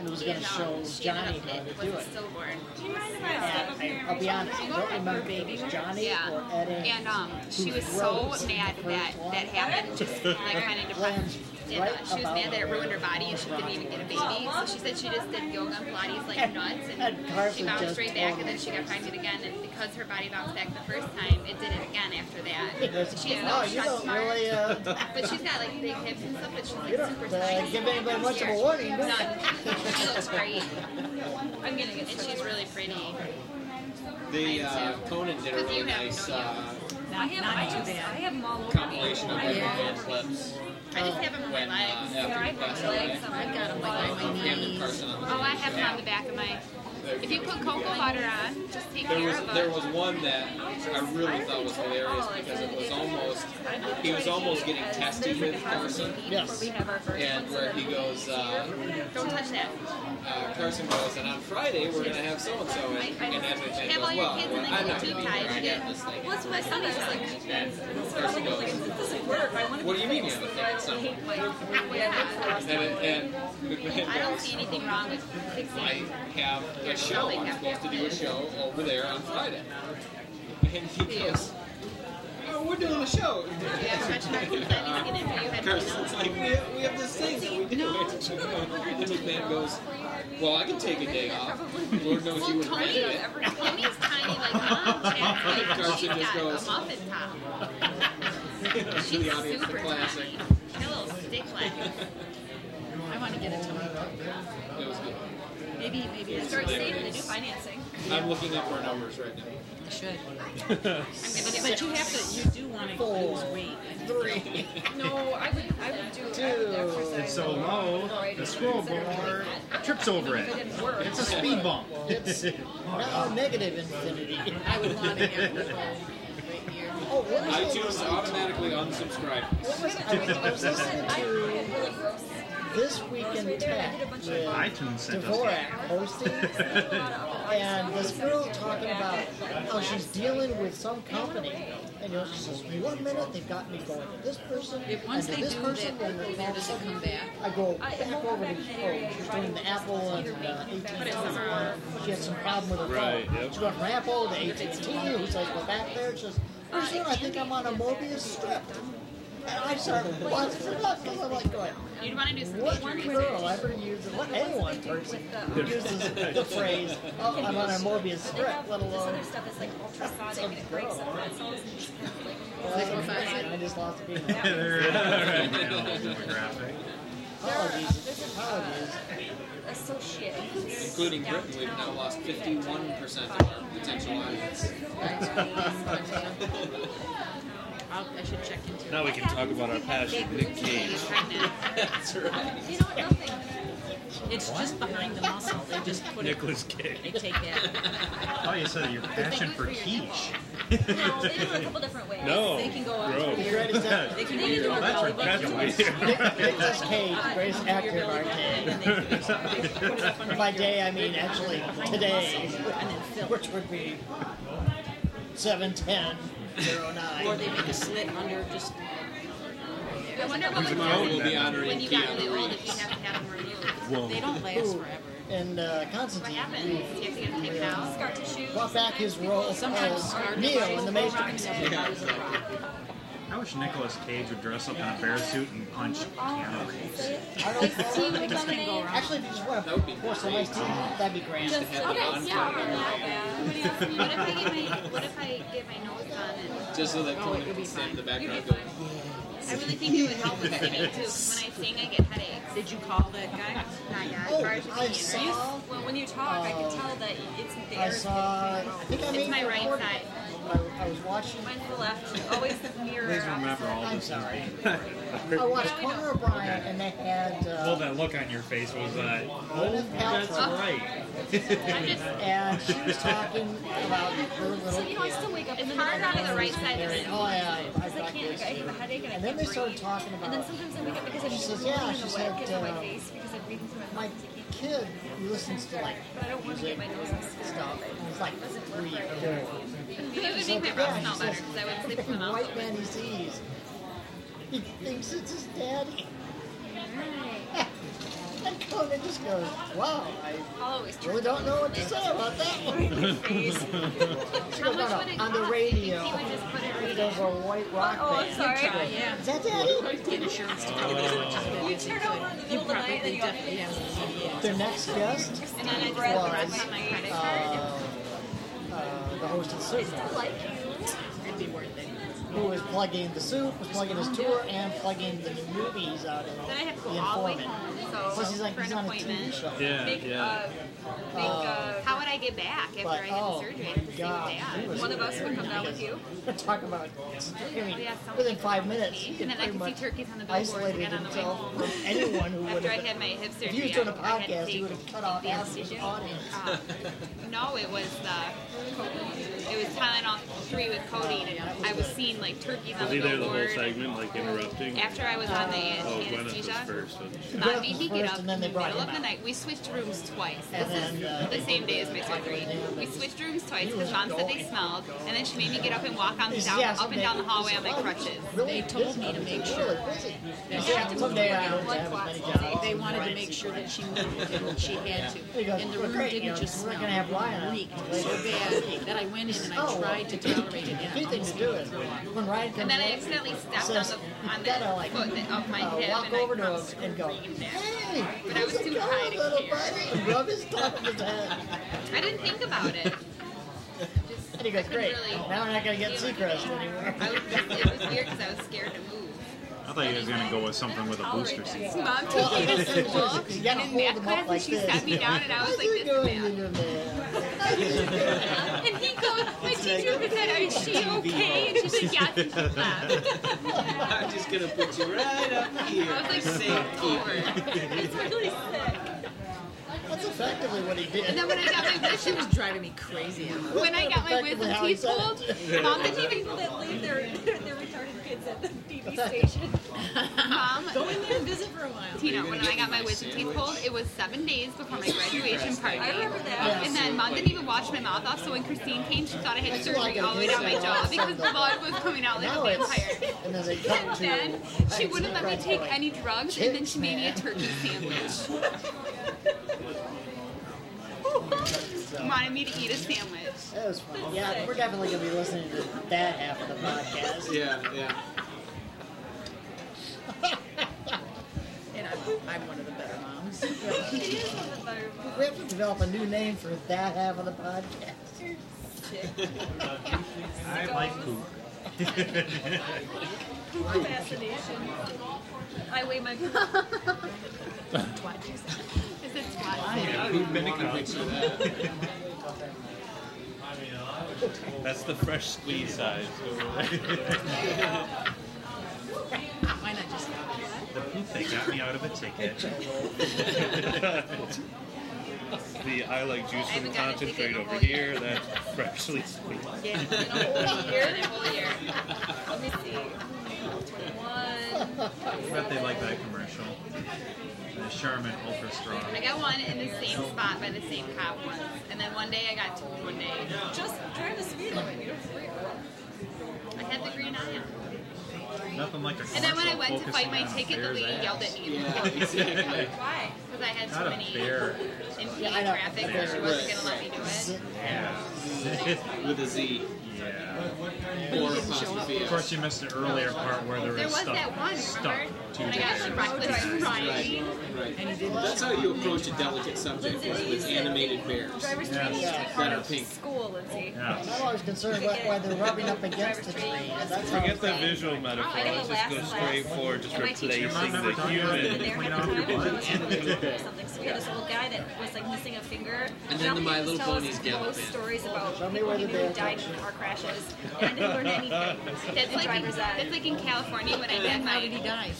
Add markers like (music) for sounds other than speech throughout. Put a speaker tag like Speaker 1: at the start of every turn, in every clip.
Speaker 1: and was going to show Johnny how to do it.
Speaker 2: Stillborn.
Speaker 3: Do you mind if I step up
Speaker 1: I,
Speaker 3: here?
Speaker 1: I'll be honest, I don't remember if it was Johnny
Speaker 2: Yeah.
Speaker 1: or Eddie.
Speaker 2: And um, she
Speaker 1: who
Speaker 2: was so
Speaker 1: froze in the
Speaker 2: mad that
Speaker 1: first one.
Speaker 2: that happened. Just like kind
Speaker 1: (laughs)
Speaker 2: of depressed. And, uh, she was mad that it ruined her body and she couldn't even get a baby. So she said she just did yoga and Pilates like nuts
Speaker 1: And Carson
Speaker 2: and she bounced
Speaker 1: just
Speaker 2: right back
Speaker 1: told
Speaker 2: and then she got pregnant again. And because her body bounced back the first time, it did it again after that.
Speaker 1: That's-
Speaker 2: She has
Speaker 1: oh,
Speaker 2: no
Speaker 1: you
Speaker 2: stress
Speaker 1: don't
Speaker 2: marks.
Speaker 1: really.
Speaker 2: (laughs)
Speaker 1: Uh,
Speaker 2: But she's got like big hips and stuff, but she's
Speaker 1: You
Speaker 2: like
Speaker 1: don't,
Speaker 2: super
Speaker 1: uh,
Speaker 2: tiny.
Speaker 1: give anybody much of a warning, do you?
Speaker 2: None. (laughs) She looks great. I'm gonna get. And she's really pretty.
Speaker 4: They uh, Conan did a
Speaker 2: Because
Speaker 4: really
Speaker 2: you have
Speaker 4: nice
Speaker 2: no
Speaker 4: uh,
Speaker 3: I have, I, just, I have them all over
Speaker 4: compilation of
Speaker 3: me.
Speaker 4: like video clips
Speaker 2: I just have them on my
Speaker 4: when uh,
Speaker 2: legs.
Speaker 4: after
Speaker 3: I
Speaker 4: he
Speaker 3: have
Speaker 4: passed
Speaker 3: my
Speaker 4: away.
Speaker 3: legs, I've got them
Speaker 2: like,
Speaker 3: like
Speaker 2: on my
Speaker 4: Um, Camden
Speaker 2: knees.
Speaker 4: Carson on the
Speaker 2: Oh, I have them on the
Speaker 4: Yeah.
Speaker 2: back of my. If you put cocoa butter on, just take
Speaker 4: There
Speaker 2: care
Speaker 4: was
Speaker 2: of
Speaker 4: there
Speaker 2: them.
Speaker 4: was one that I really thought was hilarious because it was almost he was almost getting testy with Carson
Speaker 1: yes.
Speaker 4: and where he goes uh,
Speaker 2: Don't touch that.
Speaker 4: uh, Carson goes and on Friday we're gonna have so and so and and Natalie Chan
Speaker 2: Have all
Speaker 4: goes
Speaker 2: your
Speaker 4: well
Speaker 2: kids in the
Speaker 4: I'm not
Speaker 2: tube
Speaker 4: gonna be
Speaker 2: ties,
Speaker 4: there I
Speaker 2: yeah.
Speaker 4: got this thing
Speaker 3: What's my son is like,
Speaker 4: and Carson goes
Speaker 3: this doesn't work. I want to
Speaker 4: what do you mean you have a thing with someone
Speaker 2: Yeah.
Speaker 4: (laughs) and and (laughs) McMahon
Speaker 2: I don't
Speaker 4: goes
Speaker 2: see anything wrong with
Speaker 4: I
Speaker 2: fixing.
Speaker 4: have a show. I'm supposed to do a show over there on Friday. And he goes, oh, we're doing a show.
Speaker 2: You have stretch marks and stuff. You can interview head
Speaker 4: Carson's like, we have, we have this thing that we do. (laughs) And the McMahon goes, well, I can take a day off. Lord knows you
Speaker 2: Well,
Speaker 4: would
Speaker 2: Tony,
Speaker 4: mandate it.
Speaker 2: Tony's tiny like mom. Jack, like,
Speaker 4: Carson
Speaker 2: She's got
Speaker 4: just goes-
Speaker 2: a muffin top.
Speaker 4: to
Speaker 2: She's
Speaker 4: the audience, the
Speaker 2: super
Speaker 4: classic.
Speaker 2: tiny. She's a little sticklet.
Speaker 3: I want to get a Tony.
Speaker 4: It was good.
Speaker 3: Maybe, maybe that's
Speaker 2: Start
Speaker 3: what
Speaker 2: saving.
Speaker 3: they do financing.
Speaker 4: I'm looking up our numbers right now.
Speaker 3: They should.
Speaker 2: I'm gonna
Speaker 3: But
Speaker 2: get
Speaker 3: you
Speaker 2: my
Speaker 3: have to, you do want to lose weight.
Speaker 1: Three.
Speaker 5: No, I would, I would do
Speaker 1: Two.
Speaker 6: (laughs)
Speaker 5: it.
Speaker 6: So low, the scoreboard trips over it. It's a speed bump. (laughs)
Speaker 1: No,
Speaker 2: (laughs)
Speaker 1: negative infinity.
Speaker 5: I would want to have this right here.
Speaker 1: Oh, what was
Speaker 4: iTunes automatically unsubscribed.
Speaker 1: What was I was, I was listening to this week in tech with
Speaker 6: iTunes sent us
Speaker 1: Dvorak
Speaker 6: that.
Speaker 1: hosting, and this girl talking about how she's dealing with some company, and you know, she says, one minute they've got me going to this person,
Speaker 3: If once
Speaker 1: and to
Speaker 3: they
Speaker 1: this
Speaker 3: do
Speaker 1: person,
Speaker 3: that,
Speaker 1: and then
Speaker 3: then
Speaker 1: all of a
Speaker 3: does it
Speaker 1: sudden
Speaker 3: come back?
Speaker 1: I go back over to oh, she's doing the Apple and uh, AT&T. She had some problem with her
Speaker 7: Right,
Speaker 1: phone.
Speaker 7: yep.
Speaker 1: She's going from Apple to AT&T. Who says go back there? She says, "Oh, sure, I think I'm on a Mobius strip." And (laughs) I started busting up because I'm like, going,
Speaker 2: You'd want to do some
Speaker 1: "What
Speaker 2: major
Speaker 1: girl ever uses? What anyone person uses the phrase? Oh, I'm on a Mobius strip, let alone."
Speaker 3: stuff is like ultrasonic
Speaker 1: and it breaks up I just lost a beat.
Speaker 6: There it is. Right now, it's in the graphic.
Speaker 1: Apologies. Apologies.
Speaker 3: associate.
Speaker 4: Including Britain, we've now lost 51% of our potential audience.
Speaker 3: I'll, I should check into it.
Speaker 7: Now we can talk about our passion, Nick Cage.
Speaker 2: pregnant.
Speaker 4: That's right.
Speaker 3: You know what? Nothing. It's just behind the muscle. They just put it.
Speaker 7: Nicholas Cage.
Speaker 3: They take that.
Speaker 6: (laughs) Oh, you said your passion for quiche.
Speaker 8: No, they do it a couple different ways.
Speaker 7: No.
Speaker 3: They can go up
Speaker 7: Gross.
Speaker 3: to
Speaker 1: You ready, Zach?
Speaker 3: (laughs) They can either do a
Speaker 6: That's
Speaker 3: belly button
Speaker 7: That's
Speaker 3: to
Speaker 7: weird.
Speaker 1: Nicholas Cage, greatest
Speaker 3: your
Speaker 1: actor of
Speaker 3: belly
Speaker 1: our day.
Speaker 3: button, and then they can put it up under
Speaker 1: By
Speaker 3: your-
Speaker 1: day, I mean actually today,
Speaker 3: and then fill.
Speaker 1: which would be 710
Speaker 3: Or
Speaker 1: 09.
Speaker 3: they make a slit under just.
Speaker 2: I wonder what would
Speaker 4: Tomorrow
Speaker 2: happen
Speaker 4: we'll be honoring
Speaker 2: when you got
Speaker 4: Keanu
Speaker 2: really old if you
Speaker 4: Reeves.
Speaker 2: have to have them removed.
Speaker 7: Whoa.
Speaker 3: They don't last
Speaker 1: Ooh.
Speaker 3: forever.
Speaker 1: And uh,
Speaker 2: What
Speaker 1: Constantine
Speaker 2: happens? You have to get them taken out.
Speaker 8: Scar tissue.
Speaker 1: brought back his role
Speaker 3: Sometimes
Speaker 1: as
Speaker 3: scar
Speaker 1: Neo
Speaker 3: tissue
Speaker 1: in The
Speaker 3: will rot
Speaker 1: Matrix.
Speaker 3: and then it's a rock.
Speaker 6: I wish Nicolas Cage would dress up in a bear suit and punch Keanu Reeves.
Speaker 1: I don't know.
Speaker 8: Lemonade.
Speaker 1: Actually, if you just want to
Speaker 4: would be
Speaker 1: pour some iced tea, that'd be grand.
Speaker 8: Just, okay, yeah. I'll bring that. Somebody
Speaker 2: What if
Speaker 8: else
Speaker 2: I
Speaker 8: need it?
Speaker 2: get my What if I get my nose done? And
Speaker 4: Just so that Conan can stand in the background and go,
Speaker 2: I really think it would help with singing too. 'cause When I sing, I get headaches.
Speaker 3: Did you call that guy?
Speaker 2: Not yet.
Speaker 1: Oh,
Speaker 2: Barb's
Speaker 1: I
Speaker 2: opinion,
Speaker 1: saw-
Speaker 2: right?
Speaker 1: Well,
Speaker 8: Well, when you talk, I can tell that it's there.
Speaker 1: I saw, uh, I think I made
Speaker 2: It's my
Speaker 1: the
Speaker 2: right
Speaker 1: recording.
Speaker 2: side.
Speaker 1: I, I was watching,
Speaker 8: Mine's the left. Always the mirror.
Speaker 6: Please remember
Speaker 8: opposite.
Speaker 6: all
Speaker 1: I'm
Speaker 6: this is
Speaker 1: sorry.
Speaker 6: being
Speaker 2: Oh,
Speaker 1: I watched Conan O'Brien and they had
Speaker 6: Well,
Speaker 1: uh,
Speaker 6: that look on your face was uh, oh,
Speaker 1: Gwyneth
Speaker 6: that's
Speaker 1: Paltrow.
Speaker 6: right.
Speaker 2: I'm
Speaker 6: (laughs)
Speaker 2: just.
Speaker 1: And she was talking about her little
Speaker 8: You know, I still wake up in
Speaker 2: It's
Speaker 8: the
Speaker 2: hard
Speaker 8: middle
Speaker 2: out
Speaker 8: of the
Speaker 2: of the right side than it is.
Speaker 1: Oh yeah, I
Speaker 8: night. I
Speaker 1: got
Speaker 8: can't. Like, I
Speaker 1: this.
Speaker 8: have a headache and I
Speaker 1: And
Speaker 8: can't
Speaker 1: then they started
Speaker 8: breathe.
Speaker 1: talking
Speaker 8: And then
Speaker 1: about
Speaker 8: sometimes I wake up because I'm
Speaker 1: says,
Speaker 8: just
Speaker 1: yeah,
Speaker 8: really
Speaker 1: she
Speaker 8: awake
Speaker 1: said,
Speaker 8: into my
Speaker 1: uh,
Speaker 8: face because I'm breathing through my
Speaker 1: my
Speaker 8: mouth.
Speaker 1: kid listens to like
Speaker 8: But I don't want to
Speaker 1: music
Speaker 8: get my nose
Speaker 1: and stuff. And it's like three, four.
Speaker 2: It would
Speaker 1: So
Speaker 2: make my breath
Speaker 1: yeah,
Speaker 2: smell
Speaker 1: she
Speaker 2: better
Speaker 1: says,
Speaker 2: because I would sip
Speaker 1: every
Speaker 2: them out.
Speaker 1: white man he sees, he thinks it's his daddy.
Speaker 8: Right.
Speaker 1: (laughs) and phone and just goes, wow, I
Speaker 2: Always
Speaker 1: really don't know what to say about that (laughs) one. she
Speaker 2: How
Speaker 1: goes,
Speaker 2: much
Speaker 1: no,
Speaker 2: would it
Speaker 1: no, on the
Speaker 2: cost?
Speaker 1: radio,
Speaker 2: He would just put it right
Speaker 1: there's a white rock
Speaker 8: Oh, I'm
Speaker 1: band.
Speaker 8: sorry.
Speaker 3: Yeah.
Speaker 1: Is that Daddy?
Speaker 3: Get insurance to cover as much as
Speaker 8: You turn over in the
Speaker 3: You
Speaker 8: middle of the
Speaker 3: probably
Speaker 8: night and you go,
Speaker 3: definitely have some CDs.
Speaker 1: Their next guest
Speaker 2: And then I just
Speaker 1: was
Speaker 2: put the rest on my credit card.
Speaker 1: uh, uh, the host of Soup,
Speaker 8: like you.
Speaker 3: It'd be worth it.
Speaker 1: who was plugging the Soup, was plugging his tour, and plugging the movies out in
Speaker 2: Then I have to
Speaker 1: the
Speaker 2: go all the way
Speaker 1: informant.
Speaker 2: home.
Speaker 1: Plus, he's
Speaker 2: So
Speaker 1: Oh. like
Speaker 2: for
Speaker 1: he's
Speaker 2: an
Speaker 1: on a TV
Speaker 2: appointment.
Speaker 1: show.
Speaker 7: Yeah,
Speaker 5: Make,
Speaker 7: yeah.
Speaker 5: uh, make, uh,
Speaker 2: How would I get back after
Speaker 1: But
Speaker 2: I get the
Speaker 1: oh
Speaker 2: surgery? I have to stay
Speaker 1: god,
Speaker 2: with
Speaker 1: he
Speaker 2: dad.
Speaker 1: was
Speaker 5: one of us would come down
Speaker 1: (laughs)
Speaker 5: with you.
Speaker 1: Talk about I mean,
Speaker 2: Oh, yeah, someone
Speaker 1: within
Speaker 2: could
Speaker 1: five
Speaker 2: come with
Speaker 1: minutes,
Speaker 2: me.
Speaker 1: he
Speaker 2: And
Speaker 1: could
Speaker 2: then I
Speaker 1: pretty
Speaker 2: could see
Speaker 1: much
Speaker 2: turkey on the billboards
Speaker 1: isolated
Speaker 2: again on the way
Speaker 1: himself
Speaker 2: home.
Speaker 1: from anyone who
Speaker 2: (laughs)
Speaker 1: would
Speaker 2: After I
Speaker 1: have.
Speaker 2: had my hip surgery,
Speaker 1: if he was doing
Speaker 2: I-
Speaker 1: a
Speaker 2: I had to
Speaker 1: podcast, he
Speaker 2: take
Speaker 1: would have cut off
Speaker 2: the
Speaker 1: half of his
Speaker 2: oxygen.
Speaker 1: audience.
Speaker 2: Uh, no, it was the it was Tylenol three with codeine, and I was seeing like turkeys on
Speaker 7: Was
Speaker 2: the
Speaker 7: he there the whole
Speaker 2: billboard.
Speaker 7: segment, like interrupting?
Speaker 2: After I was on the
Speaker 7: Oh, Gwyneth was
Speaker 2: anesthesia,
Speaker 7: first. wasn't
Speaker 2: I
Speaker 7: she?
Speaker 2: made
Speaker 1: Gwyneth
Speaker 2: me
Speaker 1: was
Speaker 2: get
Speaker 1: first,
Speaker 2: up in
Speaker 1: and
Speaker 2: the
Speaker 1: then they
Speaker 2: middle
Speaker 1: brought him
Speaker 2: of the
Speaker 1: out.
Speaker 2: night. We switched rooms twice.
Speaker 1: And
Speaker 2: This is
Speaker 1: then, uh,
Speaker 2: the same day as my surgery. We switched rooms twice because Mom said they smelled, and then she made me get up and walk on
Speaker 1: He's-
Speaker 2: down, up
Speaker 1: yeah,
Speaker 2: and
Speaker 1: someday-
Speaker 2: down the hallway on my
Speaker 1: he's
Speaker 2: crutches.
Speaker 1: Really
Speaker 3: They told me to
Speaker 1: busy.
Speaker 3: make
Speaker 1: He's
Speaker 3: sure.
Speaker 1: Really busy.
Speaker 3: They
Speaker 1: He's
Speaker 3: had
Speaker 1: got-
Speaker 3: to
Speaker 1: someday
Speaker 3: move
Speaker 1: I
Speaker 3: around.
Speaker 1: hope to have as many jobs.
Speaker 3: They wanted to
Speaker 1: Right.
Speaker 3: make sure that she moved and she had
Speaker 1: He
Speaker 3: to.
Speaker 1: goes,
Speaker 3: And the
Speaker 1: "Well,
Speaker 3: room
Speaker 1: great, you know,
Speaker 3: didn't just
Speaker 1: we're
Speaker 3: smell.
Speaker 1: gonna have Lionel."
Speaker 3: It leaked so bad that I went in and I
Speaker 1: Oh,
Speaker 3: tried to tolerate it.
Speaker 1: Key
Speaker 3: and I
Speaker 1: thing to
Speaker 3: almost
Speaker 1: do
Speaker 3: had to
Speaker 1: is
Speaker 3: throw up.
Speaker 1: when Ryan comes
Speaker 2: And then I
Speaker 1: in,
Speaker 2: accidentally stepped on
Speaker 1: says,
Speaker 2: the on
Speaker 1: you
Speaker 2: that
Speaker 1: gotta like
Speaker 2: foot that up my
Speaker 1: uh,
Speaker 2: hip,
Speaker 1: walk
Speaker 2: and I
Speaker 1: over to him
Speaker 2: almost
Speaker 1: and go,
Speaker 2: screamed at him.
Speaker 1: "Hey,
Speaker 2: But I
Speaker 1: how's
Speaker 2: was
Speaker 1: it
Speaker 2: too high
Speaker 1: going,
Speaker 2: to
Speaker 1: little
Speaker 2: care.
Speaker 1: buddy?" And Rub his top of his head.
Speaker 2: I didn't think about it. Just,
Speaker 1: (laughs) And he goes,
Speaker 2: I couldn't
Speaker 1: "Great,
Speaker 2: Really,
Speaker 1: now we're not gonna get
Speaker 2: deal with
Speaker 1: Seacrest
Speaker 2: it.
Speaker 1: anymore."
Speaker 2: I was just, it was weird because I was scared to move.
Speaker 9: I thought you was gonna go with something with a booster seat.
Speaker 2: Mom took me to school,
Speaker 1: You
Speaker 2: and
Speaker 1: gotta
Speaker 2: in
Speaker 1: hold
Speaker 2: math
Speaker 1: them up
Speaker 2: class,
Speaker 1: like
Speaker 2: and she
Speaker 1: this.
Speaker 2: sat me down, and I was
Speaker 1: How's
Speaker 2: like,
Speaker 1: it
Speaker 2: "This is
Speaker 1: going,
Speaker 2: math."
Speaker 1: little man? How's it going?
Speaker 2: And he goes, my teacher was said, is she okay? And she's like, yes, and she left.
Speaker 4: I'm just gonna put you right up here.
Speaker 2: I was
Speaker 3: (laughs)
Speaker 2: like,
Speaker 4: Safety.
Speaker 2: "Lord."
Speaker 8: It's really sick.
Speaker 1: That's effectively what he did.
Speaker 2: And then when I got my
Speaker 3: She
Speaker 2: wisdom,
Speaker 3: was driving me crazy.
Speaker 2: when I got my
Speaker 1: Effectively
Speaker 2: wisdom
Speaker 1: how he
Speaker 2: teeth
Speaker 1: said
Speaker 2: pulled,
Speaker 1: it.
Speaker 2: mom didn't even,
Speaker 8: People that leave their, (laughs) their, their retarded kids at the TV station.
Speaker 2: mom,
Speaker 3: Go in there and visit for a while.
Speaker 2: Tina, when I got my wisdom teeth pulled, it was seven days before my graduation party.
Speaker 8: I remember that.
Speaker 2: And then mom didn't even wash my mouth off, so when Christine came, she thought I had
Speaker 1: That's why
Speaker 2: surgery all the way down my jaw because blood was coming out like
Speaker 1: now
Speaker 2: a
Speaker 1: it's
Speaker 2: vampire.
Speaker 1: and then they cut
Speaker 2: And (laughs)
Speaker 1: to
Speaker 2: then she wouldn't let me take any drugs, and then she made me a turkey
Speaker 1: (laughs)
Speaker 2: sandwich. (laughs) Wanted me to eat a sandwich.
Speaker 1: That was fun. Yeah, we're definitely gonna be listening to that half of the podcast.
Speaker 4: Yeah, yeah.
Speaker 3: And I'm, I'm one of the better moms.
Speaker 8: It is one of the better ones.
Speaker 1: We have to develop a new name for that half of the podcast.
Speaker 9: I like poop.
Speaker 8: Fascination. I weigh my.
Speaker 2: Is it twat?
Speaker 4: I don't even been a conviction of that.
Speaker 7: (laughs) That's the fresh squeeze
Speaker 9: (laughs)
Speaker 7: size.
Speaker 3: Why not just
Speaker 9: The poop thing got me out of a ticket.
Speaker 7: (laughs) The I like juice
Speaker 2: haven't
Speaker 7: and
Speaker 2: gotten a ticket in
Speaker 7: concentrate
Speaker 2: a
Speaker 7: over
Speaker 2: whole year.
Speaker 7: here. That's freshly squeezed.
Speaker 2: Yeah, in a whole year, in a whole year.
Speaker 8: Let me see. 21.
Speaker 9: I bet they like that commercial. The Charmin Ultra Strong.
Speaker 2: I got one in the same spot by the same cop once, and then one day I got two in one day.
Speaker 8: Just during the speed limit, you don't freak out.
Speaker 2: I had the green eye. on.
Speaker 9: Nothing like a commercial.
Speaker 2: And then when I went to fight my
Speaker 9: focusing on a
Speaker 2: ticket, the
Speaker 9: bear's
Speaker 2: lady
Speaker 9: ass.
Speaker 2: yelled at me
Speaker 4: Yeah, exactly.
Speaker 8: Why?
Speaker 2: because I had
Speaker 9: Not
Speaker 2: too
Speaker 9: a
Speaker 2: many
Speaker 9: bear.
Speaker 2: impeding
Speaker 1: Yeah, I know.
Speaker 2: traffic, so she wasn't gonna let me do it.
Speaker 9: Yeah. (laughs)
Speaker 4: With a Z.
Speaker 9: yeah.
Speaker 4: Or apostrophe
Speaker 9: Of
Speaker 4: S.
Speaker 9: course, you missed the earlier part where there was,
Speaker 2: There was
Speaker 9: stuff
Speaker 2: that one,
Speaker 9: stuck
Speaker 2: remember?
Speaker 9: to
Speaker 2: When I got
Speaker 9: the
Speaker 2: the
Speaker 9: bear.
Speaker 2: reckless
Speaker 4: Right,
Speaker 2: riding.
Speaker 4: right. That's how you approach a delicate subject with, with animated bears.
Speaker 8: Driver's training is too
Speaker 4: That
Speaker 8: hard
Speaker 4: are
Speaker 8: at
Speaker 4: pink.
Speaker 8: school, Lindsay.
Speaker 9: Yeah.
Speaker 1: I'm always concerned about why they're rubbing up against the tree. That's how
Speaker 7: Forget the visual metaphor.
Speaker 8: I got
Speaker 7: Let's
Speaker 8: the
Speaker 7: just go
Speaker 8: last
Speaker 7: straight
Speaker 8: class.
Speaker 7: for just
Speaker 8: And my teacher
Speaker 7: replacing
Speaker 9: was never
Speaker 7: the
Speaker 9: talking about
Speaker 8: And
Speaker 7: human.
Speaker 8: there (laughs) at the time, I was really or something. So we had this little guy that was like missing a finger.
Speaker 4: And then the My
Speaker 8: he would
Speaker 4: Little
Speaker 8: tell us
Speaker 4: Ponies
Speaker 8: the most
Speaker 4: galloping.
Speaker 8: stories about
Speaker 1: Show me
Speaker 8: people
Speaker 1: where
Speaker 8: he
Speaker 1: the
Speaker 8: knew who
Speaker 1: bear
Speaker 8: died in
Speaker 1: touched.
Speaker 8: car crashes. And I didn't learn anything.
Speaker 2: That's like, in,
Speaker 8: driver's ed.
Speaker 2: that's like in California when I had
Speaker 3: How did he
Speaker 2: my.
Speaker 3: die?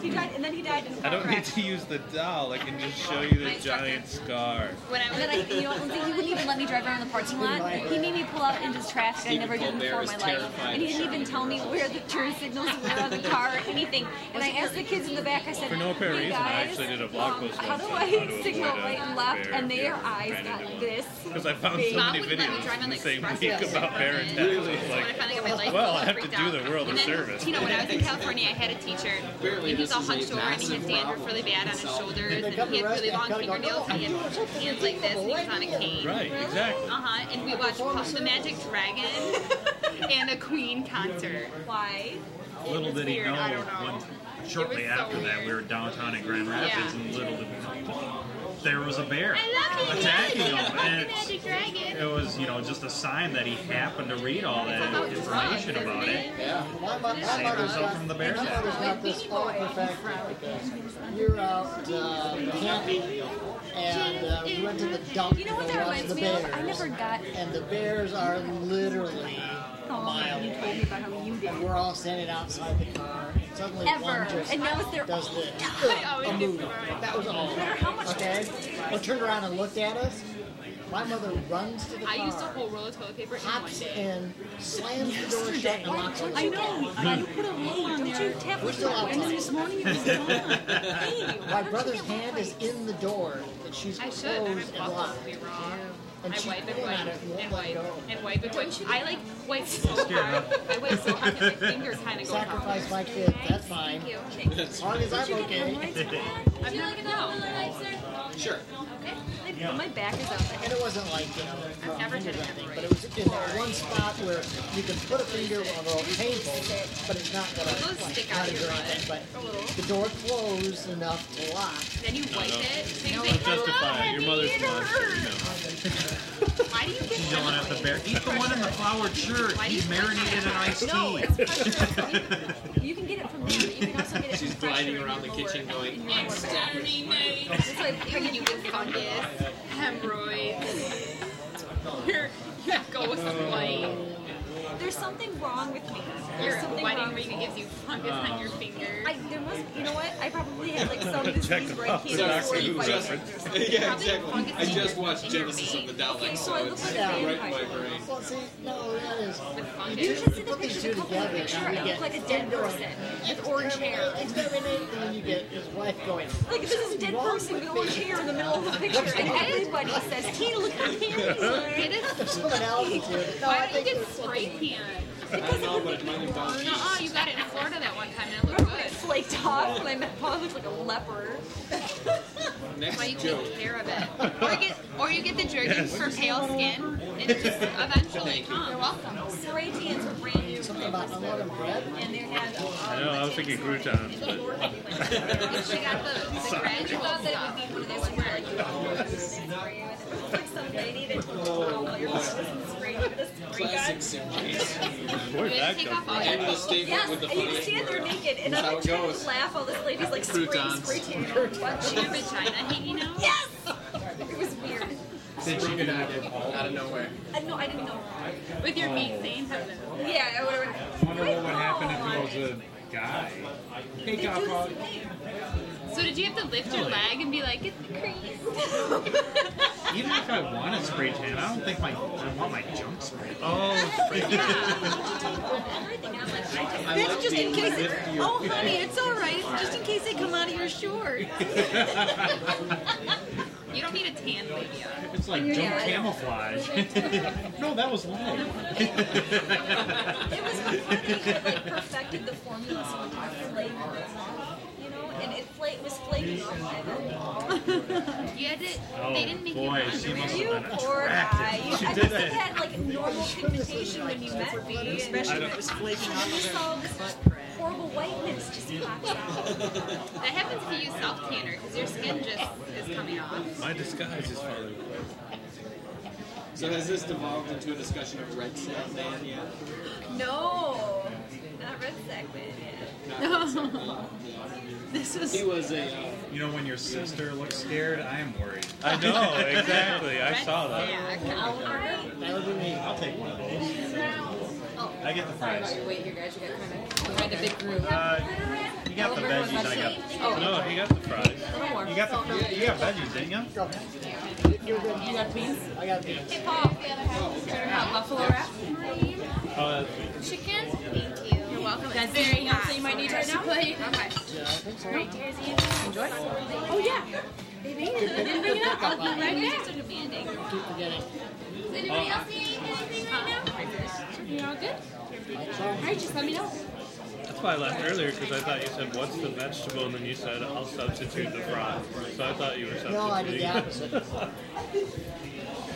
Speaker 8: He died, and then he died in a
Speaker 7: I
Speaker 8: car
Speaker 7: don't need
Speaker 8: crash.
Speaker 7: to use the doll. I can just show you
Speaker 2: My
Speaker 7: the
Speaker 2: instructor.
Speaker 7: giant scar.
Speaker 2: When I
Speaker 8: And
Speaker 2: was
Speaker 8: then I, you know, Lindsay, he wouldn't even let me drive around the parking lot. He made me pull out into traffic. I never did
Speaker 4: Colbert
Speaker 8: before in
Speaker 4: is
Speaker 8: my life.
Speaker 4: terrified
Speaker 8: And he
Speaker 4: of
Speaker 8: didn't even tell me where the turn signals were on the car or anything. And I asked the kids in the back, I said,
Speaker 7: For no apparent
Speaker 8: hey
Speaker 7: reason, I
Speaker 8: guys,
Speaker 7: actually did a blog
Speaker 8: um,
Speaker 7: post
Speaker 8: how
Speaker 7: once
Speaker 8: do
Speaker 7: on
Speaker 8: I
Speaker 7: how to
Speaker 8: signal
Speaker 7: avoid a
Speaker 8: right and left?
Speaker 7: bear
Speaker 8: And
Speaker 7: if
Speaker 8: their
Speaker 7: you're
Speaker 8: eyes
Speaker 7: ran
Speaker 8: got
Speaker 7: into one.
Speaker 8: this.
Speaker 7: (laughs) Because I found
Speaker 8: big.
Speaker 7: so
Speaker 2: Mom
Speaker 7: many
Speaker 2: wouldn't let me drive
Speaker 7: videos
Speaker 2: on
Speaker 7: in the
Speaker 2: like
Speaker 7: same
Speaker 2: express
Speaker 7: week
Speaker 2: routes
Speaker 7: about
Speaker 2: in
Speaker 7: bear
Speaker 2: Vermont.
Speaker 7: attacks. It's
Speaker 2: When I
Speaker 7: like,
Speaker 2: finally got my license,
Speaker 7: well,
Speaker 2: I
Speaker 7: I have to
Speaker 2: freaked
Speaker 7: do
Speaker 2: out.
Speaker 7: the world a
Speaker 2: and then,
Speaker 7: service.
Speaker 2: You know, when I was in California, I had a teacher.
Speaker 4: Barely
Speaker 2: and he's all
Speaker 4: this is
Speaker 2: hunched
Speaker 4: a
Speaker 2: over and he
Speaker 4: massive
Speaker 2: has dandruff
Speaker 4: problem.
Speaker 2: really bad on his shoulders and
Speaker 1: They
Speaker 2: he
Speaker 1: cut
Speaker 2: had
Speaker 1: the rest
Speaker 2: really long
Speaker 1: back out, and go,
Speaker 2: fingernails and he
Speaker 1: "Oh,
Speaker 2: had
Speaker 1: I'm so
Speaker 2: (laughs) hands like this and he was on a
Speaker 1: right
Speaker 2: cane.
Speaker 1: here."
Speaker 7: Right, exactly.
Speaker 2: Uh huh. And we watched Puff the Magic
Speaker 7: (laughs)
Speaker 2: Dragon and a Queen concert.
Speaker 10: Why?
Speaker 9: Little did he
Speaker 2: weird,
Speaker 9: know,
Speaker 2: I don't know.
Speaker 9: when, shortly
Speaker 2: It was so
Speaker 9: after that, we were
Speaker 2: weird.
Speaker 9: downtown at Grand Rapids,
Speaker 2: Yeah.
Speaker 9: and little did we know, there was a bear
Speaker 2: I love it.
Speaker 9: attacking
Speaker 2: yes,
Speaker 9: him.
Speaker 2: Puff
Speaker 9: And
Speaker 2: the Magic Dragon.
Speaker 9: it was, you know, just a sign that he happened to read all
Speaker 2: About
Speaker 9: that
Speaker 2: drugs,
Speaker 9: information
Speaker 2: isn't
Speaker 9: about it.
Speaker 4: Yeah.
Speaker 1: My, mo- my mother's
Speaker 9: Yourself
Speaker 1: got,
Speaker 9: from
Speaker 1: my
Speaker 9: the bear's den.
Speaker 1: mother's got this all perfect. You're out uh, camping, and uh, we went to the dump
Speaker 5: You know what
Speaker 1: to
Speaker 5: that
Speaker 1: watch
Speaker 5: reminds
Speaker 1: the
Speaker 5: me of?
Speaker 1: bears.
Speaker 5: I never got.
Speaker 1: And the bears are literally a mile
Speaker 5: Oh, you told me
Speaker 1: away.
Speaker 5: about how you did.
Speaker 1: And we're all standing outside the car. And suddenly
Speaker 5: Ever.
Speaker 1: one just
Speaker 5: And now it's their
Speaker 1: does
Speaker 5: own
Speaker 1: this.
Speaker 2: Oh,
Speaker 1: a
Speaker 2: it's
Speaker 1: movie.
Speaker 2: right.
Speaker 1: That was all.
Speaker 5: matter how much-
Speaker 1: Okay? They turned around and looked at us. My mother runs to the car.
Speaker 2: I used a whole roll of toilet paper in one
Speaker 1: Hops
Speaker 2: day.
Speaker 1: in, slams the door shut, and locks it.
Speaker 3: I know. I put a roll on there. Don't you tap
Speaker 1: We're still
Speaker 3: and then
Speaker 1: outside.
Speaker 3: this morning it was gone. Hey,
Speaker 1: My brother's hand is in the door that she's
Speaker 2: I
Speaker 1: closed
Speaker 2: should. I mean,
Speaker 1: and
Speaker 2: buffalo
Speaker 1: locked.
Speaker 2: would be wrong.
Speaker 1: And
Speaker 2: I
Speaker 1: she's
Speaker 2: wipe and
Speaker 1: pulling
Speaker 2: wipe
Speaker 1: on it and won't
Speaker 2: and
Speaker 1: let
Speaker 2: wipe
Speaker 1: go.
Speaker 2: and wipe and wipe. I like wipe so hard. I wipe so hard that my fingers kind of go
Speaker 1: Sacrifice
Speaker 2: out.
Speaker 1: my kid, that's fine.
Speaker 2: Thank you. Thank you.
Speaker 1: As long as I'm okay.
Speaker 9: (laughs)
Speaker 2: I'm not no.
Speaker 4: Sure.
Speaker 5: Like, My back is out.
Speaker 1: And it wasn't like, you know,
Speaker 2: I've never done it
Speaker 1: anything, but it was in that one spot where you can put a finger on a painful, but it's not gonna
Speaker 2: Those
Speaker 1: like,
Speaker 2: stick out
Speaker 1: hurt
Speaker 2: your
Speaker 1: or anything.
Speaker 2: butt a little.
Speaker 1: But the door closed enough to lock.
Speaker 2: Then you wipe it. Then you
Speaker 7: Don't
Speaker 2: say,
Speaker 7: justify it. Your mother's
Speaker 2: Hello,
Speaker 7: monster.
Speaker 2: Henry. Why do you get so
Speaker 9: Yelling at the bear, eat the one in the flowered shirt.
Speaker 2: Why do you
Speaker 9: He's marinated in iced
Speaker 5: No,
Speaker 9: tea.
Speaker 5: it's pressure. You, you can get it from there, but you can also get it
Speaker 4: She's
Speaker 5: from pressure
Speaker 4: gliding
Speaker 5: in
Speaker 4: around the
Speaker 5: your
Speaker 4: kitchen
Speaker 5: lower-
Speaker 4: going,
Speaker 5: in your lower back. It's like
Speaker 2: pregnant you with fungus, hemorrhoids, your, your ghost white,
Speaker 5: there's something wrong with me.
Speaker 2: your
Speaker 5: There's something
Speaker 2: wedding
Speaker 5: wrong with
Speaker 2: ring
Speaker 5: me.
Speaker 2: gives you fungus on your fingers.
Speaker 5: I, there must, you know what? I probably had like some disease
Speaker 7: them
Speaker 5: where I
Speaker 7: out,
Speaker 5: came
Speaker 7: the
Speaker 5: back
Speaker 7: doctor
Speaker 5: with
Speaker 7: who
Speaker 5: vitamins or something.
Speaker 4: (laughs) Yeah,
Speaker 2: Probably
Speaker 4: exactly.
Speaker 2: fungus
Speaker 4: I
Speaker 2: in your-
Speaker 4: just watched
Speaker 2: in your
Speaker 4: Genesis of the
Speaker 2: veins.
Speaker 4: Daleks,
Speaker 5: so I
Speaker 4: so
Speaker 5: look
Speaker 4: it's
Speaker 5: like a
Speaker 4: right in my
Speaker 5: vampire.
Speaker 4: brain.
Speaker 1: Well, see, no, that is.
Speaker 2: With
Speaker 5: You
Speaker 2: fungus.
Speaker 5: should see the
Speaker 1: Put these two
Speaker 5: picture. The couple
Speaker 1: together,
Speaker 5: picture.
Speaker 1: and we
Speaker 5: I look
Speaker 1: get
Speaker 5: like a dead person with orange hair.
Speaker 1: Exterminate, and then you get his wife going.
Speaker 5: Like this is a dead person with orange hair in the middle of the picture, and everybody says, "Tina, look at him."
Speaker 2: It is-
Speaker 1: There's some analogy to it. No, I
Speaker 2: Why don't
Speaker 1: think
Speaker 2: you get
Speaker 1: there's
Speaker 2: spray tan?
Speaker 4: I don't know, but it might involve
Speaker 2: No, oh, you got it in Florida that one time and it looked
Speaker 5: It
Speaker 2: good.
Speaker 5: flaked off, and I met Paul. It looked like a leper.
Speaker 2: Why
Speaker 4: Next
Speaker 2: you
Speaker 4: joke.
Speaker 2: take care of it? Or get, or you get the jerkin for pale skin. and It just eventually. Oh, you're welcome.
Speaker 5: Spray tans were brand new,
Speaker 1: something about unleavened bread.
Speaker 5: and they um, had.
Speaker 7: I know. I was thinking croutons, but
Speaker 2: She got the, the gradual stuff.
Speaker 5: It's like some lady that told you, oh, well, your boss wasn't spraying you with a spray gun.
Speaker 4: Classic Simpsons.
Speaker 7: where
Speaker 2: You
Speaker 7: did
Speaker 2: had
Speaker 7: that
Speaker 2: to take
Speaker 7: come
Speaker 2: off
Speaker 7: from?
Speaker 2: all your
Speaker 4: End the
Speaker 2: clothes.
Speaker 4: statement
Speaker 5: Yes,
Speaker 4: with the
Speaker 5: and you can
Speaker 4: funny
Speaker 5: stand there
Speaker 4: word.
Speaker 5: naked, and I'm
Speaker 4: That's
Speaker 5: like
Speaker 4: how it
Speaker 5: trying to
Speaker 4: goes.
Speaker 5: laugh while this lady's like spraying
Speaker 4: Croutons.
Speaker 5: spray tan on her butt
Speaker 2: Your
Speaker 5: cheeks.
Speaker 2: vagina hanging out.
Speaker 5: Yes! It was weird.
Speaker 4: Did you get out of- out of nowhere?
Speaker 5: I no, I didn't know.
Speaker 2: With your meat stained heaven.
Speaker 5: Yeah, I would have.
Speaker 9: wonder what would happen if it was a guy.
Speaker 5: They do the same thing.
Speaker 2: So did you have to lift your leg and be like, it's the crease?
Speaker 9: Even if I want a spray tan, I don't think my I want my junk spray. (laughs)
Speaker 7: Oh,
Speaker 5: Everything. I'm like, I
Speaker 4: I
Speaker 3: That's
Speaker 4: love
Speaker 3: just in
Speaker 4: being
Speaker 3: case.
Speaker 4: with you.
Speaker 3: oh, honey, it's all right. It's just in case they come out of your shorts.
Speaker 2: You don't need a tan labia.
Speaker 9: It's like junk camouflage. (laughs) no, that was live.
Speaker 5: just- it was hard that we had like perfected the formula so it could flake off, you know, and it fla- it was flaking off my head.
Speaker 2: You had to.
Speaker 9: Oh,
Speaker 2: they didn't make
Speaker 9: boy,
Speaker 2: you wear
Speaker 9: she
Speaker 2: underwear.
Speaker 9: must have
Speaker 5: You
Speaker 9: been
Speaker 5: poor guy. You,
Speaker 9: She
Speaker 5: I
Speaker 9: did
Speaker 5: must
Speaker 9: that.
Speaker 5: have had like normal pigmentation when you met me. and-
Speaker 3: Especially when it was flaking
Speaker 5: And you
Speaker 3: off
Speaker 5: saw
Speaker 3: of
Speaker 5: this
Speaker 3: their butt crack.
Speaker 5: horrible whiteness just pop out.
Speaker 2: That happens if you use self tanner because your skin just is coming off.
Speaker 7: my disguise is falling away.
Speaker 4: So has this devolved into a discussion of Red Sail Man yet?
Speaker 2: (laughs)
Speaker 5: No, not red segment.
Speaker 3: This is.
Speaker 4: He was a uh,
Speaker 9: (laughs)
Speaker 4: (laughs)
Speaker 9: You know, when your sister looks scared, I am worried.
Speaker 7: I
Speaker 9: (laughs)
Speaker 7: know exactly. I saw that.
Speaker 2: Yeah.
Speaker 1: That would be me.
Speaker 9: I'll take one of those.
Speaker 5: oh.
Speaker 9: I get the fries.
Speaker 11: Wait, you guys, you got kind of quite a big group.
Speaker 9: Uh, you got the veggies. I got.
Speaker 3: Oh,
Speaker 7: No, he got the fries.
Speaker 9: You got the. You, you got veggies, didn't you?
Speaker 1: Go. You're good. You got beans? I got beans.
Speaker 11: Buffalo wrap.
Speaker 7: Uh,
Speaker 11: Chicken.
Speaker 2: Thank you. You're welcome. That's very hot. So you might need to plate. Okay.
Speaker 5: Oh yeah.
Speaker 1: Didn't bring it up. I'll be
Speaker 2: Right now. So demanding.
Speaker 1: Keep forgetting.
Speaker 11: Does anybody else need anything right now? You all good? All right, just let me know.
Speaker 7: I that's why I laughed earlier because I thought you said what's the vegetable and then you said I'll substitute the fry. So I thought you were substituting.
Speaker 1: No, I did the
Speaker 7: (laughs)
Speaker 5: (laughs)
Speaker 1: opposite. No,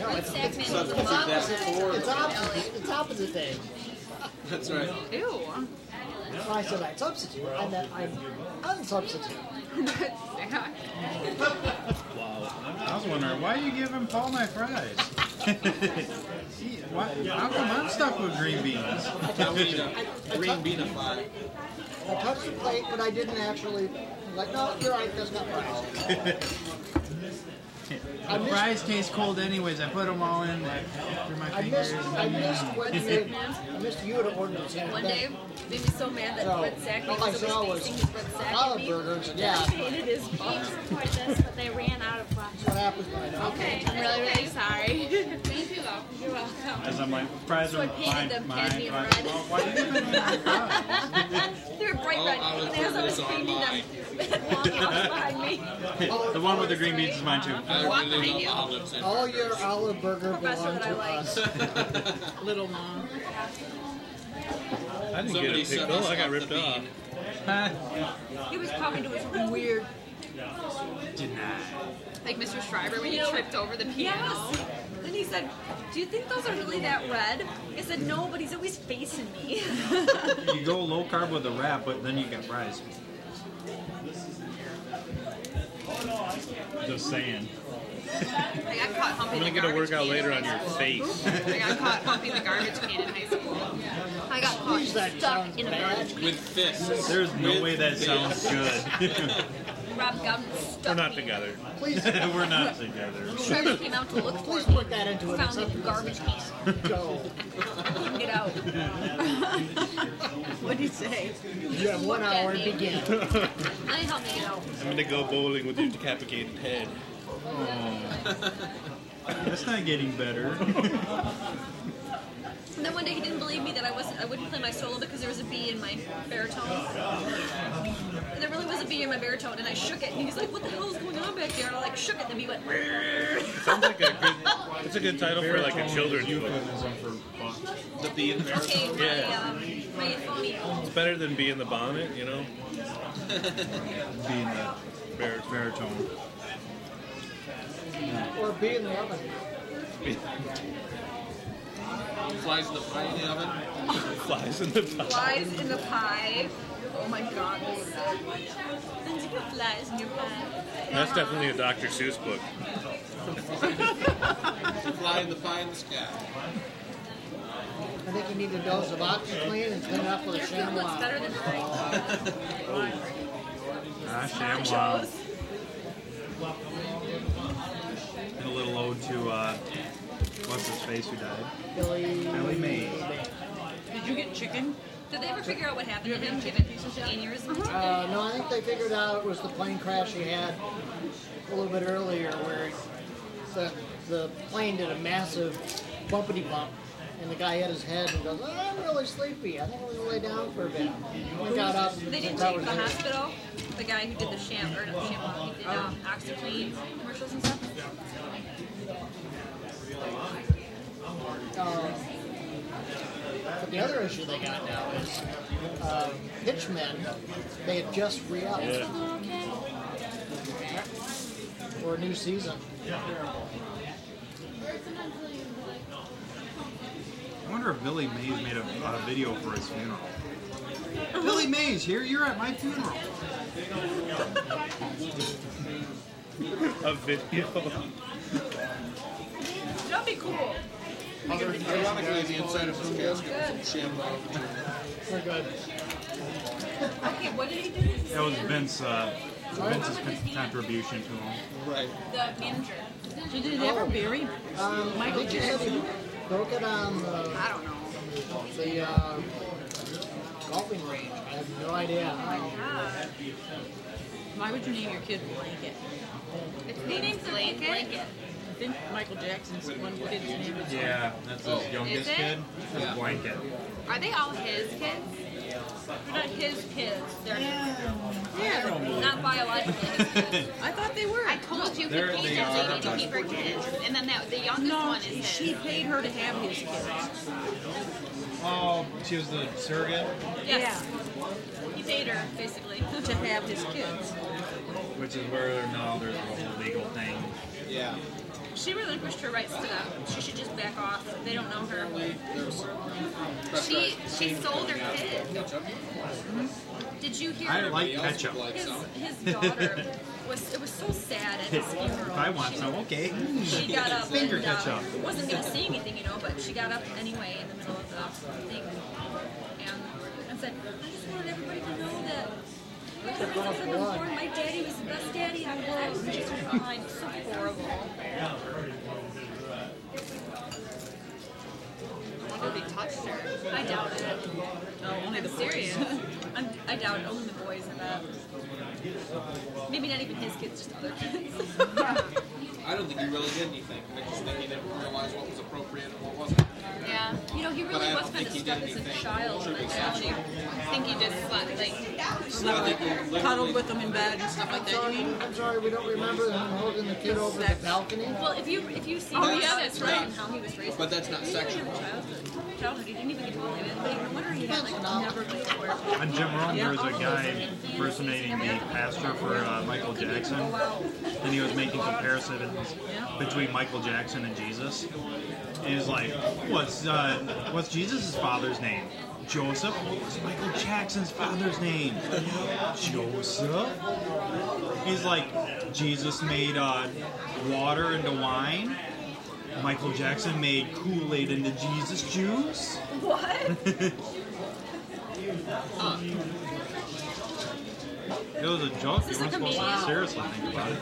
Speaker 1: it's, it's, it's, it's opposite. It's opposite. It's opposite thing.
Speaker 4: That's right.
Speaker 12: Ew.
Speaker 1: When I said I substitute, I meant I unsubstitute.
Speaker 13: I was wondering why are you giving Paul my
Speaker 7: (laughs)
Speaker 13: fries? Gee, why, how come I'm stuck with green beans?
Speaker 4: Green bean and fry.
Speaker 1: I touched the plate, but I didn't actually. Like, no, you're right. That's not fries.
Speaker 5: (laughs)
Speaker 1: I
Speaker 13: The
Speaker 1: missed-
Speaker 13: fries taste cold anyways. I put them all in like, through my
Speaker 1: I missed.
Speaker 13: fingers.
Speaker 1: I missed when you. I missed you at an ordinance.
Speaker 5: One day, made me so mad that
Speaker 1: So,
Speaker 5: Red Sack
Speaker 1: all I
Speaker 5: was
Speaker 1: saw
Speaker 5: always
Speaker 1: was
Speaker 5: facing his Red Sack at
Speaker 1: olive
Speaker 5: me.
Speaker 1: burgers. Yeah,
Speaker 12: Hated his beans like this, but they ran out of
Speaker 1: that's what happens when I don't.
Speaker 12: Okay, I'm really, really sorry.
Speaker 14: Thank you, though.
Speaker 12: You're welcome.
Speaker 9: As I'm like, fries
Speaker 5: So I
Speaker 9: are
Speaker 5: painted
Speaker 9: my,
Speaker 5: them
Speaker 9: my
Speaker 5: cadmium
Speaker 9: fries.
Speaker 5: red.
Speaker 9: Well, why are
Speaker 1: (laughs)
Speaker 9: you giving me my fries?
Speaker 5: They were bright
Speaker 4: Oh,
Speaker 5: red,
Speaker 4: I was
Speaker 5: and as I was
Speaker 4: looking
Speaker 5: painting them, Long Island behind me.
Speaker 9: the one with the green beans is mine too.
Speaker 4: I really love olives and
Speaker 1: All your olive burger
Speaker 5: Professor
Speaker 1: belong
Speaker 5: that I
Speaker 1: to
Speaker 5: like.
Speaker 1: us.
Speaker 3: Little mom.
Speaker 7: I didn't
Speaker 4: Somebody
Speaker 7: get a
Speaker 4: set
Speaker 7: pickle.
Speaker 4: us
Speaker 7: I
Speaker 4: up
Speaker 7: got
Speaker 4: the
Speaker 7: ripped off.
Speaker 4: bean.
Speaker 13: (laughs)
Speaker 5: He was coming to his weird.
Speaker 2: (laughs) Like Mr. Schreiber when he
Speaker 5: No.
Speaker 2: tripped over the piano.
Speaker 5: Yes. Then he said, "Do you think those are really that red?" I said, "No, but he's always facing me." (laughs)
Speaker 9: You go low carb with a wrap, but then you get fries. Just saying.
Speaker 2: I got caught humping
Speaker 7: I'm gonna
Speaker 2: the
Speaker 7: get a
Speaker 2: garbage
Speaker 7: workout
Speaker 2: can
Speaker 7: later
Speaker 2: in
Speaker 7: on your
Speaker 2: high school.
Speaker 7: face.
Speaker 2: I got caught humping the garbage can in high school. I got caught
Speaker 1: Jeez, that sounds
Speaker 2: stuck in a
Speaker 1: bad.
Speaker 2: garbage
Speaker 4: With fists.
Speaker 9: There's no
Speaker 4: With
Speaker 9: way that
Speaker 4: fists.
Speaker 9: sounds good.
Speaker 5: Rob Gum stuck
Speaker 7: We're not
Speaker 5: me.
Speaker 7: together.
Speaker 5: (laughs)
Speaker 1: Please,
Speaker 9: We're not together.
Speaker 5: Trevor came out to look for
Speaker 1: please
Speaker 5: me.
Speaker 1: put that into an
Speaker 5: Found a
Speaker 1: acceptable
Speaker 5: garbage piece.
Speaker 1: go.
Speaker 5: Couldn't get out.
Speaker 3: What'd he say?
Speaker 1: You have one hour to begin.
Speaker 5: I helped me get out.
Speaker 7: I'm gonna go bowling with your decapitated head.
Speaker 9: Oh. That's not getting better.
Speaker 5: And then one day he didn't believe me that I wasn't. I wouldn't play my solo because there was a B in my baritone. And there really was a B in my baritone, and I shook it. And he was like, "What the hell is going on back there?" And I like shook it, and he went.
Speaker 7: Sounds like a good. It's a good title for like a children's book.
Speaker 4: The bean.
Speaker 5: (laughs) Okay, my,
Speaker 7: Yeah.
Speaker 5: um, my phony.
Speaker 7: It's better than being the bonnet, you know.
Speaker 9: Being
Speaker 7: (laughs)
Speaker 9: a bar- baritone.
Speaker 1: Or be in the oven.
Speaker 4: Flies in the pie in the oven.
Speaker 7: Flies in the pot.
Speaker 5: Flies in the pie. Oh my (laughs) god. And you put flies in your pie.
Speaker 7: That's definitely a Dr. Seuss book.
Speaker 4: Fly in the pie in the sky.
Speaker 1: I think you need a dose of OxyClean and clean up with a
Speaker 5: Your food looks
Speaker 1: ShamWow.
Speaker 5: better than mine.
Speaker 9: Ah, ShamWow.
Speaker 5: Nachos.
Speaker 9: And a little ode to, uh, what's his face who died?
Speaker 1: Billy.
Speaker 9: Ellie Mae.
Speaker 3: Did you get chicken?
Speaker 5: Did they ever figure out what happened to him given aneurysm?
Speaker 1: Uh, no, I think they figured out it was the plane crash he had a little bit earlier where the, the plane did a massive bumpity bump. And the guy hit his head and goes, oh, I'm really sleepy. I think I'm going to lay down for a bit. And got up.
Speaker 5: They didn't
Speaker 1: and that
Speaker 5: take him to
Speaker 1: was
Speaker 2: Uh-huh.
Speaker 5: the
Speaker 1: it.
Speaker 5: hospital. The guy who did the sham or not sham, he did
Speaker 2: Oh.
Speaker 5: um, OxyClean commercials and stuff.
Speaker 1: Um, but the other issue they got now is um, Hitchmen, they had just re upped for a new season.
Speaker 9: I wonder if Billy Mays made a, a video for his funeral. Billy Mays, here you're at my funeral.
Speaker 7: A video.
Speaker 5: That'd be cool.
Speaker 4: Ironically, the inside of his casket was some shamrock.
Speaker 1: We're good.
Speaker 5: Okay, what did he do? to
Speaker 9: That was Vince, uh, Vince's con- contribution to him.
Speaker 4: Right.
Speaker 5: The manager.
Speaker 3: Did they ever bury
Speaker 1: Um, I
Speaker 3: Michael
Speaker 1: think you said
Speaker 3: Jackson?
Speaker 1: you broke it on the,
Speaker 5: I don't know.
Speaker 1: the uh, golfing range. I have no idea how.
Speaker 5: God.
Speaker 3: Why would you name your kid Blanket?
Speaker 2: It's named Blanket.
Speaker 3: I think Michael Jackson's one kid's name was
Speaker 9: Yeah, that's his youngest
Speaker 2: it?
Speaker 9: kid. His
Speaker 4: Yeah.
Speaker 9: blanket.
Speaker 2: Are they all his kids?
Speaker 5: They're not his kids. They're
Speaker 3: Yeah,
Speaker 5: not biologically his
Speaker 7: (laughs)
Speaker 5: kids.
Speaker 3: I thought they were.
Speaker 2: I told you
Speaker 9: There
Speaker 2: Katrina
Speaker 9: they are.
Speaker 2: needed to keep her kids, and then that the youngest
Speaker 3: No,
Speaker 2: one is
Speaker 3: she
Speaker 2: his.
Speaker 3: paid her to have his kids.
Speaker 6: Oh, she was the surrogate,
Speaker 8: Yes. He paid her, basically, to have his kids.
Speaker 6: which is where now there's a whole legal thing.
Speaker 4: Yeah.
Speaker 8: She relinquished her rights to them. She should just back off. They don't know her.
Speaker 6: uh,
Speaker 2: She she sold her kid.
Speaker 8: Did you hear?
Speaker 6: I like ketchup.
Speaker 8: His,
Speaker 6: (laughs)
Speaker 8: his daughter was. It was so sad at his funeral.
Speaker 6: I want
Speaker 8: She-
Speaker 6: some. Okay. Mm.
Speaker 8: She got up
Speaker 6: Finger
Speaker 8: and uh,
Speaker 6: ketchup.
Speaker 8: wasn't going to say anything, you know, but she got up anyway in the middle of the thing and, and said, I just wanted everybody to know that ever since I've been born, my daddy was the best daddy I was. Just fine. So horrible.
Speaker 2: I wonder if they touched her. Oh,
Speaker 8: I doubt it.
Speaker 3: No, only the
Speaker 8: Serious.
Speaker 3: serious.
Speaker 8: I'm, I doubt it. Only the boys in that. Maybe not even his kids, just other kids.
Speaker 2: (laughs)
Speaker 4: I don't think he really did anything. I just think he didn't realize what was appropriate and what wasn't.
Speaker 2: Yeah.
Speaker 8: you know, he
Speaker 4: But I
Speaker 8: really
Speaker 4: don't
Speaker 8: was kind
Speaker 4: think
Speaker 8: of
Speaker 4: he
Speaker 8: stuck
Speaker 4: did
Speaker 8: as a
Speaker 4: anything
Speaker 8: child mentality.
Speaker 2: I think you just slept like
Speaker 4: I think we
Speaker 3: Cuddled
Speaker 4: literally-
Speaker 3: with them in bed and stuff like that. You mean?
Speaker 1: I'm sorry, we don't remember them holding the kid over the balcony.
Speaker 8: Well, if you if you see
Speaker 2: Oh,
Speaker 8: his
Speaker 2: yeah, that's
Speaker 8: background
Speaker 2: right.
Speaker 8: and how he was raised,
Speaker 4: But that's not
Speaker 8: he didn't even
Speaker 4: sexual.
Speaker 8: have childhood. Childhood, he didn't even get to live it. Like, no wonder he had like never played sports.
Speaker 9: On Jim Rome, there was a guy impersonating the pastor for uh, Michael Jackson, and he was making comparisons between Michael Jackson and Jesus. And he was like, "What's uh, what's Jesus' father's name? Joseph. What's Michael Jackson's father's name? Joseph." He's like, "Jesus made uh, water into wine. Michael Jackson made Kool-Aid into Jesus juice."
Speaker 8: What?
Speaker 9: (laughs) It was a joke. You
Speaker 8: Is this
Speaker 9: weren't
Speaker 8: a
Speaker 9: supposed to
Speaker 8: comedian?
Speaker 9: seriously think about it.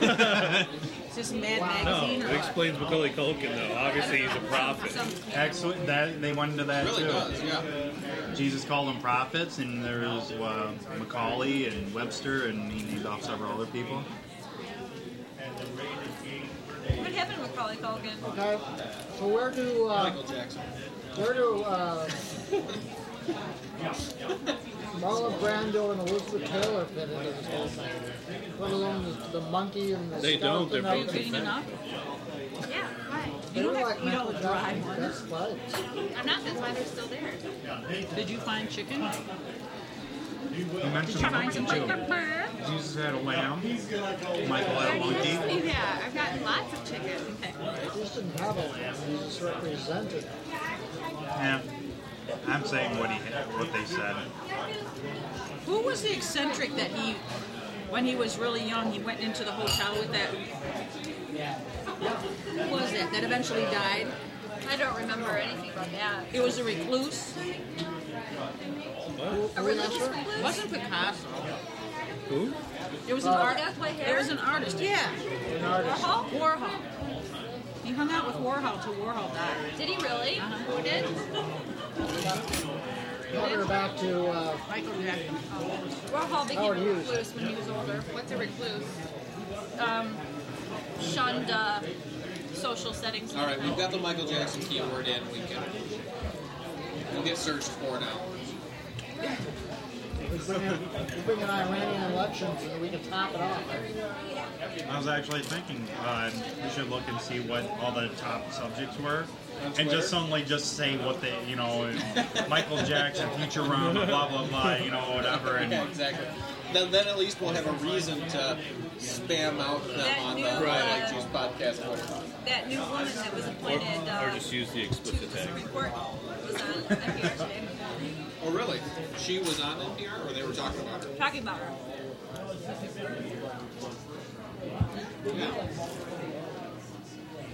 Speaker 9: (laughs)
Speaker 3: It's just Mad
Speaker 7: No,
Speaker 3: Magazine.
Speaker 7: it explains Macaulay Culkin though. Obviously, he's a prophet.
Speaker 8: Some
Speaker 9: Excellent. That they went into that
Speaker 4: Really
Speaker 9: too.
Speaker 4: does, yeah.
Speaker 9: Jesus called them prophets, and there was uh, Macaulay and Webster, and he named off several other people.
Speaker 8: what happened with Macaulay Culkin?
Speaker 1: Okay. So where do uh,
Speaker 4: Michael Jackson.
Speaker 1: where do uh, Marlon Brando and Elizabeth Taylor fit into this whole thing? Let alone the, the monkey and the
Speaker 7: They don't, they're
Speaker 1: skeleton
Speaker 7: both
Speaker 1: of-
Speaker 3: Reading enough.
Speaker 2: yeah. Why?
Speaker 1: They
Speaker 3: You
Speaker 1: were
Speaker 3: don't have
Speaker 1: like
Speaker 3: to eat all
Speaker 1: Michael
Speaker 3: the dry
Speaker 1: Jackson.
Speaker 3: ones.
Speaker 1: That's fine.
Speaker 2: I'm not. That's why they're still there.
Speaker 3: Did you find
Speaker 9: You
Speaker 3: chicken?
Speaker 9: mentioned the monkey too. Jesus had a lamb. Michael had a monkey.
Speaker 2: Yeah, I've got lots of chicken.
Speaker 1: Just didn't have a lamb. He just represented. it.
Speaker 9: Yeah. I'm saying what he what they said.
Speaker 3: Who was the eccentric that he, when he was really young, he went into the hotel with that? Who was that that eventually died?
Speaker 8: I don't remember anything about that.
Speaker 3: It was a recluse.
Speaker 1: Who-
Speaker 8: A
Speaker 1: who
Speaker 8: religious
Speaker 1: was that for?
Speaker 8: recluse?
Speaker 3: It wasn't Picasso.
Speaker 7: Who?
Speaker 3: It was an artist.
Speaker 8: That's why
Speaker 3: It
Speaker 8: hair
Speaker 3: was an artist. Yeah.
Speaker 1: An artist.
Speaker 3: Warhol. Warhol. He hung out with Warhol till Warhol died.
Speaker 8: Did he really?
Speaker 3: Uh-huh.
Speaker 8: Who did?
Speaker 1: Now they're back to uh,
Speaker 3: Michael Jackson.
Speaker 8: Warhol became
Speaker 1: Oh,
Speaker 8: a
Speaker 1: he is.
Speaker 8: recluse when he was older.
Speaker 2: What's a recluse? Um,
Speaker 8: Shunned uh, social settings.
Speaker 4: All right, we've got the Michael Jackson keyword in. We can. We'll get searched for now.
Speaker 1: we bring in, we bring in Iranian elections and we can top it off.
Speaker 9: I was actually thinking uh, we should look and see what all the top subjects were, and
Speaker 4: Twitter?
Speaker 9: just suddenly just say what they, you know, Michael Jackson, Futurama, blah blah blah, you know, whatever, and
Speaker 4: Yeah, exactly. Then, then at least we'll have a reason to spam out them
Speaker 8: That
Speaker 4: on the
Speaker 8: new,
Speaker 4: I Like
Speaker 8: uh,
Speaker 4: Juice podcast. Twitter.
Speaker 8: That new woman that was
Speaker 7: Or,
Speaker 8: appointed uh,
Speaker 7: or just use the
Speaker 8: to
Speaker 7: explicit
Speaker 8: the
Speaker 7: tag.
Speaker 8: Supreme Court was on NPR today.
Speaker 4: Oh, really? She was on NPR, or they were talking about her.
Speaker 8: Talking about her.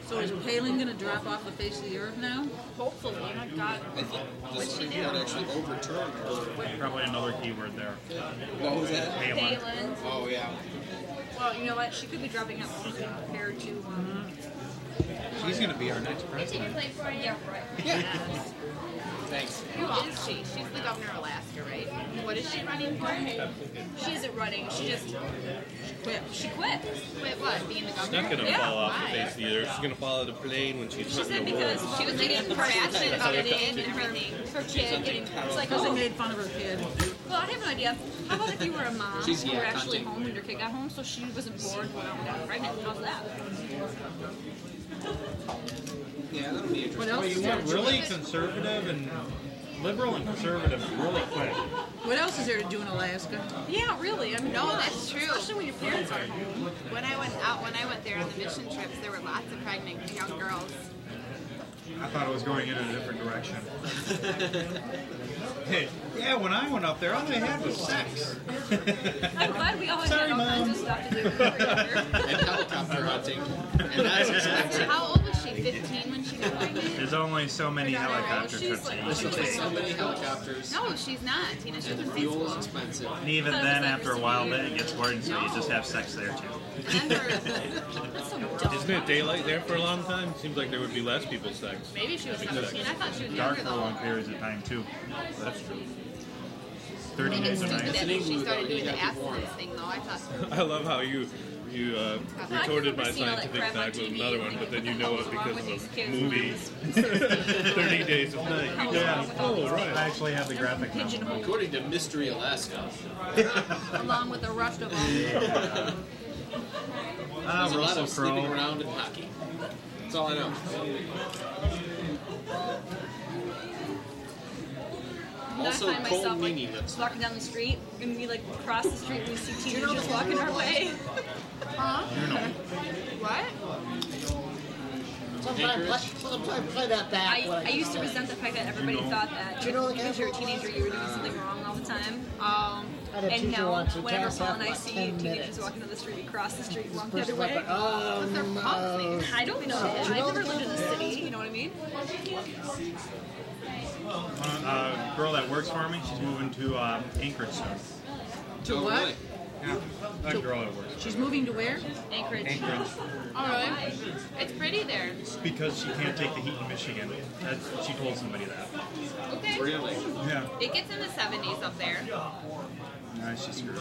Speaker 3: So is Palin going to drop off the face of the earth now?
Speaker 8: Hopefully. Oh my God.
Speaker 4: I think the Supreme Court actually overturned her.
Speaker 9: probably another keyword there.
Speaker 4: What was that?
Speaker 9: Palin.
Speaker 8: Palin.
Speaker 4: Oh, yeah.
Speaker 8: Well, you know what? She could be dropping out. She's being prepared to. Um,
Speaker 6: She's gonna be our next
Speaker 15: Did you
Speaker 6: president.
Speaker 15: play for it?
Speaker 8: yeah, right.
Speaker 4: Thanks.
Speaker 2: Who is she? She's the governor of Alaska, right? What is she running for?
Speaker 4: Mm-hmm.
Speaker 8: She isn't running. She just she quit. She quit.
Speaker 2: Wait, what? Being the
Speaker 7: She's
Speaker 2: governor?
Speaker 7: not gonna
Speaker 8: Yeah,
Speaker 7: fall off
Speaker 2: why?
Speaker 7: the face of the earth. She's gonna fall out of the plane when she's
Speaker 8: She
Speaker 7: hit
Speaker 8: said
Speaker 7: the wall.
Speaker 8: because she was getting harassed
Speaker 2: Passionate about
Speaker 8: about
Speaker 2: it
Speaker 8: it
Speaker 2: and
Speaker 8: and
Speaker 2: everything.
Speaker 8: her kid getting. It's like,
Speaker 3: Because they
Speaker 8: oh,
Speaker 3: made fun of her kid.
Speaker 8: well, I have an idea. How about if you were a
Speaker 4: (laughs)
Speaker 8: mom
Speaker 4: She's
Speaker 8: who were
Speaker 4: yeah,
Speaker 8: actually
Speaker 4: hunting.
Speaker 8: home when your kid got home, so she wasn't bored when I got pregnant? How's that?
Speaker 4: Yeah, that'll be interesting.
Speaker 3: What else?
Speaker 6: You want really conservative and
Speaker 7: liberal and conservative really quick.
Speaker 3: What else is there to do in Alaska?
Speaker 2: Yeah, really. I mean, no, that's true. Especially
Speaker 3: when your parents are home.
Speaker 2: When I went out, when I went there on the mission trips, there were lots of pregnant young girls.
Speaker 6: I thought it was going in a different direction. hey, yeah, when I went up there, all they had was sex.
Speaker 8: I'm glad we always had all kinds of stuff to do.
Speaker 4: and helicopter hunting. And that's expensive.
Speaker 2: How old was she? 15 when she got pregnant?
Speaker 9: There's only so many helicopter trips that
Speaker 4: There's
Speaker 9: you can
Speaker 4: only
Speaker 9: take.
Speaker 4: so many helicopters.
Speaker 2: No, she's not. You know, she was
Speaker 4: And the
Speaker 2: in state
Speaker 4: fuel is
Speaker 2: school.
Speaker 4: expensive.
Speaker 9: And even then, after a while, then it gets boring, so you just have sex there too.
Speaker 7: Isn't it daylight there for a long time? Seems like there would be less people sex.
Speaker 2: Maybe she was 17. I thought she was
Speaker 9: Dark
Speaker 2: younger
Speaker 9: for
Speaker 2: though.
Speaker 9: long periods of time too. That's true. Thirty
Speaker 2: And it's
Speaker 9: days a
Speaker 2: just that
Speaker 9: night.
Speaker 2: when she started doing the abstinence thing though. I thought.
Speaker 7: I love how you you uh,
Speaker 2: I've
Speaker 7: retorted
Speaker 2: never
Speaker 7: my
Speaker 2: seen all that
Speaker 7: scientific
Speaker 2: crap on
Speaker 7: fact with
Speaker 2: TV.
Speaker 7: another one, but then you know it because of a movie. (laughs)
Speaker 8: (laughs)
Speaker 7: Thirty days of night.
Speaker 9: Yeah.
Speaker 7: Oh
Speaker 9: I
Speaker 7: right.
Speaker 9: actually have the graphic novel.
Speaker 4: According to Mystery Alaska,
Speaker 8: (laughs) Along with the rest
Speaker 4: (laughs)
Speaker 8: of them.
Speaker 4: there's
Speaker 9: Ah,
Speaker 4: a lot
Speaker 9: Russell
Speaker 4: of sleeping
Speaker 9: Crowe.
Speaker 4: around and hockey. That's all I know. Also,
Speaker 8: I find
Speaker 4: Cole
Speaker 8: myself like
Speaker 4: Meany lives.
Speaker 8: walking down the street and we like cross the street and we see teenagers walking our way.
Speaker 2: What?
Speaker 1: Sometimes, play, sometimes play that back.
Speaker 8: I,
Speaker 1: what
Speaker 8: I
Speaker 1: just
Speaker 8: used to
Speaker 1: said.
Speaker 8: resent the fact that everybody thought that
Speaker 1: uh, You know the
Speaker 8: because you're a
Speaker 1: Catholic
Speaker 8: teenager you were doing something wrong all the time.
Speaker 2: Um,
Speaker 1: I had a
Speaker 8: And
Speaker 1: teacher
Speaker 8: now
Speaker 1: once who
Speaker 8: whenever
Speaker 1: taught us
Speaker 8: Paul and
Speaker 1: that
Speaker 8: I
Speaker 1: for
Speaker 8: see
Speaker 1: like 10
Speaker 8: teenagers
Speaker 1: minutes.
Speaker 8: walking down the street, cross the street, walk the other
Speaker 1: Person went
Speaker 8: way.
Speaker 1: like, oh,
Speaker 2: What's their mom's name?
Speaker 1: no.
Speaker 8: I don't know.
Speaker 1: Do you
Speaker 8: I've
Speaker 1: know
Speaker 8: never
Speaker 1: the
Speaker 8: lived in the
Speaker 1: Catholic
Speaker 8: city, you know what I mean?
Speaker 9: Uh, girl that works for me, she's moving to uh, Anchorage soon.
Speaker 3: To
Speaker 4: Oh,
Speaker 3: what?
Speaker 4: really?
Speaker 9: Yeah. That girl that works.
Speaker 3: She's moving to where?
Speaker 8: Anchorage.
Speaker 9: Anchorage.
Speaker 2: Oh really? It's pretty there.
Speaker 9: Because she can't take the heat in Michigan. That's, she told somebody that.
Speaker 2: Okay.
Speaker 4: Really?
Speaker 9: Yeah.
Speaker 2: It gets in the 70s up there.
Speaker 9: Nah, she's screwed.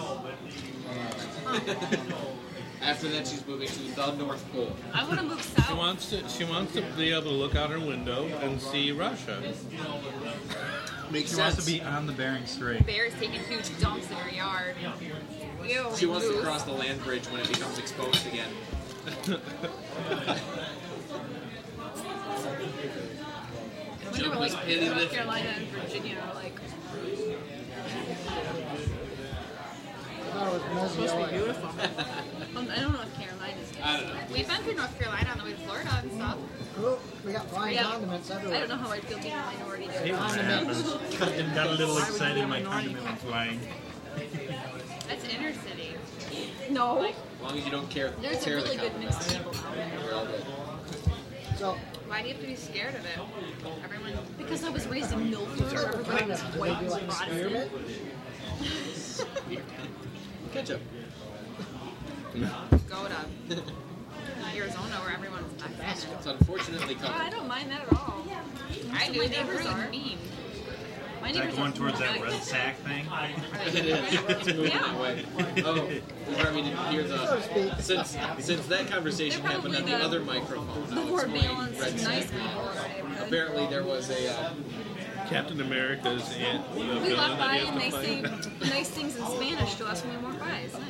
Speaker 4: After that, she's moving to the North Pole.
Speaker 2: I want to move
Speaker 7: She
Speaker 2: south.
Speaker 7: wants to she wants to be able to look out her window and see Russia.
Speaker 4: Makes
Speaker 9: She
Speaker 4: sense.
Speaker 9: wants to be on the Bering Strait.
Speaker 2: Bears taking huge dumps in her yard. Ew.
Speaker 4: she wants to
Speaker 2: Moose.
Speaker 4: cross the land bridge when it becomes exposed
Speaker 8: (laughs)
Speaker 4: again.
Speaker 8: When they were
Speaker 4: Jump
Speaker 8: like
Speaker 4: this pity
Speaker 8: North
Speaker 4: lift.
Speaker 8: Carolina and Virginia are like
Speaker 1: I thought it was
Speaker 3: Supposed to be
Speaker 1: Mozilla.
Speaker 3: beautiful.
Speaker 8: um, I don't know if Carolina's
Speaker 4: I don't know.
Speaker 2: We've been through North Carolina on the way to Florida and stuff.
Speaker 1: Ooh, We got flying
Speaker 8: Yeah.
Speaker 1: condiments everywhere.
Speaker 8: I don't know how I'd feel being a minority there.
Speaker 9: Hey, what happens? Got a little excited, my condiment went flying.
Speaker 2: That's inner city.
Speaker 8: No.
Speaker 4: As long as you don't care,
Speaker 8: There's a
Speaker 4: tear
Speaker 8: really
Speaker 4: the
Speaker 8: good
Speaker 4: compliments.
Speaker 8: mix of people out there.
Speaker 4: We're all good.
Speaker 1: So,
Speaker 2: Why do you have to be scared of it? Everyone.
Speaker 8: Because I was raised in Milford, where everybody was
Speaker 1: condiments, do they
Speaker 8: white
Speaker 1: do
Speaker 8: and
Speaker 1: like
Speaker 8: Protestant.
Speaker 1: spearmint?
Speaker 4: Ketchup.
Speaker 2: go to Arizona where everyone's Mexican.
Speaker 4: It's unfortunately
Speaker 8: Oh, I
Speaker 4: covered.
Speaker 8: don't mind that at all.
Speaker 2: I do.
Speaker 8: My
Speaker 2: They're
Speaker 8: neighbors
Speaker 2: really
Speaker 8: are.
Speaker 2: mean.
Speaker 8: My
Speaker 9: Is that
Speaker 8: neighbors are
Speaker 9: going towards that
Speaker 8: nice.
Speaker 9: red sack thing?
Speaker 4: (laughs)
Speaker 9: (laughs)
Speaker 4: it is. It's moving away. Oh, Remy didn't hear the. Since since that conversation
Speaker 8: They're
Speaker 4: happened on the
Speaker 8: probably the-
Speaker 4: other microphone,
Speaker 8: The
Speaker 4: I was
Speaker 8: word
Speaker 4: going
Speaker 8: balance
Speaker 4: red
Speaker 8: is nice
Speaker 4: sack.
Speaker 8: people in our neighborhood.
Speaker 4: Apparently, there was a. Uh,
Speaker 7: Captain America's aunt. The
Speaker 8: We
Speaker 7: villain
Speaker 8: walk by
Speaker 7: that he
Speaker 8: and they
Speaker 7: has to
Speaker 8: say
Speaker 7: fight.
Speaker 8: nice things in Spanish to us when we walk by. It's nice.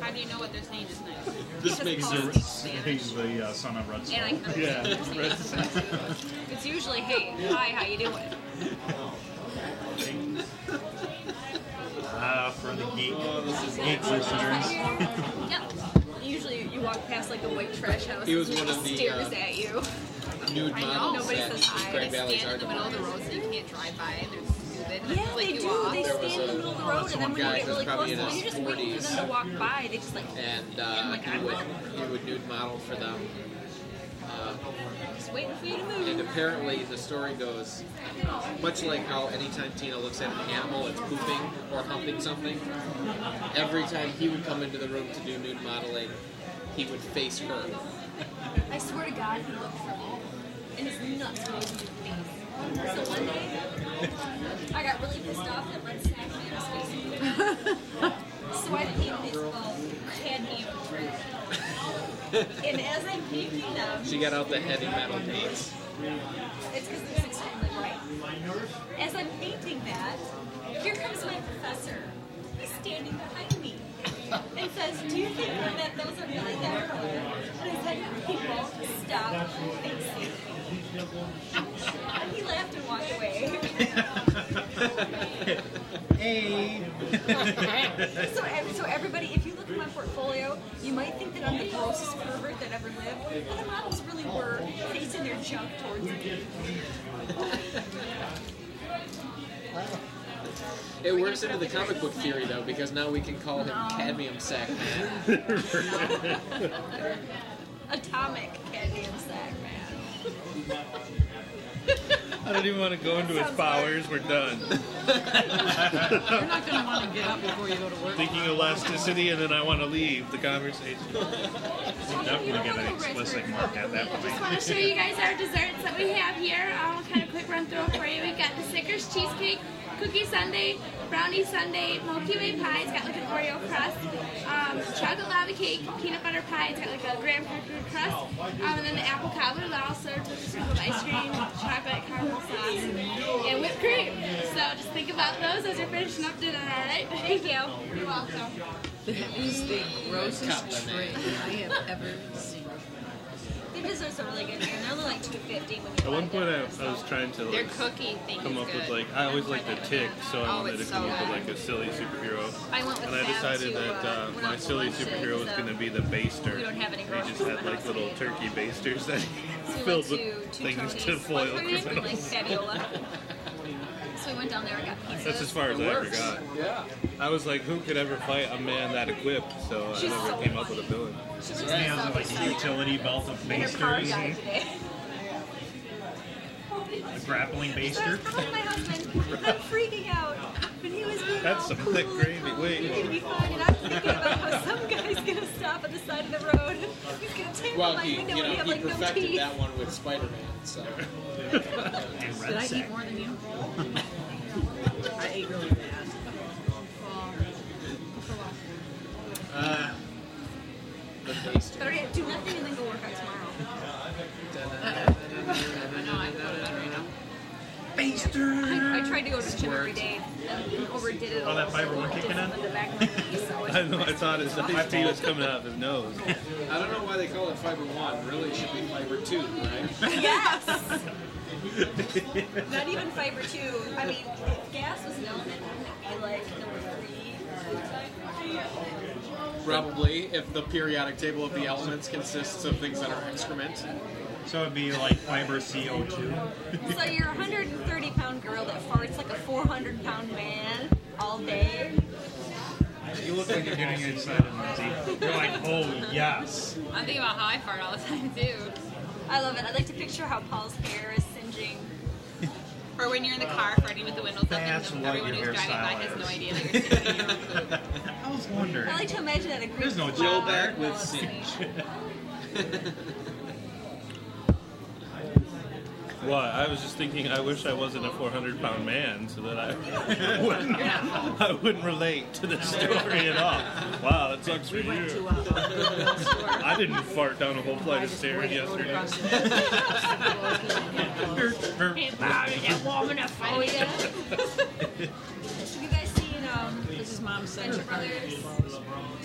Speaker 2: How do you know what they're saying is nice?
Speaker 4: this makes
Speaker 9: He's
Speaker 4: sense.
Speaker 9: the, he's the uh, son of Red
Speaker 8: And I
Speaker 9: Skull.
Speaker 8: can
Speaker 7: (laughs)
Speaker 8: understand what they're
Speaker 7: red
Speaker 8: saying. It's usually, hey, hi, how you doing?
Speaker 9: (laughs) Ah, for the geek, geek listeners.
Speaker 8: Yep. Usually you walk past like a white trash house
Speaker 4: He was
Speaker 8: and
Speaker 4: one
Speaker 8: just
Speaker 4: of the,
Speaker 8: stares
Speaker 4: uh,
Speaker 8: at you.
Speaker 4: Nude
Speaker 2: I know.
Speaker 4: models
Speaker 8: Nobody
Speaker 4: at
Speaker 8: says hi.
Speaker 4: Grand
Speaker 2: Stand
Speaker 4: Valley's
Speaker 2: in
Speaker 4: Art
Speaker 2: the middle of the road so you can't drive by and they're stupid.
Speaker 8: (laughs)
Speaker 2: and
Speaker 8: Yeah,
Speaker 2: flick
Speaker 8: they
Speaker 2: you
Speaker 8: do.
Speaker 2: off.
Speaker 8: They stand in the middle of the road and then when you
Speaker 4: guy
Speaker 8: get
Speaker 4: who was
Speaker 8: really close
Speaker 4: probably
Speaker 8: to
Speaker 4: in
Speaker 8: them,
Speaker 4: his
Speaker 8: you're just waiting for
Speaker 4: 40s.
Speaker 8: them to walk by. They just like,
Speaker 4: and uh, he would he would nude model for them. Uh,
Speaker 8: just waiting for you to move.
Speaker 4: and apparently, the story goes much like how anytime Tina looks at an animal, it's pooping or humping something. Every time he would come into the room to do nude modeling, he would face her.
Speaker 8: I swear to God, he looked for me. And his nuts were in his face. So one day, I got really pissed off that Red Snack Man was facing me. so I painted this um, head amp And as I'm painting them,
Speaker 4: She got out the heavy metal paints.
Speaker 8: it's because it's extremely bright. As I'm painting that, here comes my professor. He's standing behind me and says, Do you think that those are really that color? And I said, People, (laughs) stop facing me. And he laughed and walked away. so, ev- so everybody, if you look at my portfolio, you might think that I'm the grossest pervert that ever lived, but the models really were facing their junk towards me.
Speaker 4: It works into the comic book theory though, because now we can call him Cadmium Sack Man.
Speaker 8: Atomic cadmium sack man.
Speaker 7: I don't even want to go into his powers. We're done.
Speaker 3: You're not going to want to get up before you go to work.
Speaker 7: Thinking elasticity, and then I want to leave the conversation.
Speaker 9: Definitely get an explicit mark at that
Speaker 15: I just
Speaker 9: point.
Speaker 15: want to show you guys our desserts that we have here. I'll kind of quick run through them for you. We've got the Snickers cheesecake, cookie sundae, brownie sundae, Milky Way pie. It's got like an Oreo crust, um, chocolate lava cake, peanut butter pie. It's got like a graham cracker crust, um, and then the apple cobbler that also served with a scoop of ice cream, chocolate caramel sauce, and whipped cream. So just think about those as you're finishing up dinner. All right. (laughs) Thank you. You're welcome.
Speaker 3: That is the grossest trait I have ever seen.
Speaker 8: The desserts are really good here, and they're only like two fifty when
Speaker 7: At
Speaker 8: you
Speaker 7: one
Speaker 8: buy
Speaker 7: point,
Speaker 8: them.
Speaker 7: I,
Speaker 4: uh,
Speaker 7: I was trying to
Speaker 2: Their
Speaker 7: like
Speaker 2: cookie thing
Speaker 7: come
Speaker 2: is
Speaker 7: up
Speaker 2: good.
Speaker 7: with like I always like the tick, so I
Speaker 2: Oh,
Speaker 7: wanted to
Speaker 2: it's
Speaker 7: come
Speaker 2: so
Speaker 7: up with
Speaker 2: good.
Speaker 7: like a silly superhero.
Speaker 2: I went with
Speaker 7: and I
Speaker 2: Sam
Speaker 7: decided
Speaker 2: to,
Speaker 7: that
Speaker 2: uh,
Speaker 7: uh,
Speaker 2: went
Speaker 7: my
Speaker 2: out for
Speaker 7: silly
Speaker 2: lunch and,
Speaker 7: superhero was
Speaker 2: uh,
Speaker 7: going to be the baster.
Speaker 2: we don't have any
Speaker 7: They just
Speaker 2: groceries
Speaker 7: had like
Speaker 2: left.
Speaker 7: little turkey
Speaker 2: (laughs)
Speaker 7: basters that
Speaker 2: So we went
Speaker 7: filled
Speaker 2: to
Speaker 7: with
Speaker 2: two
Speaker 7: things to
Speaker 2: Tony's.
Speaker 7: foil
Speaker 2: What's her
Speaker 7: (laughs)
Speaker 2: name? (laughs)
Speaker 7: criminals.
Speaker 2: Like Fabiola.
Speaker 8: So we went down there and got pizzas.
Speaker 7: That's as far as I ever got.
Speaker 4: Yeah.
Speaker 7: I was like, who could ever fight a man that equipped? So I
Speaker 8: She's
Speaker 7: never
Speaker 8: so
Speaker 7: came up with a villain. (laughs)
Speaker 8: She was
Speaker 9: They have like a utility belt of
Speaker 8: And her car
Speaker 9: basters,
Speaker 8: died today.
Speaker 9: a grappling
Speaker 8: So I (laughs)
Speaker 9: baster.
Speaker 8: was calling my husband, and I'm freaking out. But he was being
Speaker 7: That's
Speaker 8: all
Speaker 7: some
Speaker 8: cool
Speaker 7: thick gravy.
Speaker 8: and cool
Speaker 7: Wait,
Speaker 8: and we fine. And I'm thinking about how some guy's gonna stop at the side of the road. He's gonna take
Speaker 4: Well,
Speaker 8: my
Speaker 4: he, you
Speaker 8: window
Speaker 4: know,
Speaker 8: and have
Speaker 4: he
Speaker 8: like no
Speaker 4: perfected
Speaker 8: teeth.
Speaker 4: that one with Spider-Man. So
Speaker 9: And
Speaker 3: Did
Speaker 9: red
Speaker 3: I
Speaker 9: sack.
Speaker 3: eat more than you? I ate really fast.
Speaker 4: the baster.
Speaker 8: Better yet, do nothing and then go work out tomorrow. I, (laughs) I tried to go to the gym every day and overdid it.
Speaker 9: Oh, that fiber one
Speaker 8: Did
Speaker 9: kicking
Speaker 8: some
Speaker 9: in?
Speaker 8: the back of my knee, so
Speaker 7: I,
Speaker 8: it's-
Speaker 7: know, I thought his after he was coming out of his nose.
Speaker 4: I don't know why they call it Fiber One. Really, it should be Fiber Two, right?
Speaker 8: Yes. Not even fiber two. I mean, if gas was an element, wouldn't it be like number three?
Speaker 4: Probably, if the periodic table of the elements consists of things that are excrement.
Speaker 9: So it'd be like fiber CO2.
Speaker 8: So you're a 130 pound girl that farts like a 400 pound man all day.
Speaker 9: (laughs) You look like you're getting inside of Lindsay. You're like, oh yes.
Speaker 2: I'm thinking about how I fart all the (laughs) time too.
Speaker 8: I love it. I like to picture how Paul's hair is singeing.
Speaker 2: Or when you're in the car farting with the windows up
Speaker 9: That's
Speaker 2: and
Speaker 9: what
Speaker 2: everyone
Speaker 9: your
Speaker 2: who's driving by
Speaker 9: hairstyle
Speaker 2: has no
Speaker 9: is.
Speaker 2: idea that you're sitting in your own poop.
Speaker 9: I was wondering.
Speaker 8: I like to imagine that a group
Speaker 9: There's no
Speaker 8: of
Speaker 9: Joe
Speaker 8: flowers
Speaker 4: back with
Speaker 8: all
Speaker 4: singe.
Speaker 8: sing.
Speaker 7: What? I was just thinking. I wish I wasn't a 400 pound man, so that I (laughs) wouldn't. I wouldn't relate to this story at all. Wow, that sucks for
Speaker 3: We went to
Speaker 7: you.
Speaker 3: a little store.
Speaker 7: I didn't fart down a whole flight
Speaker 3: I
Speaker 7: of
Speaker 3: just
Speaker 7: stairs
Speaker 3: waited to go to
Speaker 6: (laughs)
Speaker 7: yesterday.
Speaker 8: Oh yeah. Have you guys seen um,
Speaker 3: This is mom said
Speaker 8: Venture Brothers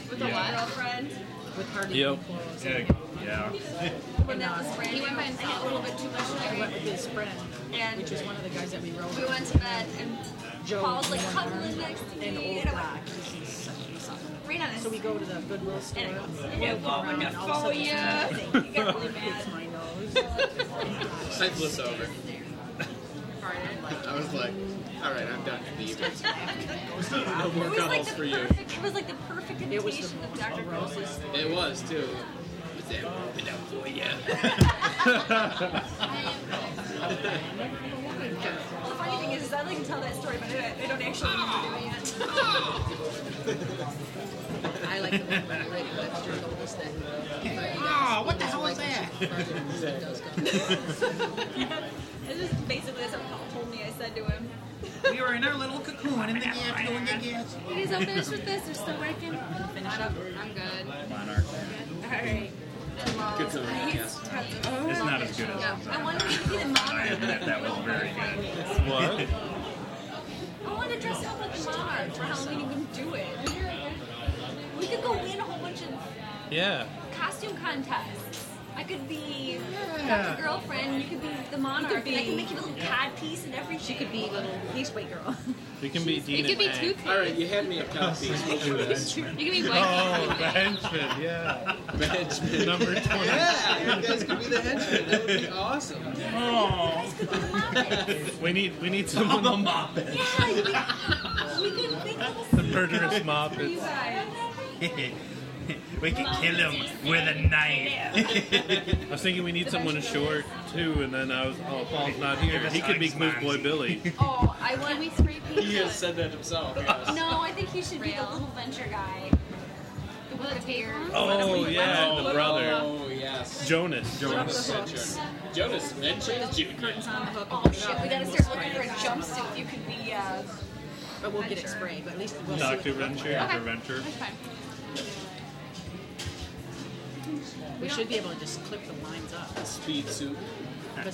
Speaker 2: With a what?
Speaker 8: girlfriend?
Speaker 3: with hardly
Speaker 7: Yep.
Speaker 3: any clothes.
Speaker 7: Yeah. yeah.
Speaker 8: When that was brand
Speaker 2: He went
Speaker 8: new,
Speaker 2: by
Speaker 8: I got
Speaker 2: himself.
Speaker 8: a little bit too much.
Speaker 3: I went
Speaker 8: Larry.
Speaker 3: with his friend,
Speaker 8: And
Speaker 3: which is one of the guys that we rode
Speaker 8: We
Speaker 3: with.
Speaker 8: went to bed and
Speaker 3: Joe
Speaker 8: Paul's like
Speaker 3: Warner
Speaker 8: cuddling next to me
Speaker 3: and old
Speaker 8: and I'm
Speaker 3: black.
Speaker 8: like,
Speaker 3: He's such a sucker.
Speaker 8: right on
Speaker 3: So we go to the Goodwill store.
Speaker 8: And it goes,
Speaker 3: look
Speaker 8: "You're
Speaker 3: around,
Speaker 8: going to
Speaker 3: all
Speaker 2: Oh,
Speaker 3: of a sudden
Speaker 8: phobia."
Speaker 3: it's
Speaker 8: You get really
Speaker 3: (laughs) It's
Speaker 8: mad.
Speaker 3: my nose.
Speaker 4: Senseless over.
Speaker 2: Farted.
Speaker 4: I was like, all right, I'm done with the evening. No more cuddles for you.
Speaker 8: perfect. It was like the perfect
Speaker 3: It was
Speaker 8: imitation of
Speaker 3: the
Speaker 8: Dr. Gross's.
Speaker 4: It was too. Was that open up for you?
Speaker 8: Well, the funny thing is, is I like to tell that story, but I don't, I don't actually remember doing it.
Speaker 3: I like the one where Rick Webster told us that.
Speaker 6: Oh, what the hell is that?
Speaker 3: It does go.
Speaker 8: It's just basically that's what Paul told me. I said to him,
Speaker 6: We were in our little cocoon in the gas, doing the gas.
Speaker 15: You guys all finished with this? They're still working?
Speaker 2: Not up. I'm good.
Speaker 8: "All right."
Speaker 4: Good to know.
Speaker 8: He's tough.
Speaker 9: It's not as good as
Speaker 8: Yeah. I wanted to be the mom.
Speaker 9: I admit that was
Speaker 8: (laughs)
Speaker 9: very good.
Speaker 7: What?
Speaker 8: I wanted to dress up like the mom for Halloween. You couldn't do it. We could go win a whole bunch of
Speaker 7: Yeah.
Speaker 8: costume contests. I
Speaker 5: could be
Speaker 9: Yeah.
Speaker 5: Dr. Girlfriend. You could be the monarch. and I
Speaker 3: be-
Speaker 5: can make you a little cod piece and everything. She could be little Pasteway (laughs) Girl.
Speaker 7: You can be Dean
Speaker 5: could
Speaker 7: and
Speaker 5: be
Speaker 7: Hank.
Speaker 5: Toothpaste.
Speaker 4: All right, you had me at coffee.
Speaker 5: You could be
Speaker 7: Oh, the henchman, yeah.
Speaker 4: Benjamin.
Speaker 7: Number 20.
Speaker 4: Yeah, you guys could be the henchmen. That would be awesome.
Speaker 7: Oh.
Speaker 9: (laughs)
Speaker 7: We need we need someone the moppet.
Speaker 5: Yeah, you could, we could think of a
Speaker 7: The murderous
Speaker 5: for you
Speaker 7: moppet.
Speaker 5: guys.
Speaker 9: (laughs) we can kill him with a
Speaker 8: (laughs)
Speaker 9: knife.
Speaker 7: I was thinking we need someone short too, and then I was oh Paul's not here. He could be Moose Boy Billy.
Speaker 5: Oh, I want we spray paint.
Speaker 4: He has said that himself. Yes.
Speaker 5: No, I think he should be the little venture guy. The one with the hair.
Speaker 7: Oh yeah, the brother
Speaker 4: Oh yes.
Speaker 7: Jonas.
Speaker 4: Jonas Venture. Jonas Venture Jr.
Speaker 3: Curtains on the hook.
Speaker 5: Oh shit, we gotta start looking for a jumpsuit. You could be. Uh,
Speaker 3: But we'll get it sprayed, but at least we'll see. what-
Speaker 7: Doctor Venture.
Speaker 2: Okay.
Speaker 7: Doctor Venture.
Speaker 2: That's fine.
Speaker 3: We should be able to just clip the lines up.
Speaker 4: Speed suit.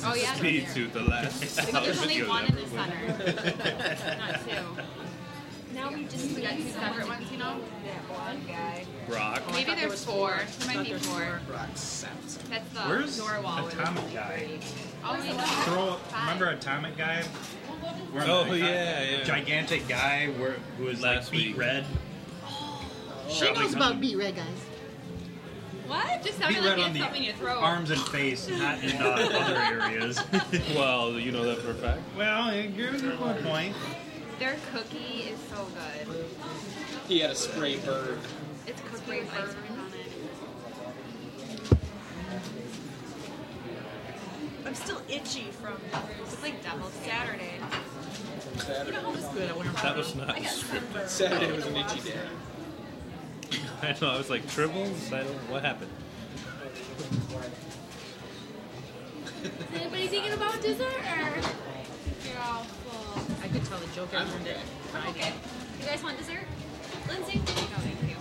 Speaker 2: Oh, yeah.
Speaker 7: Speed to the last.
Speaker 2: But there's only
Speaker 7: video
Speaker 2: one in
Speaker 7: ever
Speaker 2: the
Speaker 7: went.
Speaker 2: center,
Speaker 9: (laughs)
Speaker 2: not two.
Speaker 5: now we just
Speaker 2: We got two separate ones, you know?
Speaker 5: that blonde guy.
Speaker 7: Rock.
Speaker 3: I
Speaker 2: Maybe
Speaker 3: thought there
Speaker 2: there's
Speaker 3: was
Speaker 2: four.
Speaker 3: four.
Speaker 2: There might
Speaker 3: I thought
Speaker 2: be
Speaker 3: there was
Speaker 2: four.
Speaker 3: four.
Speaker 4: Rock Sampson.
Speaker 2: That's the
Speaker 9: Where's
Speaker 2: door wall. where
Speaker 9: Atomic Guy?
Speaker 2: Oh, we left
Speaker 9: Throw,
Speaker 2: five.
Speaker 9: remember Atomic Guy? Remember
Speaker 7: Oh,
Speaker 9: the gi-
Speaker 7: yeah, yeah.
Speaker 9: Gigantic guy where, who was
Speaker 7: Last
Speaker 9: like beat
Speaker 7: week.
Speaker 9: red.
Speaker 1: She knows about beat red guys.
Speaker 2: What? Just
Speaker 9: Beat
Speaker 2: sounded
Speaker 9: red
Speaker 2: like
Speaker 9: on
Speaker 2: you had something in
Speaker 9: the
Speaker 2: your throat.
Speaker 9: arms and face, not in uh,
Speaker 8: (laughs)
Speaker 9: other areas.
Speaker 7: (laughs)
Speaker 9: (laughs)
Speaker 7: Well, you know that for a fact.
Speaker 9: well, I agree with your one point.
Speaker 2: Their cookie is so good.
Speaker 4: He had a spray bird.
Speaker 2: It's cookie with ice cream on it.
Speaker 5: I'm still itchy from.
Speaker 2: It's like devil's Saturday.
Speaker 4: Saturday.
Speaker 7: That was not scripted.
Speaker 4: Saturday was an itchy day.
Speaker 7: (laughs) I know. I was like tribbles. I don't. What happened?
Speaker 8: Is anybody thinking about dessert or? You're all full.
Speaker 3: I could tell the Joker learned it.
Speaker 5: Okay. You guys want dessert? Lindsay? No, thank you.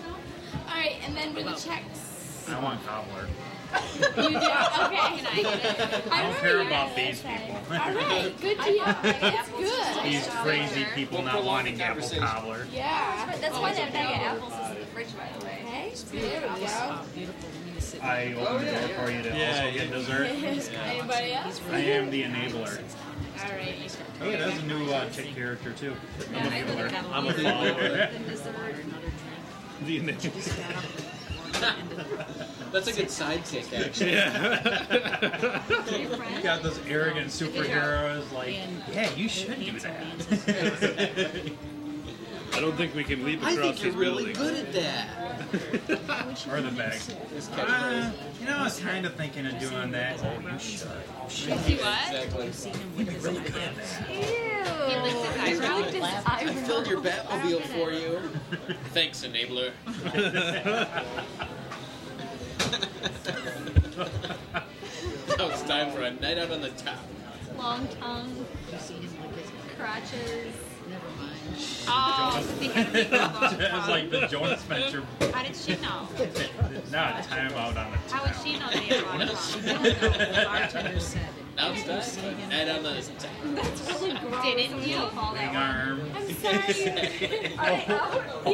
Speaker 8: All right, and then for the checks.
Speaker 9: I want cobbler.
Speaker 8: You do?
Speaker 2: Can
Speaker 8: Okay.
Speaker 5: (laughs)
Speaker 2: I get it?
Speaker 8: I
Speaker 9: don't
Speaker 8: remember
Speaker 9: care
Speaker 8: you
Speaker 9: about
Speaker 8: guys
Speaker 9: these
Speaker 8: said-
Speaker 9: people.
Speaker 8: All right, good
Speaker 9: (laughs)
Speaker 8: to you. It's good.
Speaker 9: These crazy people not wanting apple cobbler.
Speaker 8: Yeah.
Speaker 5: That's why that bag of
Speaker 2: Oh,
Speaker 5: apples is in the fridge, by the way.
Speaker 8: Okay, there we go.
Speaker 3: Oh, beautiful.
Speaker 6: (laughs)
Speaker 3: Lena Sidney.
Speaker 9: I
Speaker 8: Oh,
Speaker 9: opened the door for you to also get dessert.
Speaker 8: Anybody else?
Speaker 9: I am the enabler.
Speaker 8: All right.
Speaker 9: Hey, that's a new uh, chick character too. I'm a fiddler. (laughs)
Speaker 7: I'm a follower.
Speaker 3: Then dessert or another drink.
Speaker 7: The initial.
Speaker 3: Just got up and walked into the-
Speaker 4: That's a good sidekick, actually.
Speaker 7: (laughs) Yeah. (laughs)
Speaker 9: You got those arrogant superheroes like,
Speaker 3: And-
Speaker 9: yeah, you should do that. (laughs)
Speaker 7: I don't think we can leap
Speaker 4: I
Speaker 7: across
Speaker 4: think you're
Speaker 7: this
Speaker 4: really
Speaker 7: building.
Speaker 4: good at that.
Speaker 9: or the bag.
Speaker 4: This
Speaker 9: Uh,
Speaker 4: catchphrase.
Speaker 9: you know, I was kind of thinking of doing that. Oh, you should. (laughs)
Speaker 2: See what?
Speaker 4: Exactly.
Speaker 9: You'd be really good at that.
Speaker 5: Ew.
Speaker 2: He licked his eyebrow.
Speaker 4: I filled your Batmobile for you. Thanks, enabler. now it's time for a night out on the top.
Speaker 5: Long tongue,
Speaker 3: You see him like this.
Speaker 5: crotches.
Speaker 3: Never mind.
Speaker 2: Oh,
Speaker 9: (laughs) it's like the Jonas Venture.
Speaker 2: How did she know?
Speaker 9: Not a timeout on it.
Speaker 2: How would she know they had
Speaker 4: What
Speaker 2: long
Speaker 4: else?
Speaker 2: tongue?
Speaker 3: The bartender said
Speaker 4: Now it's time for a night out on the top.
Speaker 5: That's really gross.
Speaker 2: Didn't
Speaker 7: (laughs)
Speaker 2: you?
Speaker 5: Call
Speaker 9: Big
Speaker 5: that
Speaker 9: arm.
Speaker 8: I'm sorry.
Speaker 5: one. Are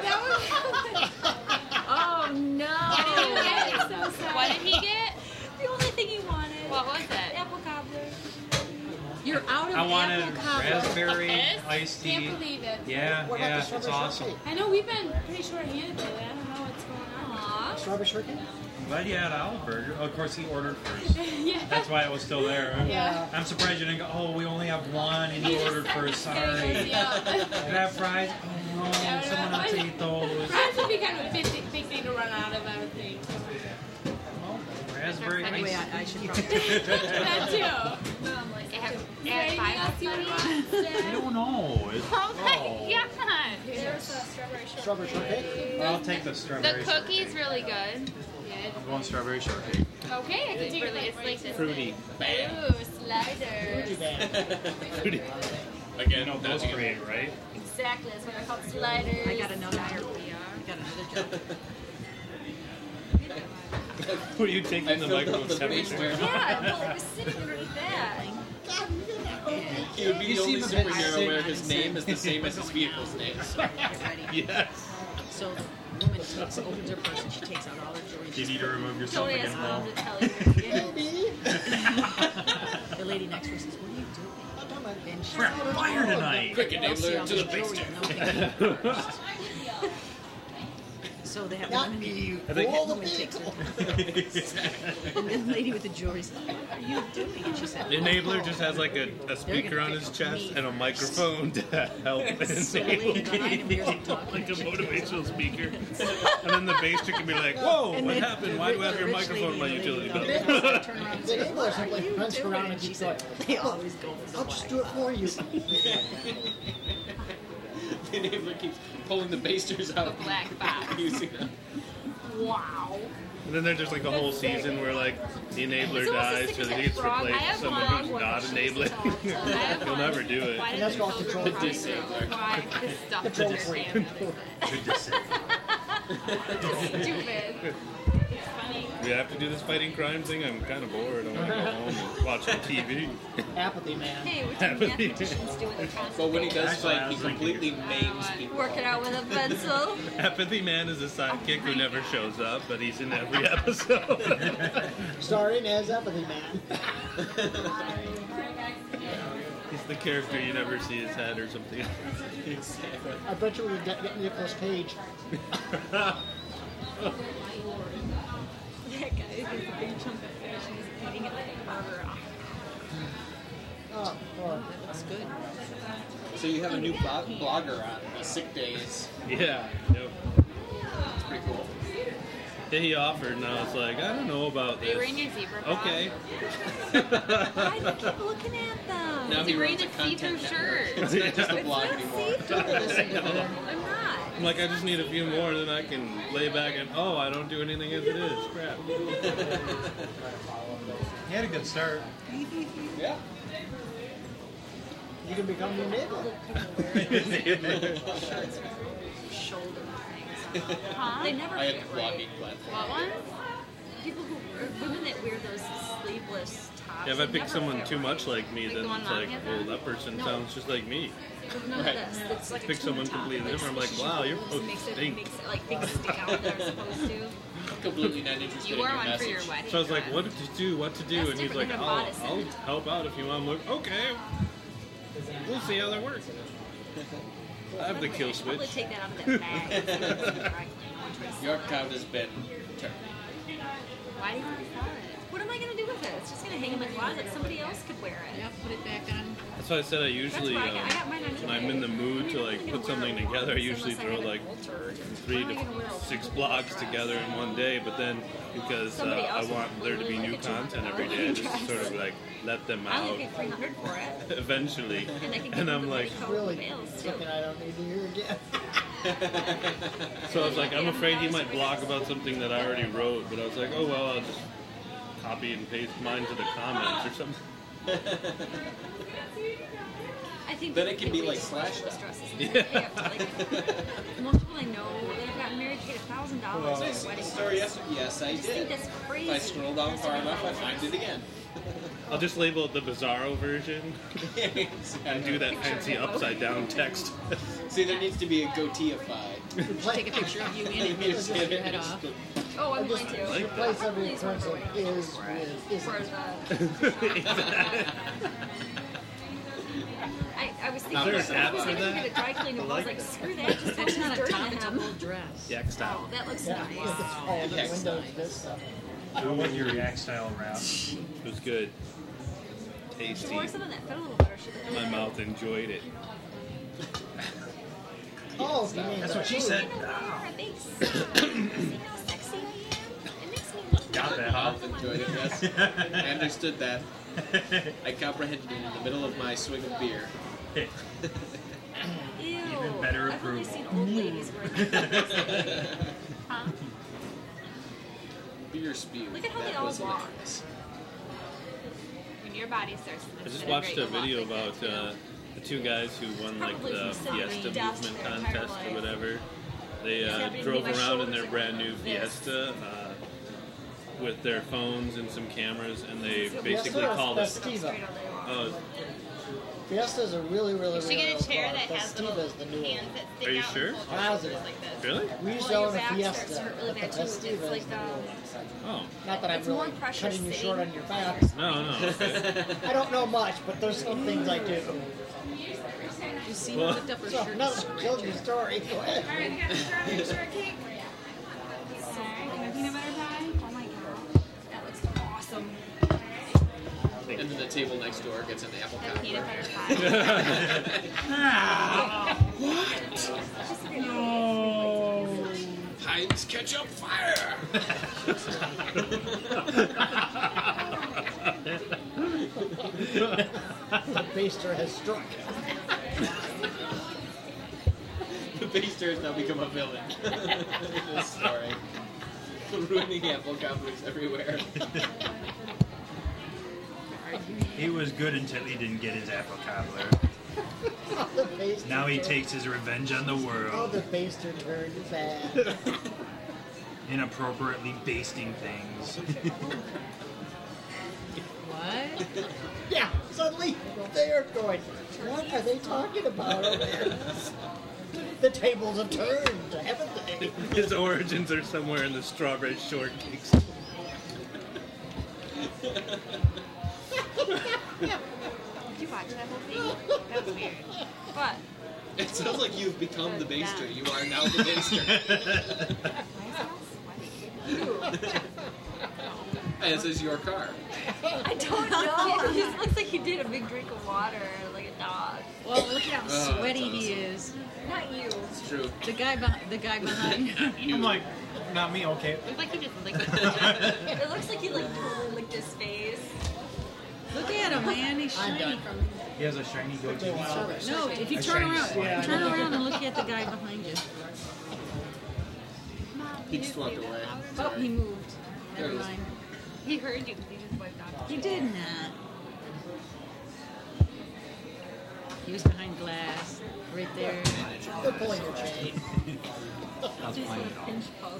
Speaker 5: they out?
Speaker 8: Yeah, that
Speaker 2: Oh
Speaker 8: was.
Speaker 2: no!
Speaker 8: I'm so sorry.
Speaker 2: What did he get?
Speaker 5: The only thing he wanted.
Speaker 2: What was it?
Speaker 5: Apple cobbler.
Speaker 3: You're out of
Speaker 9: I wanted
Speaker 3: apple cobbler.
Speaker 9: raspberry
Speaker 2: Yes?
Speaker 9: iced tea.
Speaker 8: Can't believe it.
Speaker 9: Yeah,
Speaker 1: What about
Speaker 9: yeah,
Speaker 1: the
Speaker 9: it's
Speaker 1: strawberry
Speaker 9: awesome.
Speaker 1: shortcake?
Speaker 8: I know we've been pretty short-handed lately. I don't know what's going on.
Speaker 5: Aw.
Speaker 1: Strawberry shortcake?
Speaker 9: I'm glad you had Olive Burger. Of course, he ordered first.
Speaker 8: (laughs) Yeah.
Speaker 9: That's why it was still there. I'm-
Speaker 8: Yeah.
Speaker 9: I'm surprised you didn't go, oh, we only have one and you ordered first. Sorry. Can
Speaker 8: Yeah.
Speaker 4: (laughs)
Speaker 8: (laughs)
Speaker 9: I have fries? Oh, no, someone else ate those.
Speaker 8: Fries would be kind of a big, thing- big thing to run out of, I would think.
Speaker 9: Raspberry
Speaker 3: Anyway,
Speaker 9: ice.
Speaker 3: I, I should probably.
Speaker 8: that too.
Speaker 2: It had, it
Speaker 8: Is there
Speaker 2: had
Speaker 8: anything
Speaker 2: five
Speaker 8: else you
Speaker 2: left
Speaker 8: want?
Speaker 2: on it?
Speaker 9: I don't know. It's-
Speaker 2: Oh
Speaker 9: oh.
Speaker 2: my god!
Speaker 1: Strawberry shortcake?
Speaker 9: I'll take the
Speaker 2: The
Speaker 9: strawberry.
Speaker 2: cookie's
Speaker 9: shortcake.
Speaker 2: really good.
Speaker 9: I'm going strawberry shortcake.
Speaker 8: Okay, I can
Speaker 2: It's
Speaker 8: take
Speaker 2: really,
Speaker 8: it.
Speaker 2: it's like this.
Speaker 7: Fruity.
Speaker 4: Bam.
Speaker 8: Ooh, sliders.
Speaker 1: Pretty bad.
Speaker 7: Fruity.
Speaker 9: You
Speaker 4: Again,
Speaker 9: know
Speaker 4: that's
Speaker 9: those
Speaker 4: good.
Speaker 9: three, right?
Speaker 5: Exactly. That's what I called sliders.
Speaker 3: I got another. I got another job.
Speaker 7: Were you taking the
Speaker 4: I filled up
Speaker 7: microphone
Speaker 4: the
Speaker 7: temperature?
Speaker 4: basement.
Speaker 5: Yeah, well, it was sitting underneath that.
Speaker 4: He would be
Speaker 9: You
Speaker 4: the only
Speaker 9: seem a bit
Speaker 4: superhero
Speaker 6: (laughs)
Speaker 9: sick.
Speaker 3: (laughs)
Speaker 4: where his name is the same as his vehicle's name.
Speaker 3: Ready.
Speaker 7: (laughs) Yes.
Speaker 3: So the woman It's an older person. She takes out all her jewelry.
Speaker 9: Do you need to remove yourself
Speaker 3: Don't
Speaker 9: again,
Speaker 3: ask
Speaker 9: Paul?
Speaker 3: Mom to tell you. the lady next to her says, "What are you doing?" And "Oh, she's
Speaker 9: We're
Speaker 3: out
Speaker 9: on
Speaker 3: of
Speaker 9: fire
Speaker 3: order. (laughs)
Speaker 9: tonight. Quick,
Speaker 3: They'll see
Speaker 9: Adela,
Speaker 3: all
Speaker 9: to
Speaker 3: this
Speaker 9: the
Speaker 3: jewelry
Speaker 9: basement.
Speaker 3: and they'll get it first. So they have
Speaker 1: Not
Speaker 3: one
Speaker 1: me.
Speaker 3: (laughs) and
Speaker 7: I think-
Speaker 1: All the
Speaker 3: Woman takes
Speaker 1: people.
Speaker 7: the
Speaker 3: And then the lady with the jewelry says, What are you doing? And she said,
Speaker 7: enabler just has like a, a speaker on his chest and a microphone to (laughs) help
Speaker 3: So the lady behind him hears him
Speaker 7: enable.
Speaker 3: talking.
Speaker 7: (laughs) like a motivational speaker. and then the baster can be like, whoa,
Speaker 3: And
Speaker 7: what
Speaker 3: then
Speaker 7: happened? Why do we have your
Speaker 3: rich
Speaker 7: microphone in my
Speaker 3: lady and the
Speaker 7: utility
Speaker 3: lady
Speaker 7: bill?
Speaker 3: down there turn around and
Speaker 1: The
Speaker 3: say,
Speaker 1: English
Speaker 3: "What
Speaker 1: have
Speaker 3: are you
Speaker 1: like punched
Speaker 3: doing?"
Speaker 1: around
Speaker 3: And
Speaker 1: and
Speaker 3: she
Speaker 1: keep
Speaker 3: said,
Speaker 1: going.
Speaker 3: They always go for the
Speaker 1: I'll just
Speaker 3: black.
Speaker 1: do it for you.
Speaker 4: The neighbor keeps pulling the basters out.
Speaker 2: The
Speaker 4: (laughs)
Speaker 2: black box.
Speaker 4: Using them.
Speaker 2: Wow.
Speaker 7: (laughs) And then there's just like a whole season where like the enabler
Speaker 2: It's almost as
Speaker 7: dies
Speaker 2: sick
Speaker 7: so
Speaker 2: as
Speaker 7: that
Speaker 2: that
Speaker 7: he gets
Speaker 2: frog. I
Speaker 7: replaced with
Speaker 2: have
Speaker 7: someone
Speaker 2: one.
Speaker 7: who's not enabling. (laughs)
Speaker 2: I have
Speaker 7: He'll
Speaker 2: one.
Speaker 7: never do it.
Speaker 2: Why does
Speaker 1: That's
Speaker 2: the
Speaker 1: called
Speaker 2: children
Speaker 1: control
Speaker 2: probably
Speaker 4: freak.
Speaker 2: know Why this (laughs) stuff doesn't
Speaker 1: Control
Speaker 2: understand It's (laughs) stupid. It's funny.
Speaker 7: We have to do this fighting crime thing. I'm kind of bored. I want to go home and watch some TV.
Speaker 2: (laughs)
Speaker 1: Apathy, man.
Speaker 5: Hey, what do mathematicians do with a
Speaker 4: But
Speaker 5: constant?
Speaker 4: when he does
Speaker 9: That's what I
Speaker 4: fight, he
Speaker 9: was thinking.
Speaker 4: completely maims people.
Speaker 5: Work it out with a pencil.
Speaker 7: Apathy Man is a sidekick who never shows up, but he's in every (laughs) episode.
Speaker 1: Starring as Apathy Man.
Speaker 7: he's the character you never see his head or something. (laughs)
Speaker 1: I bet you we get get Nicolas Cage.
Speaker 5: That guy is a big chunk of fish and he's eating it like a barber off.
Speaker 1: Oh, Lord.
Speaker 3: That looks good.
Speaker 4: So you have a new blog- blogger on uh, sick days.
Speaker 7: yeah. Yep.
Speaker 4: It's pretty cool.
Speaker 7: Yeah, he offered, and I was like, I don't know about
Speaker 2: They were in
Speaker 7: this.
Speaker 2: your zebra box.
Speaker 7: Okay. (laughs)
Speaker 5: I keep looking at them.
Speaker 4: Now
Speaker 2: They
Speaker 4: he
Speaker 2: were in
Speaker 4: runs a
Speaker 2: the see-through
Speaker 4: content network.
Speaker 2: shirt.
Speaker 4: It's not just a
Speaker 5: It's
Speaker 4: blog
Speaker 5: not
Speaker 4: anymore.
Speaker 5: see-through. I'm not.
Speaker 7: I'm like, I just need a few more, then I can lay back and, oh, I don't do anything as it is. Crap. (laughs)
Speaker 16: He had a good start.
Speaker 4: Yeah.
Speaker 1: You can become your neighbor.
Speaker 3: Shoulder things.
Speaker 7: (laughs)
Speaker 5: Huh? They never
Speaker 4: I have
Speaker 5: get it
Speaker 4: a
Speaker 5: right.
Speaker 4: blogging platform.
Speaker 2: What one?
Speaker 5: People who wear, women that wear those sleeveless tops.
Speaker 7: Yeah, if
Speaker 5: they
Speaker 7: I pick
Speaker 5: never
Speaker 7: someone
Speaker 5: fit
Speaker 7: too
Speaker 5: right.
Speaker 7: much like me,
Speaker 2: Like
Speaker 7: then
Speaker 2: the one
Speaker 7: it's
Speaker 2: mom
Speaker 7: like,
Speaker 2: had
Speaker 7: well,
Speaker 2: on?
Speaker 7: that person
Speaker 5: No.
Speaker 7: sounds just like me.
Speaker 5: No,
Speaker 4: Right.
Speaker 5: this. It's like a
Speaker 7: Pick someone
Speaker 5: tube top.
Speaker 7: completely different. I'm like,
Speaker 5: she
Speaker 7: wow, you're
Speaker 5: moves
Speaker 7: both
Speaker 5: and makes it,
Speaker 7: stink.
Speaker 5: makes it like things stick out that are supposed to.
Speaker 4: Completely not interested
Speaker 2: You
Speaker 4: in
Speaker 2: wore
Speaker 4: your
Speaker 2: one
Speaker 4: message.
Speaker 2: for your wedding.
Speaker 7: So I was like,
Speaker 2: dress.
Speaker 7: what to do, what to do?
Speaker 2: That's
Speaker 7: and he's
Speaker 2: different
Speaker 7: like,
Speaker 2: than a
Speaker 7: I'll,
Speaker 2: bodice,
Speaker 7: I'll
Speaker 2: isn't it?
Speaker 7: help out if you want. I'm like, okay, we'll see how that works. Oh, I have the kill
Speaker 5: I'd probably
Speaker 7: switch.
Speaker 5: take that out of that bag. It's like, it's
Speaker 4: Your
Speaker 5: like, right,
Speaker 4: account has been turned.
Speaker 2: Why do you want to sell it?
Speaker 5: What am I gonna do with it? It's just gonna hang in my closet. Somebody else could wear it.
Speaker 3: Yep, put it back on.
Speaker 7: That's why I said I usually,
Speaker 5: That's why I got- I got
Speaker 7: um,
Speaker 5: mine on
Speaker 7: when I'm in the mood to like put something together, I usually throw like three to six blogs together in one day. But then because uh,
Speaker 5: Somebody
Speaker 7: I
Speaker 5: else
Speaker 7: want
Speaker 5: will
Speaker 7: there to be
Speaker 5: really
Speaker 7: new
Speaker 5: look at your
Speaker 7: content
Speaker 5: mouth
Speaker 7: every
Speaker 5: when
Speaker 7: day, I
Speaker 5: you
Speaker 7: just
Speaker 5: dress.
Speaker 7: sort of like let them
Speaker 5: I only
Speaker 7: out
Speaker 5: paid 300 for it.
Speaker 7: (laughs) eventually.
Speaker 5: And I think
Speaker 7: And
Speaker 5: they
Speaker 7: I'm
Speaker 5: put
Speaker 7: like,
Speaker 5: the
Speaker 1: Really,
Speaker 5: Bales, too.
Speaker 1: something I don't need to hear again.
Speaker 7: So I was like, I'm afraid he might blog about something that I already wrote, but I was like, oh well, I'll just copy and paste mine to the comments or something.
Speaker 5: I think
Speaker 4: Then
Speaker 5: they
Speaker 4: it
Speaker 5: pay
Speaker 4: can be
Speaker 5: way
Speaker 4: like
Speaker 5: too much for
Speaker 4: Slashdot.
Speaker 5: those dresses. They have
Speaker 4: (laughs)
Speaker 5: to, like- Most people I know that have gotten married paid a thousand dollars
Speaker 4: I
Speaker 5: for a
Speaker 4: seen the
Speaker 5: wedding.
Speaker 4: story yesterday. Yes, I
Speaker 5: I just think
Speaker 4: did.
Speaker 5: that's crazy.
Speaker 4: If I scroll down
Speaker 5: That's
Speaker 4: far
Speaker 5: what
Speaker 4: enough, I
Speaker 5: I'm
Speaker 4: find it
Speaker 5: saying.
Speaker 4: again. (laughs)
Speaker 7: I'll just label it the Bizarro version and do that fancy upside down
Speaker 5: (laughs)
Speaker 7: text. (laughs)
Speaker 4: See, there needs to be a goateeify.
Speaker 3: Just take a picture
Speaker 4: (laughs)
Speaker 3: of you in it. Just your head off.
Speaker 5: Oh, I'm going to.
Speaker 7: like that.
Speaker 1: Replace every occurrence of is with
Speaker 5: For
Speaker 1: isn't.
Speaker 5: the,
Speaker 4: (laughs)
Speaker 7: (laughs)
Speaker 5: I, I was thinking,
Speaker 4: Is there an
Speaker 5: I
Speaker 4: app
Speaker 5: was
Speaker 4: for
Speaker 5: thinking
Speaker 7: that?
Speaker 5: of the dry cleaner.
Speaker 7: I
Speaker 5: was
Speaker 7: like
Speaker 5: like,
Speaker 7: that.
Speaker 5: screw that. Just
Speaker 3: That's
Speaker 5: don't
Speaker 3: not a
Speaker 5: dirty
Speaker 3: top, it's a
Speaker 5: them.
Speaker 3: whole dress.
Speaker 7: Yak
Speaker 5: Oh,
Speaker 7: style.
Speaker 5: that looks
Speaker 1: Yeah,
Speaker 5: nice.
Speaker 1: it's all the
Speaker 4: Yes.
Speaker 1: windows, this stuff.
Speaker 9: How was your yak style wrap?
Speaker 7: It was good.
Speaker 5: She
Speaker 7: Tasty.
Speaker 5: wore something that fit a little better. She looked
Speaker 7: My mouth enjoyed it.
Speaker 1: Oh, you mean
Speaker 9: That's
Speaker 1: the
Speaker 9: what she
Speaker 1: food.
Speaker 9: said.
Speaker 5: Thanks. See how sexy I am? It makes me look
Speaker 9: Got that, huh?
Speaker 4: I've enjoyed it, yes. I understood that. I comprehended it in the middle of my swig of beer.
Speaker 5: Ew.
Speaker 9: Even better
Speaker 5: I've only
Speaker 9: approval.
Speaker 5: seen old ladies wear
Speaker 4: (laughs)
Speaker 5: that. huh?
Speaker 4: Beer spew.
Speaker 5: Look at how
Speaker 4: that
Speaker 5: they all
Speaker 4: was
Speaker 5: walk.
Speaker 4: hilarious.
Speaker 2: When your body starts to
Speaker 7: I just
Speaker 2: disintegrate,
Speaker 7: watched
Speaker 2: you
Speaker 7: a
Speaker 2: walk
Speaker 7: video
Speaker 2: like that,
Speaker 7: about
Speaker 2: too.
Speaker 7: uh, the two guys who won like
Speaker 5: Probably
Speaker 7: the
Speaker 5: from selling
Speaker 7: Fiesta
Speaker 5: dust
Speaker 7: movement
Speaker 5: their entire
Speaker 7: contest or
Speaker 5: life.
Speaker 7: whatever. They
Speaker 5: It's
Speaker 7: uh,
Speaker 5: happening to
Speaker 7: drove
Speaker 5: me. My
Speaker 7: around in
Speaker 5: shoulders
Speaker 7: their
Speaker 5: are
Speaker 7: brand
Speaker 5: going
Speaker 7: new
Speaker 5: like this.
Speaker 7: Fiesta uh, with their phones and some cameras, and they
Speaker 1: Yes,
Speaker 7: basically
Speaker 1: sir,
Speaker 7: called it.
Speaker 1: Festiva.
Speaker 5: Straight all day long.
Speaker 7: Uh,
Speaker 1: Fiesta's a really, really,
Speaker 17: You
Speaker 1: really
Speaker 17: should get
Speaker 1: old
Speaker 17: a chair
Speaker 1: car,
Speaker 17: that
Speaker 1: but
Speaker 17: has
Speaker 1: Steve
Speaker 17: little
Speaker 1: is the new
Speaker 17: hands that stick
Speaker 7: Are you
Speaker 17: out.
Speaker 7: sure?
Speaker 1: Positive.
Speaker 7: Really?
Speaker 1: We used to
Speaker 17: Well,
Speaker 1: own a
Speaker 17: your back starts to
Speaker 1: Fiesta,
Speaker 17: hurt really
Speaker 1: but the
Speaker 17: bad, too. It's
Speaker 1: Festiva is
Speaker 17: like,
Speaker 1: the
Speaker 17: um,
Speaker 1: old.
Speaker 7: Oh.
Speaker 1: Not that I'm
Speaker 17: it's more
Speaker 1: really
Speaker 17: pressure
Speaker 1: cutting you
Speaker 17: sitting
Speaker 1: short on
Speaker 17: in
Speaker 1: your
Speaker 17: your
Speaker 1: back.
Speaker 7: No, no. (laughs) okay.
Speaker 1: I don't know much, but there's some things I do.
Speaker 3: You see,
Speaker 7: Well-
Speaker 1: (laughs)
Speaker 3: he looked up her
Speaker 1: So
Speaker 3: shirt. and
Speaker 1: another
Speaker 3: scratched
Speaker 1: children's
Speaker 3: it.
Speaker 1: story. Go ahead.
Speaker 18: All right, we got the strawberry shortcake.
Speaker 2: My peanut butter pie. Oh my god.
Speaker 18: That looks awesome.
Speaker 4: And then the table next door gets an apple
Speaker 2: That peanut
Speaker 4: cobbler.
Speaker 2: butter
Speaker 17: (laughs)
Speaker 2: pie.
Speaker 4: Heinz ketchup fire!
Speaker 1: The baster has struck. (laughs)
Speaker 4: the baster has now become a villain. (laughs) this story. Ruining apple cobblers everywhere.
Speaker 9: (laughs) He was good until he didn't get his apple cobbler.
Speaker 1: The baster
Speaker 9: Now he
Speaker 1: turned-
Speaker 9: takes his revenge on the
Speaker 1: Oh,
Speaker 9: world,
Speaker 1: the baster turned
Speaker 9: (laughs)
Speaker 1: bad.
Speaker 9: inappropriately basting things.
Speaker 3: What?
Speaker 1: yeah, suddenly they are going. What are they talking about over
Speaker 17: (laughs)
Speaker 1: there? The tables have turned, haven't they?
Speaker 7: His origins are somewhere in the strawberry shortcake.
Speaker 2: Did you watch that whole thing? That was weird. But
Speaker 4: It sounds like you've become the baster. You are now the baster.
Speaker 2: why is it all sweaty?
Speaker 4: As is your car.
Speaker 5: I don't know. He just looks like he did a big drink of water, like a dog.
Speaker 3: Well, look at how
Speaker 7: Uh,
Speaker 4: that's
Speaker 3: sweaty he is.
Speaker 5: Not you.
Speaker 4: It's true.
Speaker 3: The guy behind. The guy behind.
Speaker 9: (laughs) I'm like, not me, okay.
Speaker 17: Looked like you just licked it.
Speaker 5: It looks like he like totally licked his face.
Speaker 3: look at him, man. He's
Speaker 1: I'm
Speaker 3: shiny.
Speaker 1: done.
Speaker 9: (laughs) He has a shiny goatee.
Speaker 3: No, if you turn around, turn around and look at the guy behind you.
Speaker 4: He just walked away.
Speaker 3: Oh, he moved.
Speaker 4: There
Speaker 3: Never
Speaker 4: he is.
Speaker 3: mind.
Speaker 2: He heard you because he just wiped off.
Speaker 3: He did not. He was behind glass, right there.
Speaker 1: They're pulling your chain.
Speaker 9: (laughs)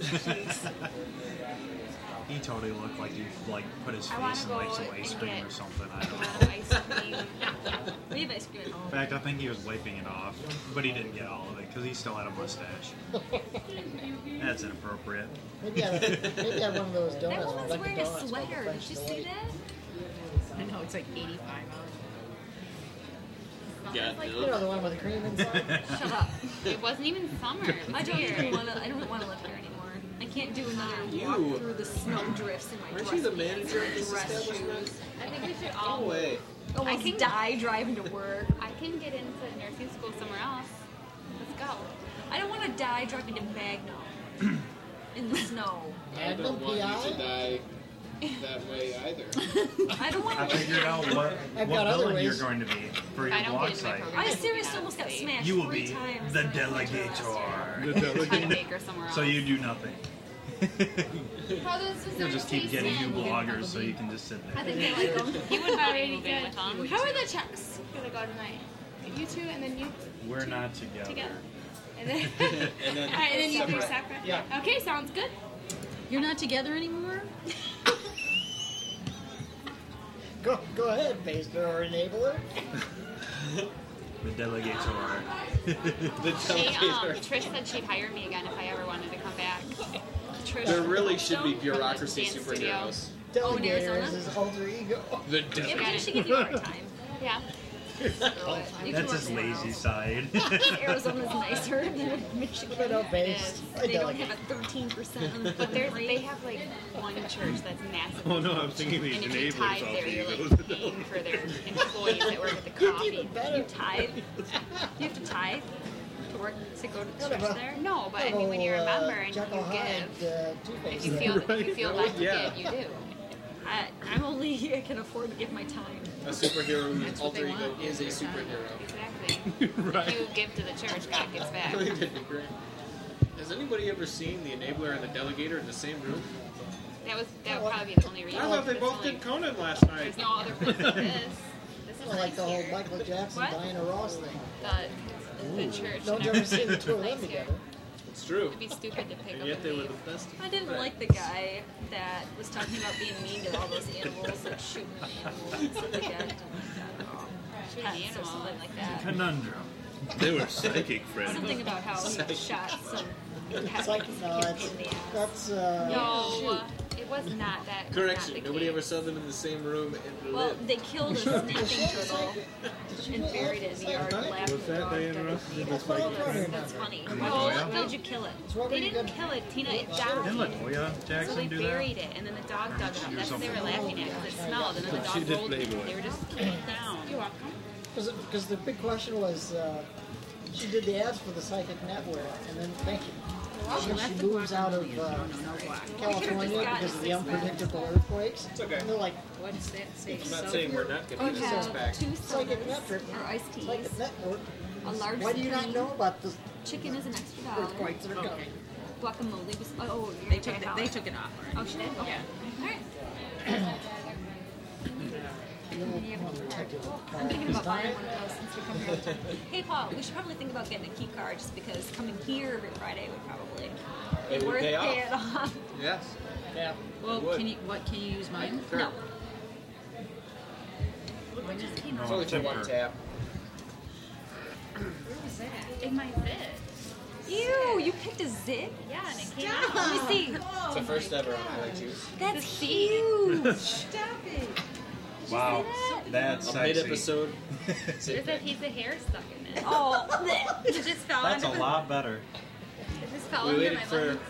Speaker 9: He totally looked like he like put his
Speaker 2: I wanna
Speaker 9: face in like
Speaker 2: go
Speaker 9: some ice
Speaker 2: and
Speaker 9: cream
Speaker 2: get-
Speaker 9: or something. I don't know.
Speaker 2: Ice
Speaker 17: (laughs)
Speaker 2: cream.
Speaker 5: We have ice cream at home.
Speaker 9: In fact, I think he was wiping it off, but he didn't get all of it because he still had a
Speaker 2: (laughs)
Speaker 9: mustache. That's inappropriate.
Speaker 1: Maybe I, maybe I had one of those
Speaker 5: That
Speaker 1: donuts.
Speaker 5: woman's
Speaker 1: Dunkin'
Speaker 5: wearing
Speaker 1: Donuts
Speaker 5: a
Speaker 1: called
Speaker 5: sweater.
Speaker 1: the
Speaker 5: Did you
Speaker 1: French
Speaker 5: see
Speaker 1: Delight.
Speaker 5: that?
Speaker 3: I know it's like 85 hours.
Speaker 4: Yeah,
Speaker 1: You know the one with the cream inside?
Speaker 5: Shut up.
Speaker 2: It wasn't even summer. It was
Speaker 5: I don't
Speaker 2: weird.
Speaker 5: even want to. I don't want to live here anymore. I can't do another
Speaker 4: You-
Speaker 5: walk through the snow drifts in my
Speaker 4: Aren't
Speaker 5: dress.
Speaker 4: you the
Speaker 5: pants
Speaker 4: manager of
Speaker 5: and
Speaker 4: this
Speaker 5: dress
Speaker 4: establishment?
Speaker 5: shoes.
Speaker 2: I think we should
Speaker 4: No
Speaker 2: all.
Speaker 4: way.
Speaker 5: Almost
Speaker 2: I can-
Speaker 5: Oh, die driving to work.
Speaker 2: I can get into nursing school somewhere else. Let's go.
Speaker 5: I don't want to die driving to Magno (clears throat) in the snow.
Speaker 4: I
Speaker 1: And
Speaker 4: don't want you to
Speaker 1: PI?
Speaker 4: die that way either.
Speaker 5: I don't
Speaker 9: I
Speaker 5: want to.
Speaker 9: figured out what
Speaker 1: I've
Speaker 9: what
Speaker 1: got other
Speaker 9: villain you're
Speaker 1: ways.
Speaker 9: going to be for
Speaker 2: I
Speaker 9: your
Speaker 2: don't
Speaker 9: blog
Speaker 2: get into my
Speaker 9: site.
Speaker 2: program.
Speaker 5: I seriously almost got smashed
Speaker 9: You will
Speaker 5: three
Speaker 9: be
Speaker 5: times.
Speaker 9: the
Speaker 5: during winter last year.
Speaker 9: delegator.
Speaker 2: Try to
Speaker 9: (laughs)
Speaker 2: baker somewhere else.
Speaker 9: so you do nothing.
Speaker 18: You'll
Speaker 9: (laughs) You'll just keep getting new bloggers, so you can just sit
Speaker 5: I
Speaker 9: there.
Speaker 5: think they like them.
Speaker 2: He would buy me moving with him.
Speaker 18: How are the checks gonna go tonight? You two, and then you
Speaker 9: We're not together.
Speaker 18: together, and then
Speaker 4: And
Speaker 18: all
Speaker 4: then
Speaker 18: right, and then you three
Speaker 4: separate.
Speaker 18: separate.
Speaker 1: Yeah.
Speaker 18: Okay, sounds good.
Speaker 3: You're not together anymore?
Speaker 1: Go, go ahead, Baster or Enabler.
Speaker 9: The delegator.
Speaker 4: The
Speaker 2: She, um,
Speaker 4: delegator.
Speaker 2: Trish said she'd hire me again if I ever wanted to come back. Trish.
Speaker 4: There really should be bureaucracy
Speaker 2: Dance studio.
Speaker 4: superheroes.
Speaker 1: Delegator
Speaker 5: Arizona?
Speaker 1: is his alter ego.
Speaker 4: The
Speaker 5: Yeah,
Speaker 4: delegator.
Speaker 5: but you should give you
Speaker 9: (laughs)
Speaker 5: overtime.
Speaker 2: Yeah.
Speaker 5: You can
Speaker 9: That's
Speaker 5: work
Speaker 9: his
Speaker 5: somewhere
Speaker 9: lazy
Speaker 5: else.
Speaker 9: side. (laughs)
Speaker 5: Arizona's nicer than
Speaker 1: They
Speaker 5: Michigan.
Speaker 1: don't base.
Speaker 5: They don't have a 13% on the
Speaker 2: But they're,
Speaker 5: rate.
Speaker 2: they have like one church that's massive.
Speaker 7: Oh no, I'm thinking these
Speaker 2: And if you
Speaker 7: enablers
Speaker 2: tithe
Speaker 7: all
Speaker 2: there, you're
Speaker 7: egos.
Speaker 2: like paying for their employees that work at the
Speaker 1: (laughs)
Speaker 2: coffee.
Speaker 5: You tithe. You have to tithe to work to go to
Speaker 1: Kind of
Speaker 5: church
Speaker 1: a-
Speaker 5: there.
Speaker 2: No, but I mean when you're a
Speaker 1: uh,
Speaker 2: member and you
Speaker 1: Jekyll Hyde,
Speaker 2: give,
Speaker 1: uh,
Speaker 2: if
Speaker 1: Two-Face
Speaker 2: you
Speaker 1: there.
Speaker 2: feel if you feel led to
Speaker 4: (laughs) Yeah.
Speaker 2: give, you do.
Speaker 5: I, I'm only I can afford to give my time.
Speaker 4: A superhero whose
Speaker 3: what
Speaker 4: alter
Speaker 3: they
Speaker 4: ego
Speaker 3: want.
Speaker 4: is a superhero.
Speaker 2: Exactly.
Speaker 7: (laughs) right.
Speaker 2: If you give to the church, God gives back.
Speaker 4: Has anybody ever seen the enabler and the delegator in the same room?
Speaker 2: That was that would probably be the only
Speaker 4: I
Speaker 2: reason.
Speaker 4: thought they
Speaker 2: There's
Speaker 4: both
Speaker 2: only-
Speaker 4: did Conan last night.
Speaker 2: There's no other place like this. This is
Speaker 1: I like the whole
Speaker 2: nicer.
Speaker 1: Michael Jackson,
Speaker 2: What?
Speaker 1: Diana Ross thing.
Speaker 2: the, the church.
Speaker 1: No
Speaker 2: and
Speaker 1: one's ever
Speaker 2: everything.
Speaker 1: seen the two of them
Speaker 2: Nice here.
Speaker 1: together.
Speaker 4: It's true.
Speaker 2: It'd be stupid to pick
Speaker 4: And
Speaker 2: up
Speaker 4: yet
Speaker 2: and
Speaker 4: they were the
Speaker 2: leave.
Speaker 5: (laughs)
Speaker 4: best. of
Speaker 5: I didn't
Speaker 4: friends.
Speaker 5: like the guy that was talking about being mean to all those animals and shooting the animals at the end. between an animal um, or something like that.
Speaker 9: Conundrum.
Speaker 7: They were psychic friends.
Speaker 5: Something about
Speaker 4: (laughs)
Speaker 5: how he shot some.
Speaker 1: It's like, no, that's, that's uh,
Speaker 5: No, it was not that. was
Speaker 4: Correction.
Speaker 5: not the
Speaker 4: Nobody
Speaker 5: case.
Speaker 4: ever saw them in the same room and
Speaker 5: Well,
Speaker 4: lived.
Speaker 5: they killed
Speaker 4: (laughs)
Speaker 5: a snapping turtle and buried it in the yard and laughed.
Speaker 9: Was that Diana Ross? Did this like
Speaker 5: That's funny. No, did you kill it? They didn't kill it, Tina. It
Speaker 9: Didn't
Speaker 5: died.
Speaker 9: Latoya
Speaker 5: So they
Speaker 9: Jackson do that?
Speaker 5: buried it, and then the dog dug it up. That's what they were laughing at because it smelled, and then the
Speaker 9: She
Speaker 5: dog
Speaker 9: did
Speaker 5: rolled it.
Speaker 9: Playboy.
Speaker 5: They were just killed down. You're welcome.
Speaker 1: Because the big question was, uh, she did the ads for the Psychic Network, and then thank you. She, she moves out of uh,
Speaker 3: Oh,
Speaker 1: California because of the unpredictable earthquakes. It's okay. And they're like,
Speaker 8: What does that say?
Speaker 4: I'm not saying we're not
Speaker 8: Oh,
Speaker 4: going to do a six pack.
Speaker 5: Two
Speaker 1: Psychic
Speaker 5: sodas
Speaker 1: Network.
Speaker 5: or iced teas.
Speaker 1: Psychic Network.
Speaker 5: A large
Speaker 1: Why do you not
Speaker 5: screen.
Speaker 1: know about the
Speaker 5: Chicken is an extra dollar.
Speaker 1: earthquakes that are coming?
Speaker 5: Guacamole was oh, you're
Speaker 3: They took
Speaker 5: right,
Speaker 3: it, they
Speaker 5: dollar.
Speaker 3: took it off.
Speaker 5: Oh, she did. Okay. All right.
Speaker 1: "Oh,
Speaker 5: I'm thinking about buying one of those since we come here. all the
Speaker 4: (laughs)
Speaker 5: time. Hey, Paul, we should probably think about getting a key card just because coming here every Friday would probably be
Speaker 4: It would
Speaker 5: worth
Speaker 4: pay off.
Speaker 5: it (laughs) off.
Speaker 4: Yes.
Speaker 1: Yeah.
Speaker 3: Well,
Speaker 4: would.
Speaker 3: can you, what, can you use mine?
Speaker 4: Sure.
Speaker 5: No. I just came
Speaker 4: It's
Speaker 5: out.
Speaker 4: only for one tap.
Speaker 8: In my bed.
Speaker 5: Ew, you picked a zip?
Speaker 8: Yeah, and it came out.
Speaker 5: Let me see.
Speaker 4: It's the first ever on Play Juice.
Speaker 5: That's
Speaker 9: (laughs)
Speaker 5: huge.
Speaker 9: Wow, that's
Speaker 4: A mid
Speaker 9: sexy.
Speaker 4: episode.
Speaker 8: There's a piece of hair stuck in
Speaker 5: (laughs)
Speaker 8: it.
Speaker 5: Oh, bleh.
Speaker 8: It just fell
Speaker 9: That's a
Speaker 8: under
Speaker 9: lot better.
Speaker 8: my- It just fell
Speaker 4: We
Speaker 8: under
Speaker 4: waited
Speaker 8: my
Speaker 4: for
Speaker 8: legs.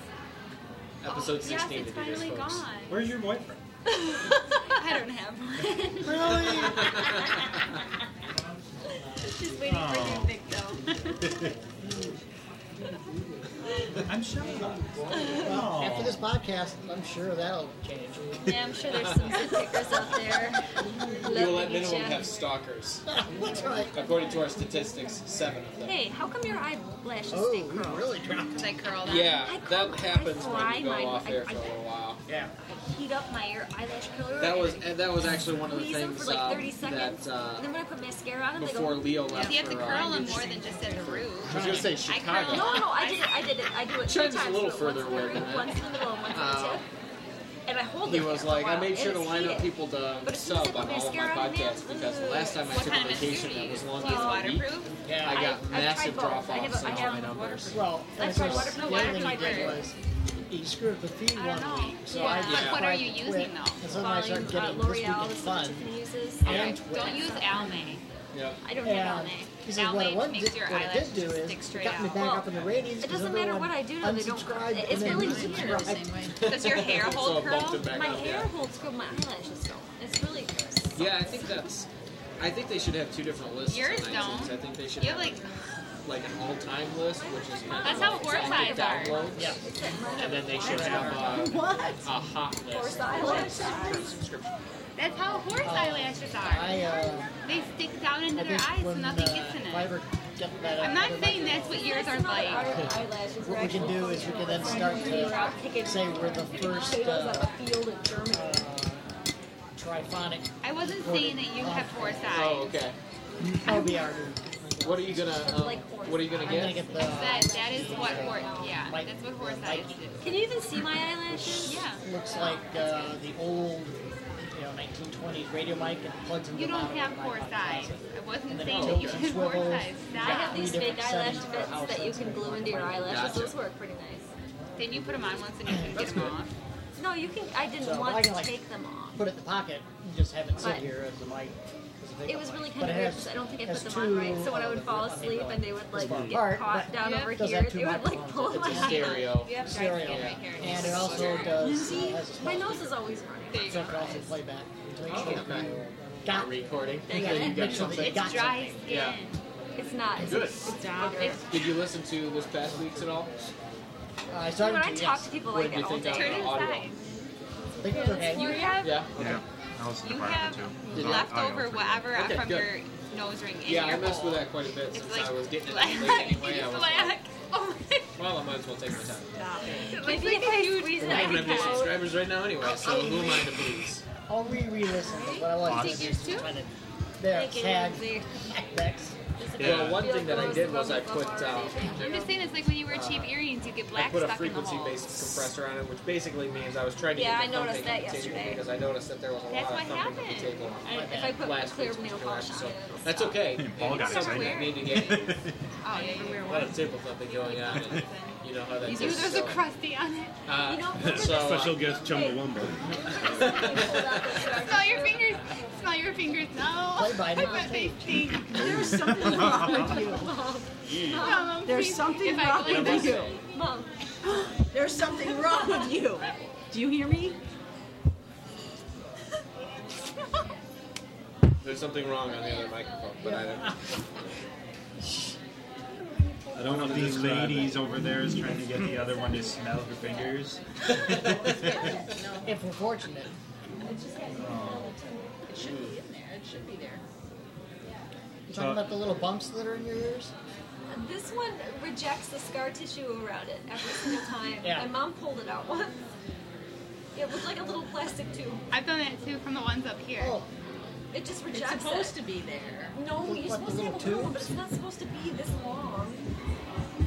Speaker 4: (laughs)
Speaker 5: Oh,
Speaker 4: episode
Speaker 8: Yes,
Speaker 4: 16
Speaker 8: it's
Speaker 4: to do this,
Speaker 8: finally
Speaker 4: folks.
Speaker 8: gone.
Speaker 9: Where's your boyfriend?
Speaker 5: I don't have one.
Speaker 1: Really?
Speaker 5: just waiting for
Speaker 9: Oh.
Speaker 5: you, Vic, though.
Speaker 9: (laughs) I'm shocked.
Speaker 1: Well, (laughs) after
Speaker 9: Oh.
Speaker 1: this podcast, I'm sure that'll change.
Speaker 5: (laughs)
Speaker 1: (laughs)
Speaker 5: Yeah, I'm sure there's some zip pickers out there.
Speaker 4: We will at
Speaker 5: loving each
Speaker 4: minimum
Speaker 5: other.
Speaker 4: have stalkers.
Speaker 1: That's right.
Speaker 4: According to our statistics, seven of them.
Speaker 5: Hey, how come your eyelashes
Speaker 1: Oh,
Speaker 5: stay
Speaker 1: we
Speaker 5: curled?
Speaker 1: really dropped.
Speaker 2: Because I curled up.
Speaker 4: Yeah,
Speaker 5: I
Speaker 4: that
Speaker 5: cook- I
Speaker 4: happens when
Speaker 5: fry
Speaker 4: you go
Speaker 5: my-
Speaker 4: off
Speaker 5: I-
Speaker 4: air
Speaker 5: I-
Speaker 4: for a little while.
Speaker 1: Yeah.
Speaker 5: I heat up my ear- eyelash curler.
Speaker 4: That
Speaker 5: and
Speaker 4: was
Speaker 5: I
Speaker 4: and that was actually one of the
Speaker 5: squeeze them
Speaker 4: things
Speaker 5: for like
Speaker 4: uh,
Speaker 5: 30 seconds.
Speaker 4: that uh,
Speaker 5: and then when I put mascara on them, they
Speaker 4: before
Speaker 5: go.
Speaker 4: Leo left.
Speaker 2: You have to
Speaker 4: for, uh,
Speaker 2: curl them more than just at the root.
Speaker 4: I was gonna say Chicago.
Speaker 5: No, no, no, I did it. I did it. I do it two
Speaker 4: Chen's a
Speaker 5: times.
Speaker 4: little
Speaker 5: do it
Speaker 4: further
Speaker 5: once in the
Speaker 4: away
Speaker 5: root,
Speaker 4: than that.
Speaker 5: Once in the middle, and once in the
Speaker 4: Uh,
Speaker 5: tip. And I hold
Speaker 4: He
Speaker 5: it.
Speaker 4: was
Speaker 5: there for a
Speaker 4: like, I
Speaker 5: while.
Speaker 4: made
Speaker 5: It
Speaker 4: sure to
Speaker 5: is
Speaker 4: line up
Speaker 5: heated.
Speaker 4: people to
Speaker 5: But as soon
Speaker 4: sub
Speaker 5: as I
Speaker 4: on all
Speaker 5: put
Speaker 4: of my
Speaker 5: mascara on,
Speaker 4: podcasts
Speaker 5: man,
Speaker 4: because the last time I
Speaker 2: What
Speaker 4: took
Speaker 2: kind
Speaker 4: a
Speaker 2: of mascara
Speaker 4: vacation
Speaker 2: do you
Speaker 4: that
Speaker 2: use?
Speaker 4: was long
Speaker 2: Do you use
Speaker 4: as a week,
Speaker 2: waterproof?
Speaker 1: Yeah.
Speaker 4: I got
Speaker 5: I've tried
Speaker 4: massive
Speaker 5: both. I
Speaker 4: drop
Speaker 5: have a-
Speaker 4: offs on
Speaker 5: I
Speaker 4: all
Speaker 5: have
Speaker 4: my numbers.
Speaker 1: Well,
Speaker 5: That's
Speaker 1: and
Speaker 5: right,
Speaker 1: of course,
Speaker 5: waterproof
Speaker 1: the other thing
Speaker 5: water
Speaker 1: he
Speaker 5: filter.
Speaker 1: did was he screwed up the feed
Speaker 5: I don't
Speaker 1: one
Speaker 5: know.
Speaker 1: week. So I
Speaker 5: Yeah.
Speaker 1: just
Speaker 4: Like,
Speaker 2: what
Speaker 1: tried
Speaker 2: are you
Speaker 1: to
Speaker 2: using,
Speaker 1: quit,
Speaker 2: though?
Speaker 1: And so then I
Speaker 5: Volume,
Speaker 1: started
Speaker 5: uh,
Speaker 1: getting this week
Speaker 5: L'Oreal
Speaker 1: in
Speaker 5: is
Speaker 1: fun.
Speaker 5: what Tiffany uses.
Speaker 1: And
Speaker 2: Okay, Don't use Almay.
Speaker 4: Yep.
Speaker 5: I don't have
Speaker 1: And
Speaker 5: Almay.
Speaker 1: he said, what,
Speaker 2: Almay
Speaker 1: it was-
Speaker 2: makes your
Speaker 1: what it
Speaker 2: eyelashes
Speaker 1: did do
Speaker 2: just
Speaker 1: is
Speaker 2: stick
Speaker 1: it
Speaker 2: straight
Speaker 1: got me
Speaker 2: out.
Speaker 1: back up in the ratings.
Speaker 5: It
Speaker 1: 'cause
Speaker 5: doesn't matter
Speaker 1: everyone
Speaker 5: what I do, though. They don't.
Speaker 1: unsubscribed and
Speaker 5: It's
Speaker 1: then
Speaker 5: really
Speaker 1: resubscribed.
Speaker 5: weird.
Speaker 3: Same way.
Speaker 2: Does your hair
Speaker 4: So
Speaker 2: hold
Speaker 4: it bumped
Speaker 2: curl?
Speaker 4: it back
Speaker 5: My
Speaker 4: up,
Speaker 5: hair
Speaker 4: yeah.
Speaker 5: holds good. My eyelashes don't. It's really gross.
Speaker 4: Yeah, I think that's. I think they should have two different lists. on
Speaker 2: Yours
Speaker 4: iTunes.
Speaker 2: don't.
Speaker 4: I think they should
Speaker 2: You have
Speaker 4: have
Speaker 2: like,
Speaker 4: like an all-time list, which is kind
Speaker 2: that's
Speaker 4: of
Speaker 2: how
Speaker 4: like
Speaker 2: horse eyes are.
Speaker 4: downloads, and then they should have a,
Speaker 5: (laughs) What?
Speaker 4: Uh, a hot
Speaker 5: Horse
Speaker 4: list.
Speaker 5: eyelashes.
Speaker 4: Subscription.
Speaker 8: That's how horse eyelashes are.
Speaker 1: I, uh,
Speaker 8: They stick down
Speaker 1: I
Speaker 8: into their
Speaker 1: think
Speaker 8: eyes so
Speaker 1: when,
Speaker 8: nothing
Speaker 1: uh,
Speaker 8: gets in
Speaker 1: if I
Speaker 8: it.
Speaker 1: ever get that
Speaker 8: I'm
Speaker 1: out,
Speaker 8: not
Speaker 1: I'd like
Speaker 8: saying
Speaker 1: to-
Speaker 8: that's what yours are like.
Speaker 5: eyelashes
Speaker 1: What we can do is we can then start to say we're the first uh,
Speaker 5: field in Germany.
Speaker 1: triphonic.
Speaker 8: I wasn't saying that you have horse
Speaker 4: Oh,
Speaker 8: eyes.
Speaker 4: okay.
Speaker 1: That'll be our.
Speaker 4: What are you gonna? Um, what are you gonna
Speaker 1: I'm gonna
Speaker 4: get?
Speaker 1: get the.
Speaker 2: That, that is what horse, yeah, that's what horse eyes do.
Speaker 5: Can you even see my eyelashes?
Speaker 2: Yeah.
Speaker 1: looks like uh, the old, you know, 1920s radio mic and plugs into
Speaker 2: You
Speaker 1: the
Speaker 2: don't
Speaker 1: bottom
Speaker 2: have
Speaker 1: of the
Speaker 2: horse
Speaker 1: iPod
Speaker 2: eyes.
Speaker 1: closet.
Speaker 2: I wasn't
Speaker 1: And then
Speaker 2: saying
Speaker 1: it
Speaker 2: that you
Speaker 1: tilts and
Speaker 2: have horse
Speaker 1: swivels.
Speaker 2: eyes.
Speaker 5: I have these
Speaker 1: Three
Speaker 5: big
Speaker 1: different
Speaker 5: eyelash
Speaker 1: settings per
Speaker 5: bits
Speaker 1: house,
Speaker 5: that you
Speaker 1: that's
Speaker 5: can
Speaker 1: gonna
Speaker 5: glue
Speaker 1: work
Speaker 5: into your
Speaker 1: fine.
Speaker 5: eyelashes.
Speaker 4: Gotcha.
Speaker 5: Those work pretty nice.
Speaker 2: Then you put them on once and you can get them off.
Speaker 5: No, you can. I didn't
Speaker 1: So I
Speaker 5: want
Speaker 1: can,
Speaker 5: to
Speaker 1: like,
Speaker 5: take them off.
Speaker 1: Put it in the pocket and just have it sit
Speaker 5: But-
Speaker 1: here as a mic. as a pickup
Speaker 5: It was really
Speaker 1: mic.
Speaker 5: kind
Speaker 1: But
Speaker 5: of
Speaker 1: it
Speaker 5: weird
Speaker 1: has-
Speaker 5: because I don't think I
Speaker 1: has
Speaker 5: put them on right.
Speaker 1: two
Speaker 5: So when I would
Speaker 1: of
Speaker 5: fall
Speaker 1: the-
Speaker 5: asleep and they would like
Speaker 1: far
Speaker 5: get
Speaker 1: apart,
Speaker 5: caught
Speaker 1: but
Speaker 5: down over
Speaker 1: does
Speaker 5: here,
Speaker 1: have two
Speaker 5: they would like
Speaker 1: microphones.
Speaker 5: pull
Speaker 1: It's
Speaker 5: my
Speaker 1: a
Speaker 4: Stereo.
Speaker 2: You have dry skin
Speaker 1: stereo,
Speaker 2: right here.
Speaker 1: and it also does uh, has a small
Speaker 5: My nose
Speaker 1: speaker,
Speaker 5: is always running.
Speaker 2: There you
Speaker 1: so it can
Speaker 2: go.
Speaker 1: also play back to make sure that
Speaker 4: Okay.
Speaker 1: you
Speaker 4: Not
Speaker 1: got
Speaker 4: recording.
Speaker 5: Did I
Speaker 1: yeah,
Speaker 4: you
Speaker 5: get it?
Speaker 4: got
Speaker 1: make sure that you
Speaker 4: something.
Speaker 1: got
Speaker 2: It's dry
Speaker 1: something.
Speaker 2: skin.
Speaker 4: Yeah.
Speaker 5: It's not. It's,
Speaker 4: Good.
Speaker 5: it's dark. It's,
Speaker 4: Did you listen to this past week's at all?
Speaker 1: Uh, I
Speaker 5: when
Speaker 1: started to,
Speaker 5: I talk
Speaker 1: yes.
Speaker 5: to people
Speaker 4: What
Speaker 5: like
Speaker 4: did you
Speaker 5: that all
Speaker 4: think
Speaker 5: day.
Speaker 4: of
Speaker 2: Turn it
Speaker 4: the audio?
Speaker 2: aside.
Speaker 1: I think it was okay.
Speaker 2: You have
Speaker 4: Yeah. Okay.
Speaker 9: Yeah, I was
Speaker 2: you
Speaker 9: surprised
Speaker 2: have
Speaker 9: too.
Speaker 2: left
Speaker 9: I- I
Speaker 2: over
Speaker 9: don't
Speaker 2: whatever
Speaker 4: Okay,
Speaker 2: from
Speaker 4: good.
Speaker 2: your nose ring in
Speaker 4: Yeah,
Speaker 2: your
Speaker 4: I messed
Speaker 2: bowl.
Speaker 4: with that quite a bit
Speaker 2: It's
Speaker 4: since
Speaker 2: like
Speaker 4: I was getting it
Speaker 2: black.
Speaker 4: late
Speaker 8: (laughs)
Speaker 2: (laughs)
Speaker 4: anyway. I was like,
Speaker 2: black. Oh my
Speaker 4: well, I might as well take my time.
Speaker 2: god.
Speaker 5: Maybe if I squeeze it,
Speaker 4: I
Speaker 5: I
Speaker 4: don't
Speaker 5: could
Speaker 4: have any
Speaker 5: go.
Speaker 4: subscribers right now anyway, so who am I to please?
Speaker 1: I'll re-re-listen to what I was.
Speaker 9: Awesome.
Speaker 1: listening to, trying to That tag. That's
Speaker 4: Well, one thing that I did was I put um,
Speaker 8: I'm just saying, it's like when you wear cheap earrings, you get
Speaker 4: I
Speaker 8: black
Speaker 4: put a
Speaker 8: stuck in the holes.
Speaker 4: frequency-based compressor on it, which basically means I was trying to
Speaker 8: Yeah,
Speaker 4: get the
Speaker 8: I noticed
Speaker 4: thumping
Speaker 8: that
Speaker 4: to continue
Speaker 8: yesterday.
Speaker 4: because I noticed that there was a
Speaker 8: That's
Speaker 4: lot
Speaker 8: what
Speaker 4: of thumping at the
Speaker 8: happened.
Speaker 4: table.
Speaker 8: I- if I put
Speaker 4: last
Speaker 8: clear
Speaker 4: week's
Speaker 8: nail
Speaker 4: interaction,
Speaker 8: polish
Speaker 4: so
Speaker 8: on it,
Speaker 4: that's okay. (laughs)
Speaker 9: Paul
Speaker 4: It's
Speaker 9: got
Speaker 4: something
Speaker 9: excited.
Speaker 4: I need to get.
Speaker 8: Oh, yeah, you wear
Speaker 4: A
Speaker 8: one.
Speaker 4: lot of table thumping going on. And you know how that
Speaker 8: You
Speaker 4: goes.
Speaker 8: do, there's a
Speaker 4: so-
Speaker 8: crusty on it.
Speaker 4: Uh,
Speaker 8: You know, look at this.
Speaker 7: Special guest Chumbawamba.
Speaker 8: Smell your fingers. Smell your fingers. No.
Speaker 1: Play by
Speaker 8: I
Speaker 1: now.
Speaker 8: bet they stink.
Speaker 3: There's something wrong with you.
Speaker 8: Mom,
Speaker 3: There's
Speaker 8: please,
Speaker 3: something
Speaker 8: if I
Speaker 3: wrong
Speaker 8: blink,
Speaker 3: with you.
Speaker 8: Mom,
Speaker 3: There's something wrong with you. Do you hear me?
Speaker 4: There's something wrong on the other microphone, but I don't.
Speaker 7: I don't want to
Speaker 9: These
Speaker 7: describe
Speaker 9: ladies over there is trying to get the other one to smell her fingers.
Speaker 1: if we're fortunate.
Speaker 3: It should be in there. It should be there.
Speaker 1: You talking about the little bumps that are in your ears?
Speaker 5: (laughs) This one rejects the scar tissue around it every single time.
Speaker 1: Yeah.
Speaker 5: My mom pulled it out once. It looked like a little plastic tube.
Speaker 8: I've done that too from the ones up here.
Speaker 1: Oh,
Speaker 5: It just
Speaker 3: It's
Speaker 5: rejects
Speaker 3: supposed to be there.
Speaker 5: it. No, you're
Speaker 1: What, the
Speaker 5: supposed to have a
Speaker 1: little
Speaker 5: little
Speaker 1: tubes?
Speaker 5: one, but it's not supposed to be this long.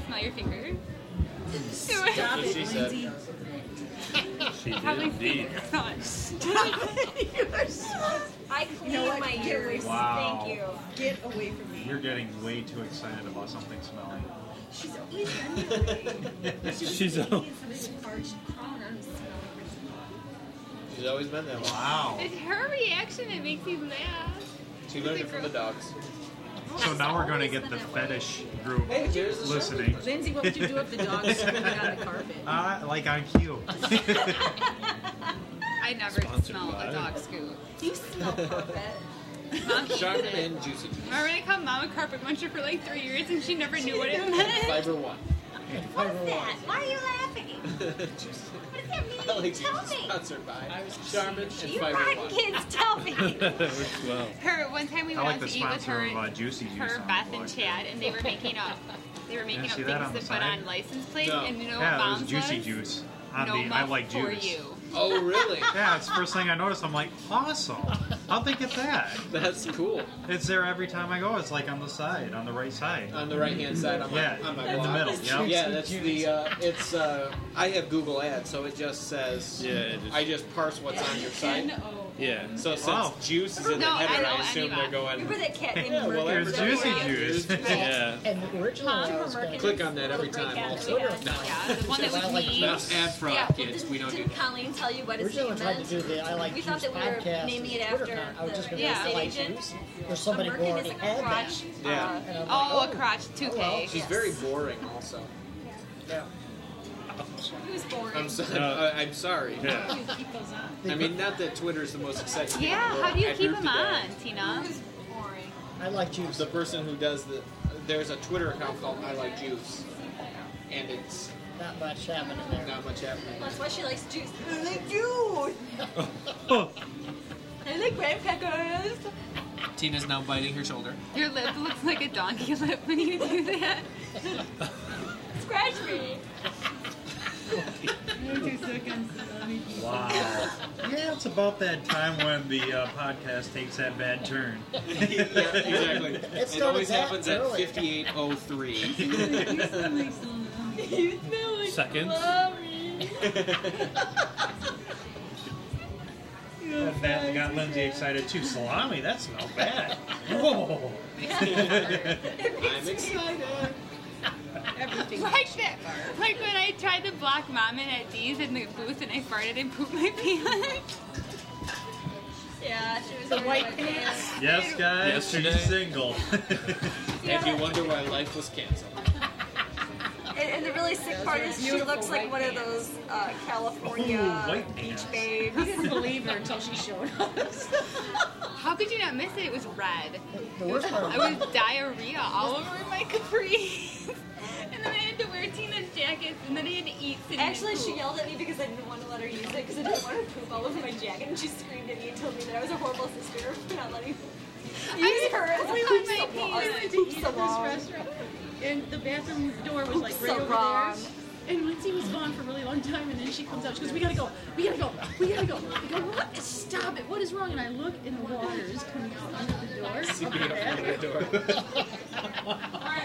Speaker 8: Smell your fingers. (laughs)
Speaker 3: Stop
Speaker 4: That's what she
Speaker 3: it,
Speaker 4: said.
Speaker 3: Lindsay.
Speaker 7: it. She did
Speaker 8: Probably
Speaker 7: indeed.
Speaker 8: stink. Smell it.
Speaker 5: I clean
Speaker 3: know what?
Speaker 5: my ears.
Speaker 9: Wow.
Speaker 5: Thank you.
Speaker 3: Get away from me.
Speaker 9: You're getting way too excited about something smelling.
Speaker 5: She's always annoying.
Speaker 7: She's
Speaker 8: (laughs)
Speaker 7: a,
Speaker 4: She's always been that
Speaker 9: (laughs)
Speaker 4: way.
Speaker 9: Wow.
Speaker 8: It's her reaction that makes you laugh.
Speaker 4: She learned it from the dogs.
Speaker 9: So now we're going to get the fetish group
Speaker 4: Hey, here's the
Speaker 9: listening.
Speaker 3: Lindsay, what would you do if the
Speaker 4: (laughs)
Speaker 3: dog spilled on the carpet?
Speaker 9: Uh, like on
Speaker 8: (laughs)
Speaker 9: cue.
Speaker 2: I never
Speaker 7: Sponsored
Speaker 2: smell
Speaker 7: by-
Speaker 2: a dog
Speaker 9: (laughs)
Speaker 2: scoot.
Speaker 5: (laughs) You
Speaker 1: (laughs)
Speaker 5: smell carpet.
Speaker 8: Mom hated it.
Speaker 4: Charmin and Juicy Juice.
Speaker 8: Remember when I called Mom a carpet muncher for like three years and she never knew what it (laughs) meant?
Speaker 4: Fiber one.
Speaker 5: What's that? Why are you laughing?
Speaker 4: Juice.
Speaker 5: What does that mean?
Speaker 4: I like
Speaker 5: tell
Speaker 4: Juice.
Speaker 5: me.
Speaker 4: Sponsored by Charmin and
Speaker 5: You
Speaker 4: Fiber
Speaker 5: rotten
Speaker 4: one.
Speaker 5: kids, tell me.
Speaker 7: works well.
Speaker 8: Her one time we
Speaker 9: I like
Speaker 8: went out
Speaker 9: the
Speaker 8: to eat with
Speaker 9: sponsor
Speaker 8: her,
Speaker 9: of uh, Juicy Juice.
Speaker 8: her
Speaker 9: on the
Speaker 8: Beth and
Speaker 9: blog.
Speaker 8: Chad, and they were making up. They were making
Speaker 9: Yeah,
Speaker 8: up
Speaker 9: see
Speaker 8: things
Speaker 9: that on
Speaker 8: to
Speaker 9: the
Speaker 8: put
Speaker 9: side?
Speaker 8: on license plates,
Speaker 4: No.
Speaker 8: and you know
Speaker 9: Yeah,
Speaker 8: what
Speaker 9: it
Speaker 8: Mom's
Speaker 9: was Juicy
Speaker 8: was?
Speaker 9: Juice. On
Speaker 8: No
Speaker 9: the, I
Speaker 8: muff
Speaker 9: like
Speaker 8: for
Speaker 9: juice.
Speaker 8: you.
Speaker 4: Oh, really?
Speaker 9: Yeah, it's the first thing I noticed. I'm like, awesome. How'd they get that?
Speaker 4: That's cool.
Speaker 9: It's there every time I go. It's like on the side, on the right side.
Speaker 4: On the right hand side on my,
Speaker 9: Yeah,
Speaker 4: on my
Speaker 9: in the
Speaker 4: blog.
Speaker 9: middle. Yep.
Speaker 4: Yeah, that's the. Uh, it's. Uh, I have Google Ads, so it just says.
Speaker 7: Yeah, it just-
Speaker 4: I just parse what's on your site.
Speaker 7: Yeah.
Speaker 4: So since
Speaker 9: Wow.
Speaker 4: juice is in the
Speaker 8: No, I
Speaker 4: header,
Speaker 8: know
Speaker 4: I assume
Speaker 8: Andy
Speaker 4: they're
Speaker 8: Bach.
Speaker 4: going.
Speaker 5: Remember that cat named
Speaker 4: Yeah, well,
Speaker 5: Mercury?
Speaker 9: There's Juicy Juice.
Speaker 7: Yeah.
Speaker 1: And originally I was gonna-
Speaker 4: Um, Click on that every time. Also,
Speaker 2: Yeah, the one that
Speaker 1: I
Speaker 2: was
Speaker 1: like
Speaker 2: me.
Speaker 1: that.
Speaker 4: (laughs) not ad fraud,
Speaker 5: Yeah, well,
Speaker 4: kids.
Speaker 5: didn't,
Speaker 4: We don't do
Speaker 5: didn't
Speaker 4: that.
Speaker 5: Colleen tell you what
Speaker 1: We
Speaker 5: it's
Speaker 1: originally
Speaker 5: name
Speaker 1: tried to
Speaker 5: meant?
Speaker 1: do the I Like
Speaker 5: We
Speaker 1: Juice
Speaker 5: thought that we were
Speaker 1: podcast.
Speaker 5: naming it
Speaker 1: Twitter
Speaker 5: after
Speaker 1: account. I was
Speaker 5: the
Speaker 1: just going to
Speaker 2: real
Speaker 1: say I
Speaker 2: estate
Speaker 1: Like
Speaker 5: agent.
Speaker 1: Juice. There's
Speaker 5: A
Speaker 1: somebody who
Speaker 5: Mercury
Speaker 1: already
Speaker 5: is a
Speaker 1: had that.
Speaker 5: crotch. Uh,
Speaker 4: Yeah.
Speaker 1: And I was
Speaker 2: Oh,
Speaker 1: like,
Speaker 2: a crotch 2K.
Speaker 1: well.
Speaker 4: She's very boring, also.
Speaker 1: Yeah.
Speaker 5: It was boring.
Speaker 4: I'm sorry.
Speaker 7: No.
Speaker 4: I- I'm sorry.
Speaker 7: Yeah.
Speaker 4: I mean, not that Twitter's the most exciting. thing in the
Speaker 2: Yeah,
Speaker 4: world.
Speaker 2: how do you
Speaker 4: I
Speaker 2: keep
Speaker 4: heard
Speaker 2: them
Speaker 4: today,
Speaker 2: on, Tina?
Speaker 5: boring.
Speaker 1: I like Juice.
Speaker 4: The person who does the there's a Twitter account called I Like Juice, and it's
Speaker 1: Not much happening there.
Speaker 4: not much happening.
Speaker 5: That's why she likes juice. I like juice. I like graham crackers.
Speaker 4: Tina's now biting her shoulder.
Speaker 2: Your lip looks like a
Speaker 8: (laughs)
Speaker 2: donkey lip when you do that.
Speaker 5: Scratch me.
Speaker 9: Wow. Yeah, it's about that time when the uh, podcast takes that bad turn.
Speaker 4: (laughs) yeah, exactly. It,
Speaker 1: started
Speaker 4: always
Speaker 1: that
Speaker 4: happens
Speaker 1: early.
Speaker 4: at (laughs) 5803.
Speaker 5: you smell like
Speaker 7: Seconds.
Speaker 5: mommy.
Speaker 9: that got Lindsay excited too. Salami, that smells bad. Whoa.
Speaker 4: I'm excited.
Speaker 3: Everything.
Speaker 8: Like that, like when I tried to block Mom in at D's in the booth and I farted and pooped my (laughs) pants.
Speaker 5: Yeah, she was the white pants.
Speaker 9: Yes, guys.
Speaker 7: Yesterday.
Speaker 9: She's single.
Speaker 4: And you wonder why life was (laughs) canceled.
Speaker 5: And, and the really sick part is she looks like one of those uh, California
Speaker 9: Ooh, white
Speaker 5: beach
Speaker 9: pants.
Speaker 5: babes.
Speaker 3: We
Speaker 4: (laughs)
Speaker 3: didn't believe her until she showed us.
Speaker 8: How could you not miss it? It was red.
Speaker 1: The worst part
Speaker 8: I was (laughs) diarrhea all over my capris. (laughs) and then I had to wear Tina's jackets and then I had to eat sitting in
Speaker 5: Actually, she
Speaker 8: pool.
Speaker 5: yelled at me because I didn't want to let her use it because I didn't want her to poop all over my jacket, and she screamed at me and told me that I was a horrible sister for not letting use her as a
Speaker 8: only
Speaker 5: poop
Speaker 8: let my
Speaker 5: salon.
Speaker 8: pee in.
Speaker 5: Poop
Speaker 3: Eat at this
Speaker 5: salon.
Speaker 3: restaurant, and the bathroom door was like right
Speaker 5: So
Speaker 3: over
Speaker 5: wrong.
Speaker 3: there. And Lindsay was gone for a really long time, and then she comes out. She goes, "We gotta go. We gotta go. We gotta go." I go, "What? Stop it! What is wrong, and I look, and the water is coming out under the door.
Speaker 4: Seeping out under the door.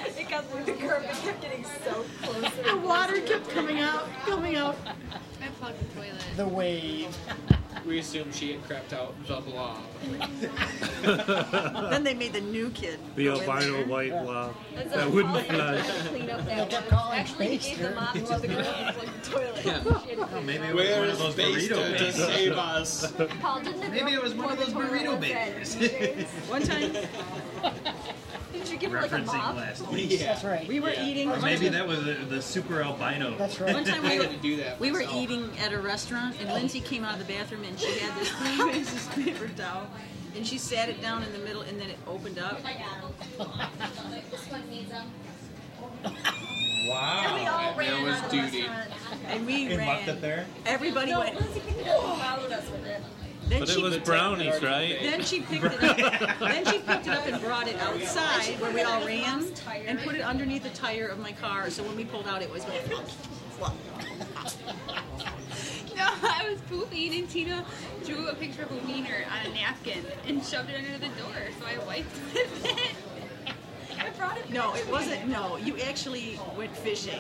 Speaker 5: it got through the curb and kept getting so close.
Speaker 3: The water kept coming out, coming out.
Speaker 2: I plugged the
Speaker 8: (laughs)
Speaker 2: toilet.
Speaker 1: The wave.
Speaker 4: We assume she had crept out the blob.
Speaker 8: then they made the new kid.
Speaker 7: The
Speaker 8: go in
Speaker 7: albino
Speaker 8: there.
Speaker 7: white uh, blob
Speaker 5: That's
Speaker 7: that
Speaker 5: a
Speaker 7: wouldn't
Speaker 5: holiday.
Speaker 7: flush.
Speaker 5: Clean up that one. Actually, he gave the mop to the girl who plugged the toilet. She had to clean
Speaker 9: Maybe
Speaker 5: up.
Speaker 9: it was one of those
Speaker 4: Based
Speaker 9: burrito
Speaker 4: to
Speaker 9: (laughs) babies.
Speaker 4: save us. (laughs)
Speaker 5: Paul, didn't the
Speaker 9: Maybe
Speaker 5: girl
Speaker 9: it was one of
Speaker 5: who
Speaker 9: those
Speaker 5: plugged the toilet
Speaker 9: burrito
Speaker 5: with that-
Speaker 9: babies.
Speaker 8: One time
Speaker 5: Did you give her like a
Speaker 9: Referencing
Speaker 5: mop?
Speaker 9: last week.
Speaker 1: That's right.
Speaker 8: we were eating.
Speaker 9: Or maybe that was the, the super albino.
Speaker 1: That's
Speaker 8: One
Speaker 1: right.
Speaker 9: (laughs)
Speaker 8: time
Speaker 4: I
Speaker 8: we were,
Speaker 4: had to do that.
Speaker 8: we were
Speaker 4: myself.
Speaker 8: eating at a restaurant, and Lindsay came out of the bathroom, and she had
Speaker 4: (laughs)
Speaker 8: this thing, it was (laughs) this paper towel, and she sat it down in the middle, and then it opened up.
Speaker 9: Wow.
Speaker 4: And there was duty.
Speaker 8: And we
Speaker 9: And left it
Speaker 8: ran.
Speaker 9: there.
Speaker 8: Everybody
Speaker 5: No,
Speaker 8: went.
Speaker 5: Lindsay picked it up and followed us with it.
Speaker 8: Then
Speaker 7: But
Speaker 8: she
Speaker 7: it was brownies, right?
Speaker 8: Then she picked it up. then she picked it up and brought it outside where we all ran and put it underneath the tire of my car. So when we pulled out, it was like,
Speaker 2: No, I was pooping and Tina drew a picture of a wiener on a napkin and shoved it under the door, so I
Speaker 8: (laughs)
Speaker 2: wiped with it. I brought it.
Speaker 8: no, it wasn't. No, you actually went fishing.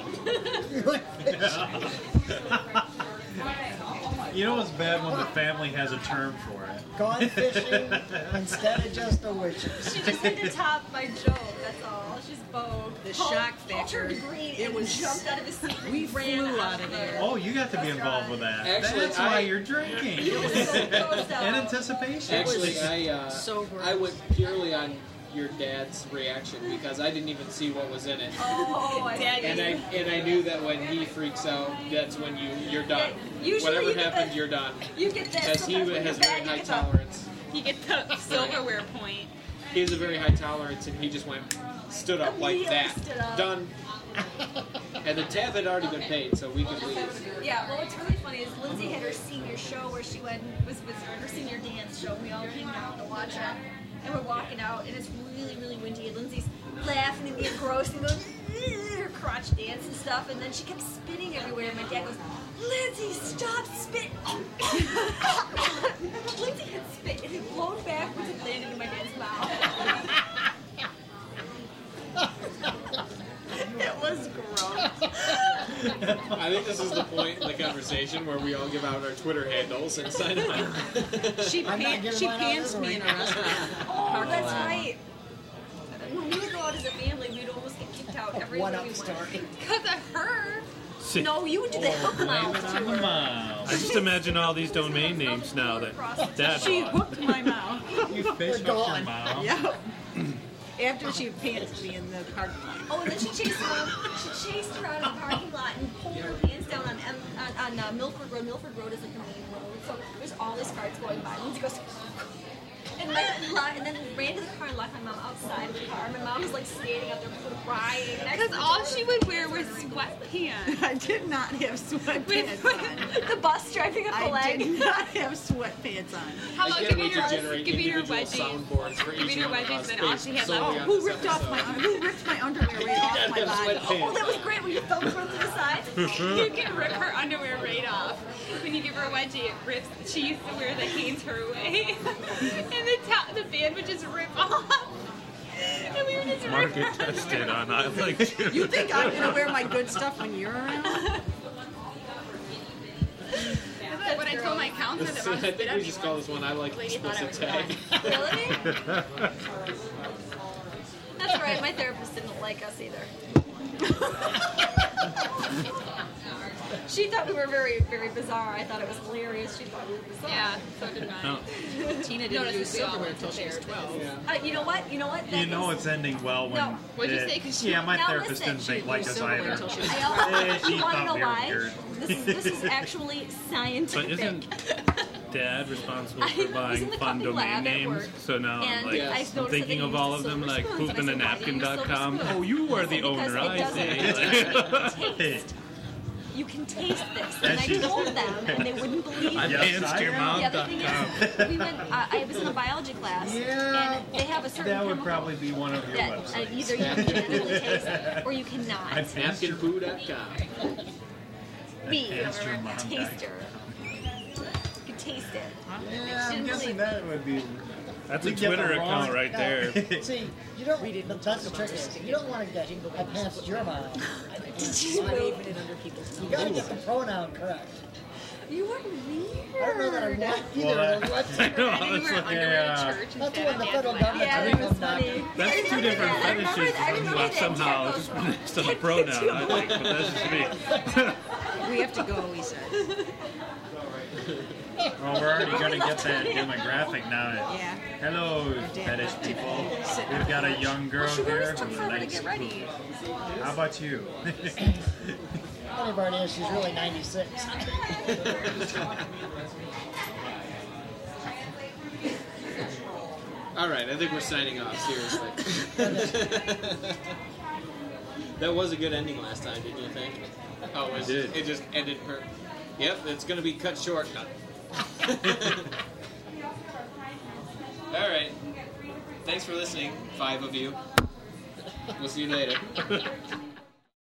Speaker 9: You know what's bad when the family has a term for it.
Speaker 1: Gone
Speaker 9: (laughs)
Speaker 1: fishing instead of just the witches.
Speaker 5: She just had to top my joke, that's all. She's bold.
Speaker 8: The
Speaker 5: Paul-
Speaker 8: shock
Speaker 5: Paul
Speaker 8: factor.
Speaker 5: turned green
Speaker 8: It
Speaker 5: and
Speaker 8: was-
Speaker 5: jumped out of his seat.
Speaker 8: we
Speaker 5: and ran
Speaker 8: flew
Speaker 5: out
Speaker 8: out of
Speaker 5: the
Speaker 8: there.
Speaker 9: Oh, you got to be involved with that.
Speaker 4: Actually,
Speaker 9: That's why
Speaker 4: I-
Speaker 9: you're drinking.
Speaker 5: It was so gross
Speaker 9: (laughs) In
Speaker 5: out.
Speaker 9: anticipation.
Speaker 4: Actually, I uh,
Speaker 8: so gross.
Speaker 4: I went purely on your dad's reaction because I didn't even see what was in it,
Speaker 5: Oh, I
Speaker 4: and I and I knew that when he freaks out, that's when you you're done.
Speaker 5: Usually
Speaker 4: Whatever
Speaker 5: you get
Speaker 4: happened,
Speaker 5: the-
Speaker 4: you're done.
Speaker 5: You get that.
Speaker 4: Because he
Speaker 5: sometimes when
Speaker 4: has
Speaker 5: you're
Speaker 4: very
Speaker 5: bad,
Speaker 4: high
Speaker 5: you get the-
Speaker 4: tolerance.
Speaker 2: You get
Speaker 8: (laughs)
Speaker 2: the silverware point.
Speaker 4: He has a very high tolerance, and he just went stood up like
Speaker 5: Immediately
Speaker 4: that,
Speaker 5: stood up.
Speaker 4: done. And the tab had already been paid, so we could leave.
Speaker 5: Yeah, well, what's really funny is Lindsay had her senior show where she went, was, was her senior dance show, and we all came out to watch it. And we're walking out, and it's really, really windy, and Lindsay's laughing and being gross and going, "Ugh," her crotch dance and stuff, and then she kept spitting everywhere, and my dad goes, Lindsay, stop spitting! (coughs) Lindsay had spit, and it blown backwards and landed in my dad's mouth.
Speaker 8: It was gross.
Speaker 4: I think this is the point in the conversation where we all give out our Twitter handles and sign up.
Speaker 8: She,
Speaker 1: I'm not
Speaker 8: pan-
Speaker 1: giving
Speaker 8: she
Speaker 1: mine out
Speaker 8: pants me in a restaurant.
Speaker 5: Oh, that's right. When we would go out as a family, we'd almost get kicked out every
Speaker 1: One
Speaker 5: time we
Speaker 1: up
Speaker 5: went. (laughs)
Speaker 1: story.
Speaker 5: Because of her.
Speaker 7: See,
Speaker 5: No, you would do the hook mouth to her.
Speaker 9: Wow.
Speaker 7: I just imagine all these domain names now that dad
Speaker 8: She
Speaker 7: bought.
Speaker 8: hooked my mouth.
Speaker 9: You fish hooked your
Speaker 1: gone.
Speaker 8: (laughs)
Speaker 9: mom.
Speaker 8: Yep. (clears throat) After she pants me in the parking lot.
Speaker 5: Oh, and then she chased her. She chased her out of the parking lot and pulled her hands down on M, on, on uh, Milford Road. Milford Road is like the main road, so there's all these cars going by. And she goes. (laughs) And, my, lo- and then ran to the car and locked my mom outside the car. My mom was like standing out there crying. next to
Speaker 2: Because
Speaker 5: the
Speaker 2: all
Speaker 5: door.
Speaker 2: she would wear was sweatpants.
Speaker 8: I did not have sweatpants on.
Speaker 5: (laughs) the bus driving up the
Speaker 8: I
Speaker 5: leg.
Speaker 8: did not have sweatpants on.
Speaker 2: How about
Speaker 4: Again, we
Speaker 2: computer,
Speaker 4: generate
Speaker 2: computer
Speaker 4: individual
Speaker 2: wedgies?
Speaker 4: soundboards for each uh,
Speaker 2: Computer
Speaker 4: one of
Speaker 2: wedgies,
Speaker 4: us
Speaker 2: and all
Speaker 4: based
Speaker 2: she had
Speaker 4: solely
Speaker 2: left.
Speaker 4: on
Speaker 8: Who
Speaker 4: this
Speaker 8: ripped off my
Speaker 4: episode.
Speaker 8: who ripped my underwear right
Speaker 4: (laughs)
Speaker 8: off my body?
Speaker 5: Oh, that was great when you thumbed from to the side.
Speaker 2: You can rip her underwear right off. When you give her a wedgie, it rips. She used to wear the Hanes her way, (laughs) and the top, the band would just rip off. And we were just ripping
Speaker 7: Market
Speaker 2: her
Speaker 7: tested
Speaker 2: underwear.
Speaker 7: on I like you.
Speaker 8: You think I'm gonna wear my good stuff when you're around?
Speaker 2: That's what I told my counselor that
Speaker 4: So I
Speaker 2: mom
Speaker 4: think
Speaker 2: spit on
Speaker 4: we
Speaker 2: me
Speaker 4: just call
Speaker 2: once.
Speaker 4: this one I like
Speaker 2: Lady thought I
Speaker 4: explicit
Speaker 2: was
Speaker 4: tag. (laughs)
Speaker 5: Really? (laughs) That's right. My therapist didn't like us
Speaker 2: (laughs)
Speaker 5: either. (laughs) she thought we were very, very bizarre. I thought it was hilarious. She thought we were bizarre.
Speaker 2: Yeah, so did mine.
Speaker 7: No.
Speaker 8: Tina
Speaker 2: No,
Speaker 8: didn't
Speaker 2: no,
Speaker 8: use
Speaker 2: we all
Speaker 8: silverware
Speaker 2: went to
Speaker 8: until she was
Speaker 2: therapy.
Speaker 8: 12.
Speaker 4: Yeah.
Speaker 5: Uh, you know what? You know what?
Speaker 9: You
Speaker 5: That
Speaker 9: know
Speaker 5: is-
Speaker 9: it's ending well when.
Speaker 5: No.
Speaker 2: What'd you
Speaker 9: it-
Speaker 2: say? 'Cause she-
Speaker 9: yeah, my
Speaker 5: now
Speaker 9: therapist
Speaker 5: listen,
Speaker 9: didn't
Speaker 5: she
Speaker 9: think like
Speaker 8: used
Speaker 9: us
Speaker 8: silverware
Speaker 9: either. (laughs)
Speaker 8: until she
Speaker 7: (laughs)
Speaker 8: was-
Speaker 5: I also,
Speaker 9: She
Speaker 5: you want to
Speaker 9: thought
Speaker 5: know
Speaker 9: we were
Speaker 5: why?
Speaker 9: weird.
Speaker 5: This is, this is actually scientific. (laughs)
Speaker 7: But isn't dad responsible
Speaker 5: I was (laughs)
Speaker 7: for
Speaker 5: in
Speaker 7: buying
Speaker 5: the
Speaker 7: fun
Speaker 5: cooking
Speaker 7: domain
Speaker 5: lab at
Speaker 7: names?
Speaker 5: work,
Speaker 7: So now I'm
Speaker 5: and
Speaker 7: like
Speaker 5: I've noticed
Speaker 7: I'm
Speaker 5: that
Speaker 7: thinking
Speaker 5: they
Speaker 7: of
Speaker 5: use
Speaker 7: all
Speaker 5: the
Speaker 7: of them,
Speaker 5: silver
Speaker 7: like
Speaker 5: spoons, and I said, "Why do you use silver
Speaker 7: poopinanapkin.com.
Speaker 5: spoons?"
Speaker 7: Oh, you were
Speaker 5: Because
Speaker 7: the
Speaker 5: it
Speaker 7: owner, I
Speaker 5: doesn't
Speaker 7: see. (laughs)
Speaker 5: taste. You can taste this. And I
Speaker 9: That's
Speaker 5: told them, and they
Speaker 7: (laughs)
Speaker 5: wouldn't believe
Speaker 7: I
Speaker 5: me.
Speaker 9: Yes,
Speaker 7: danced
Speaker 9: I
Speaker 7: your
Speaker 9: am.
Speaker 7: mom.
Speaker 5: The other thing is, we went, uh, I was in a biology class,
Speaker 1: Yeah.
Speaker 5: and they have a certain
Speaker 9: That would
Speaker 5: chemical
Speaker 9: probably be one of your
Speaker 5: that uh,
Speaker 9: websites.
Speaker 5: either you can genetically taste or you
Speaker 7: (laughs)
Speaker 5: cannot.
Speaker 9: I passed your,
Speaker 4: Napkinpoo.com.
Speaker 5: B,
Speaker 9: I passed your mom.
Speaker 5: taster. You could taste it.
Speaker 1: Yeah,
Speaker 5: She
Speaker 1: I'm
Speaker 5: didn't
Speaker 1: guessing
Speaker 6: Even that would be.
Speaker 7: That's a
Speaker 6: we'd get the
Speaker 7: Twitter
Speaker 6: wrong-
Speaker 7: account right there.
Speaker 1: (laughs) See, you don't. We didn't that's the trick. is, You don't want to get I passed your mile. Did you
Speaker 19: Not
Speaker 1: know?
Speaker 19: even in under people's
Speaker 1: You gotta get the pronoun correct.
Speaker 19: You are weird.
Speaker 1: I don't know that I want either.
Speaker 7: Well,
Speaker 1: of
Speaker 7: that-
Speaker 1: those. Let's-
Speaker 7: (laughs) I know, I
Speaker 4: (laughs)
Speaker 7: was like, yeah.
Speaker 1: (laughs) That's the one the federal government.
Speaker 5: Yeah,
Speaker 1: told
Speaker 5: that
Speaker 1: me
Speaker 5: was
Speaker 1: not to.
Speaker 5: funny.
Speaker 7: That's two different fetishes but somehow (laughs) next to the pronoun, I think, but that's just me.
Speaker 3: We have to go, he said.
Speaker 9: Well, we're already going to get that demographic now.
Speaker 3: Yeah.
Speaker 9: Hello, fetish people. We've got a young girl here who likes
Speaker 3: ready.
Speaker 9: poop. How about you?
Speaker 1: (laughs) Funny part is, she's really 96.
Speaker 4: All right, I think we're signing off. Seriously. (laughs) that was a good ending last time, didn't you think? Oh, it, did. It just ended her. Yep, it's going to be cut short. No. (laughs) All right. Thanks for listening, five of you. We'll see you later.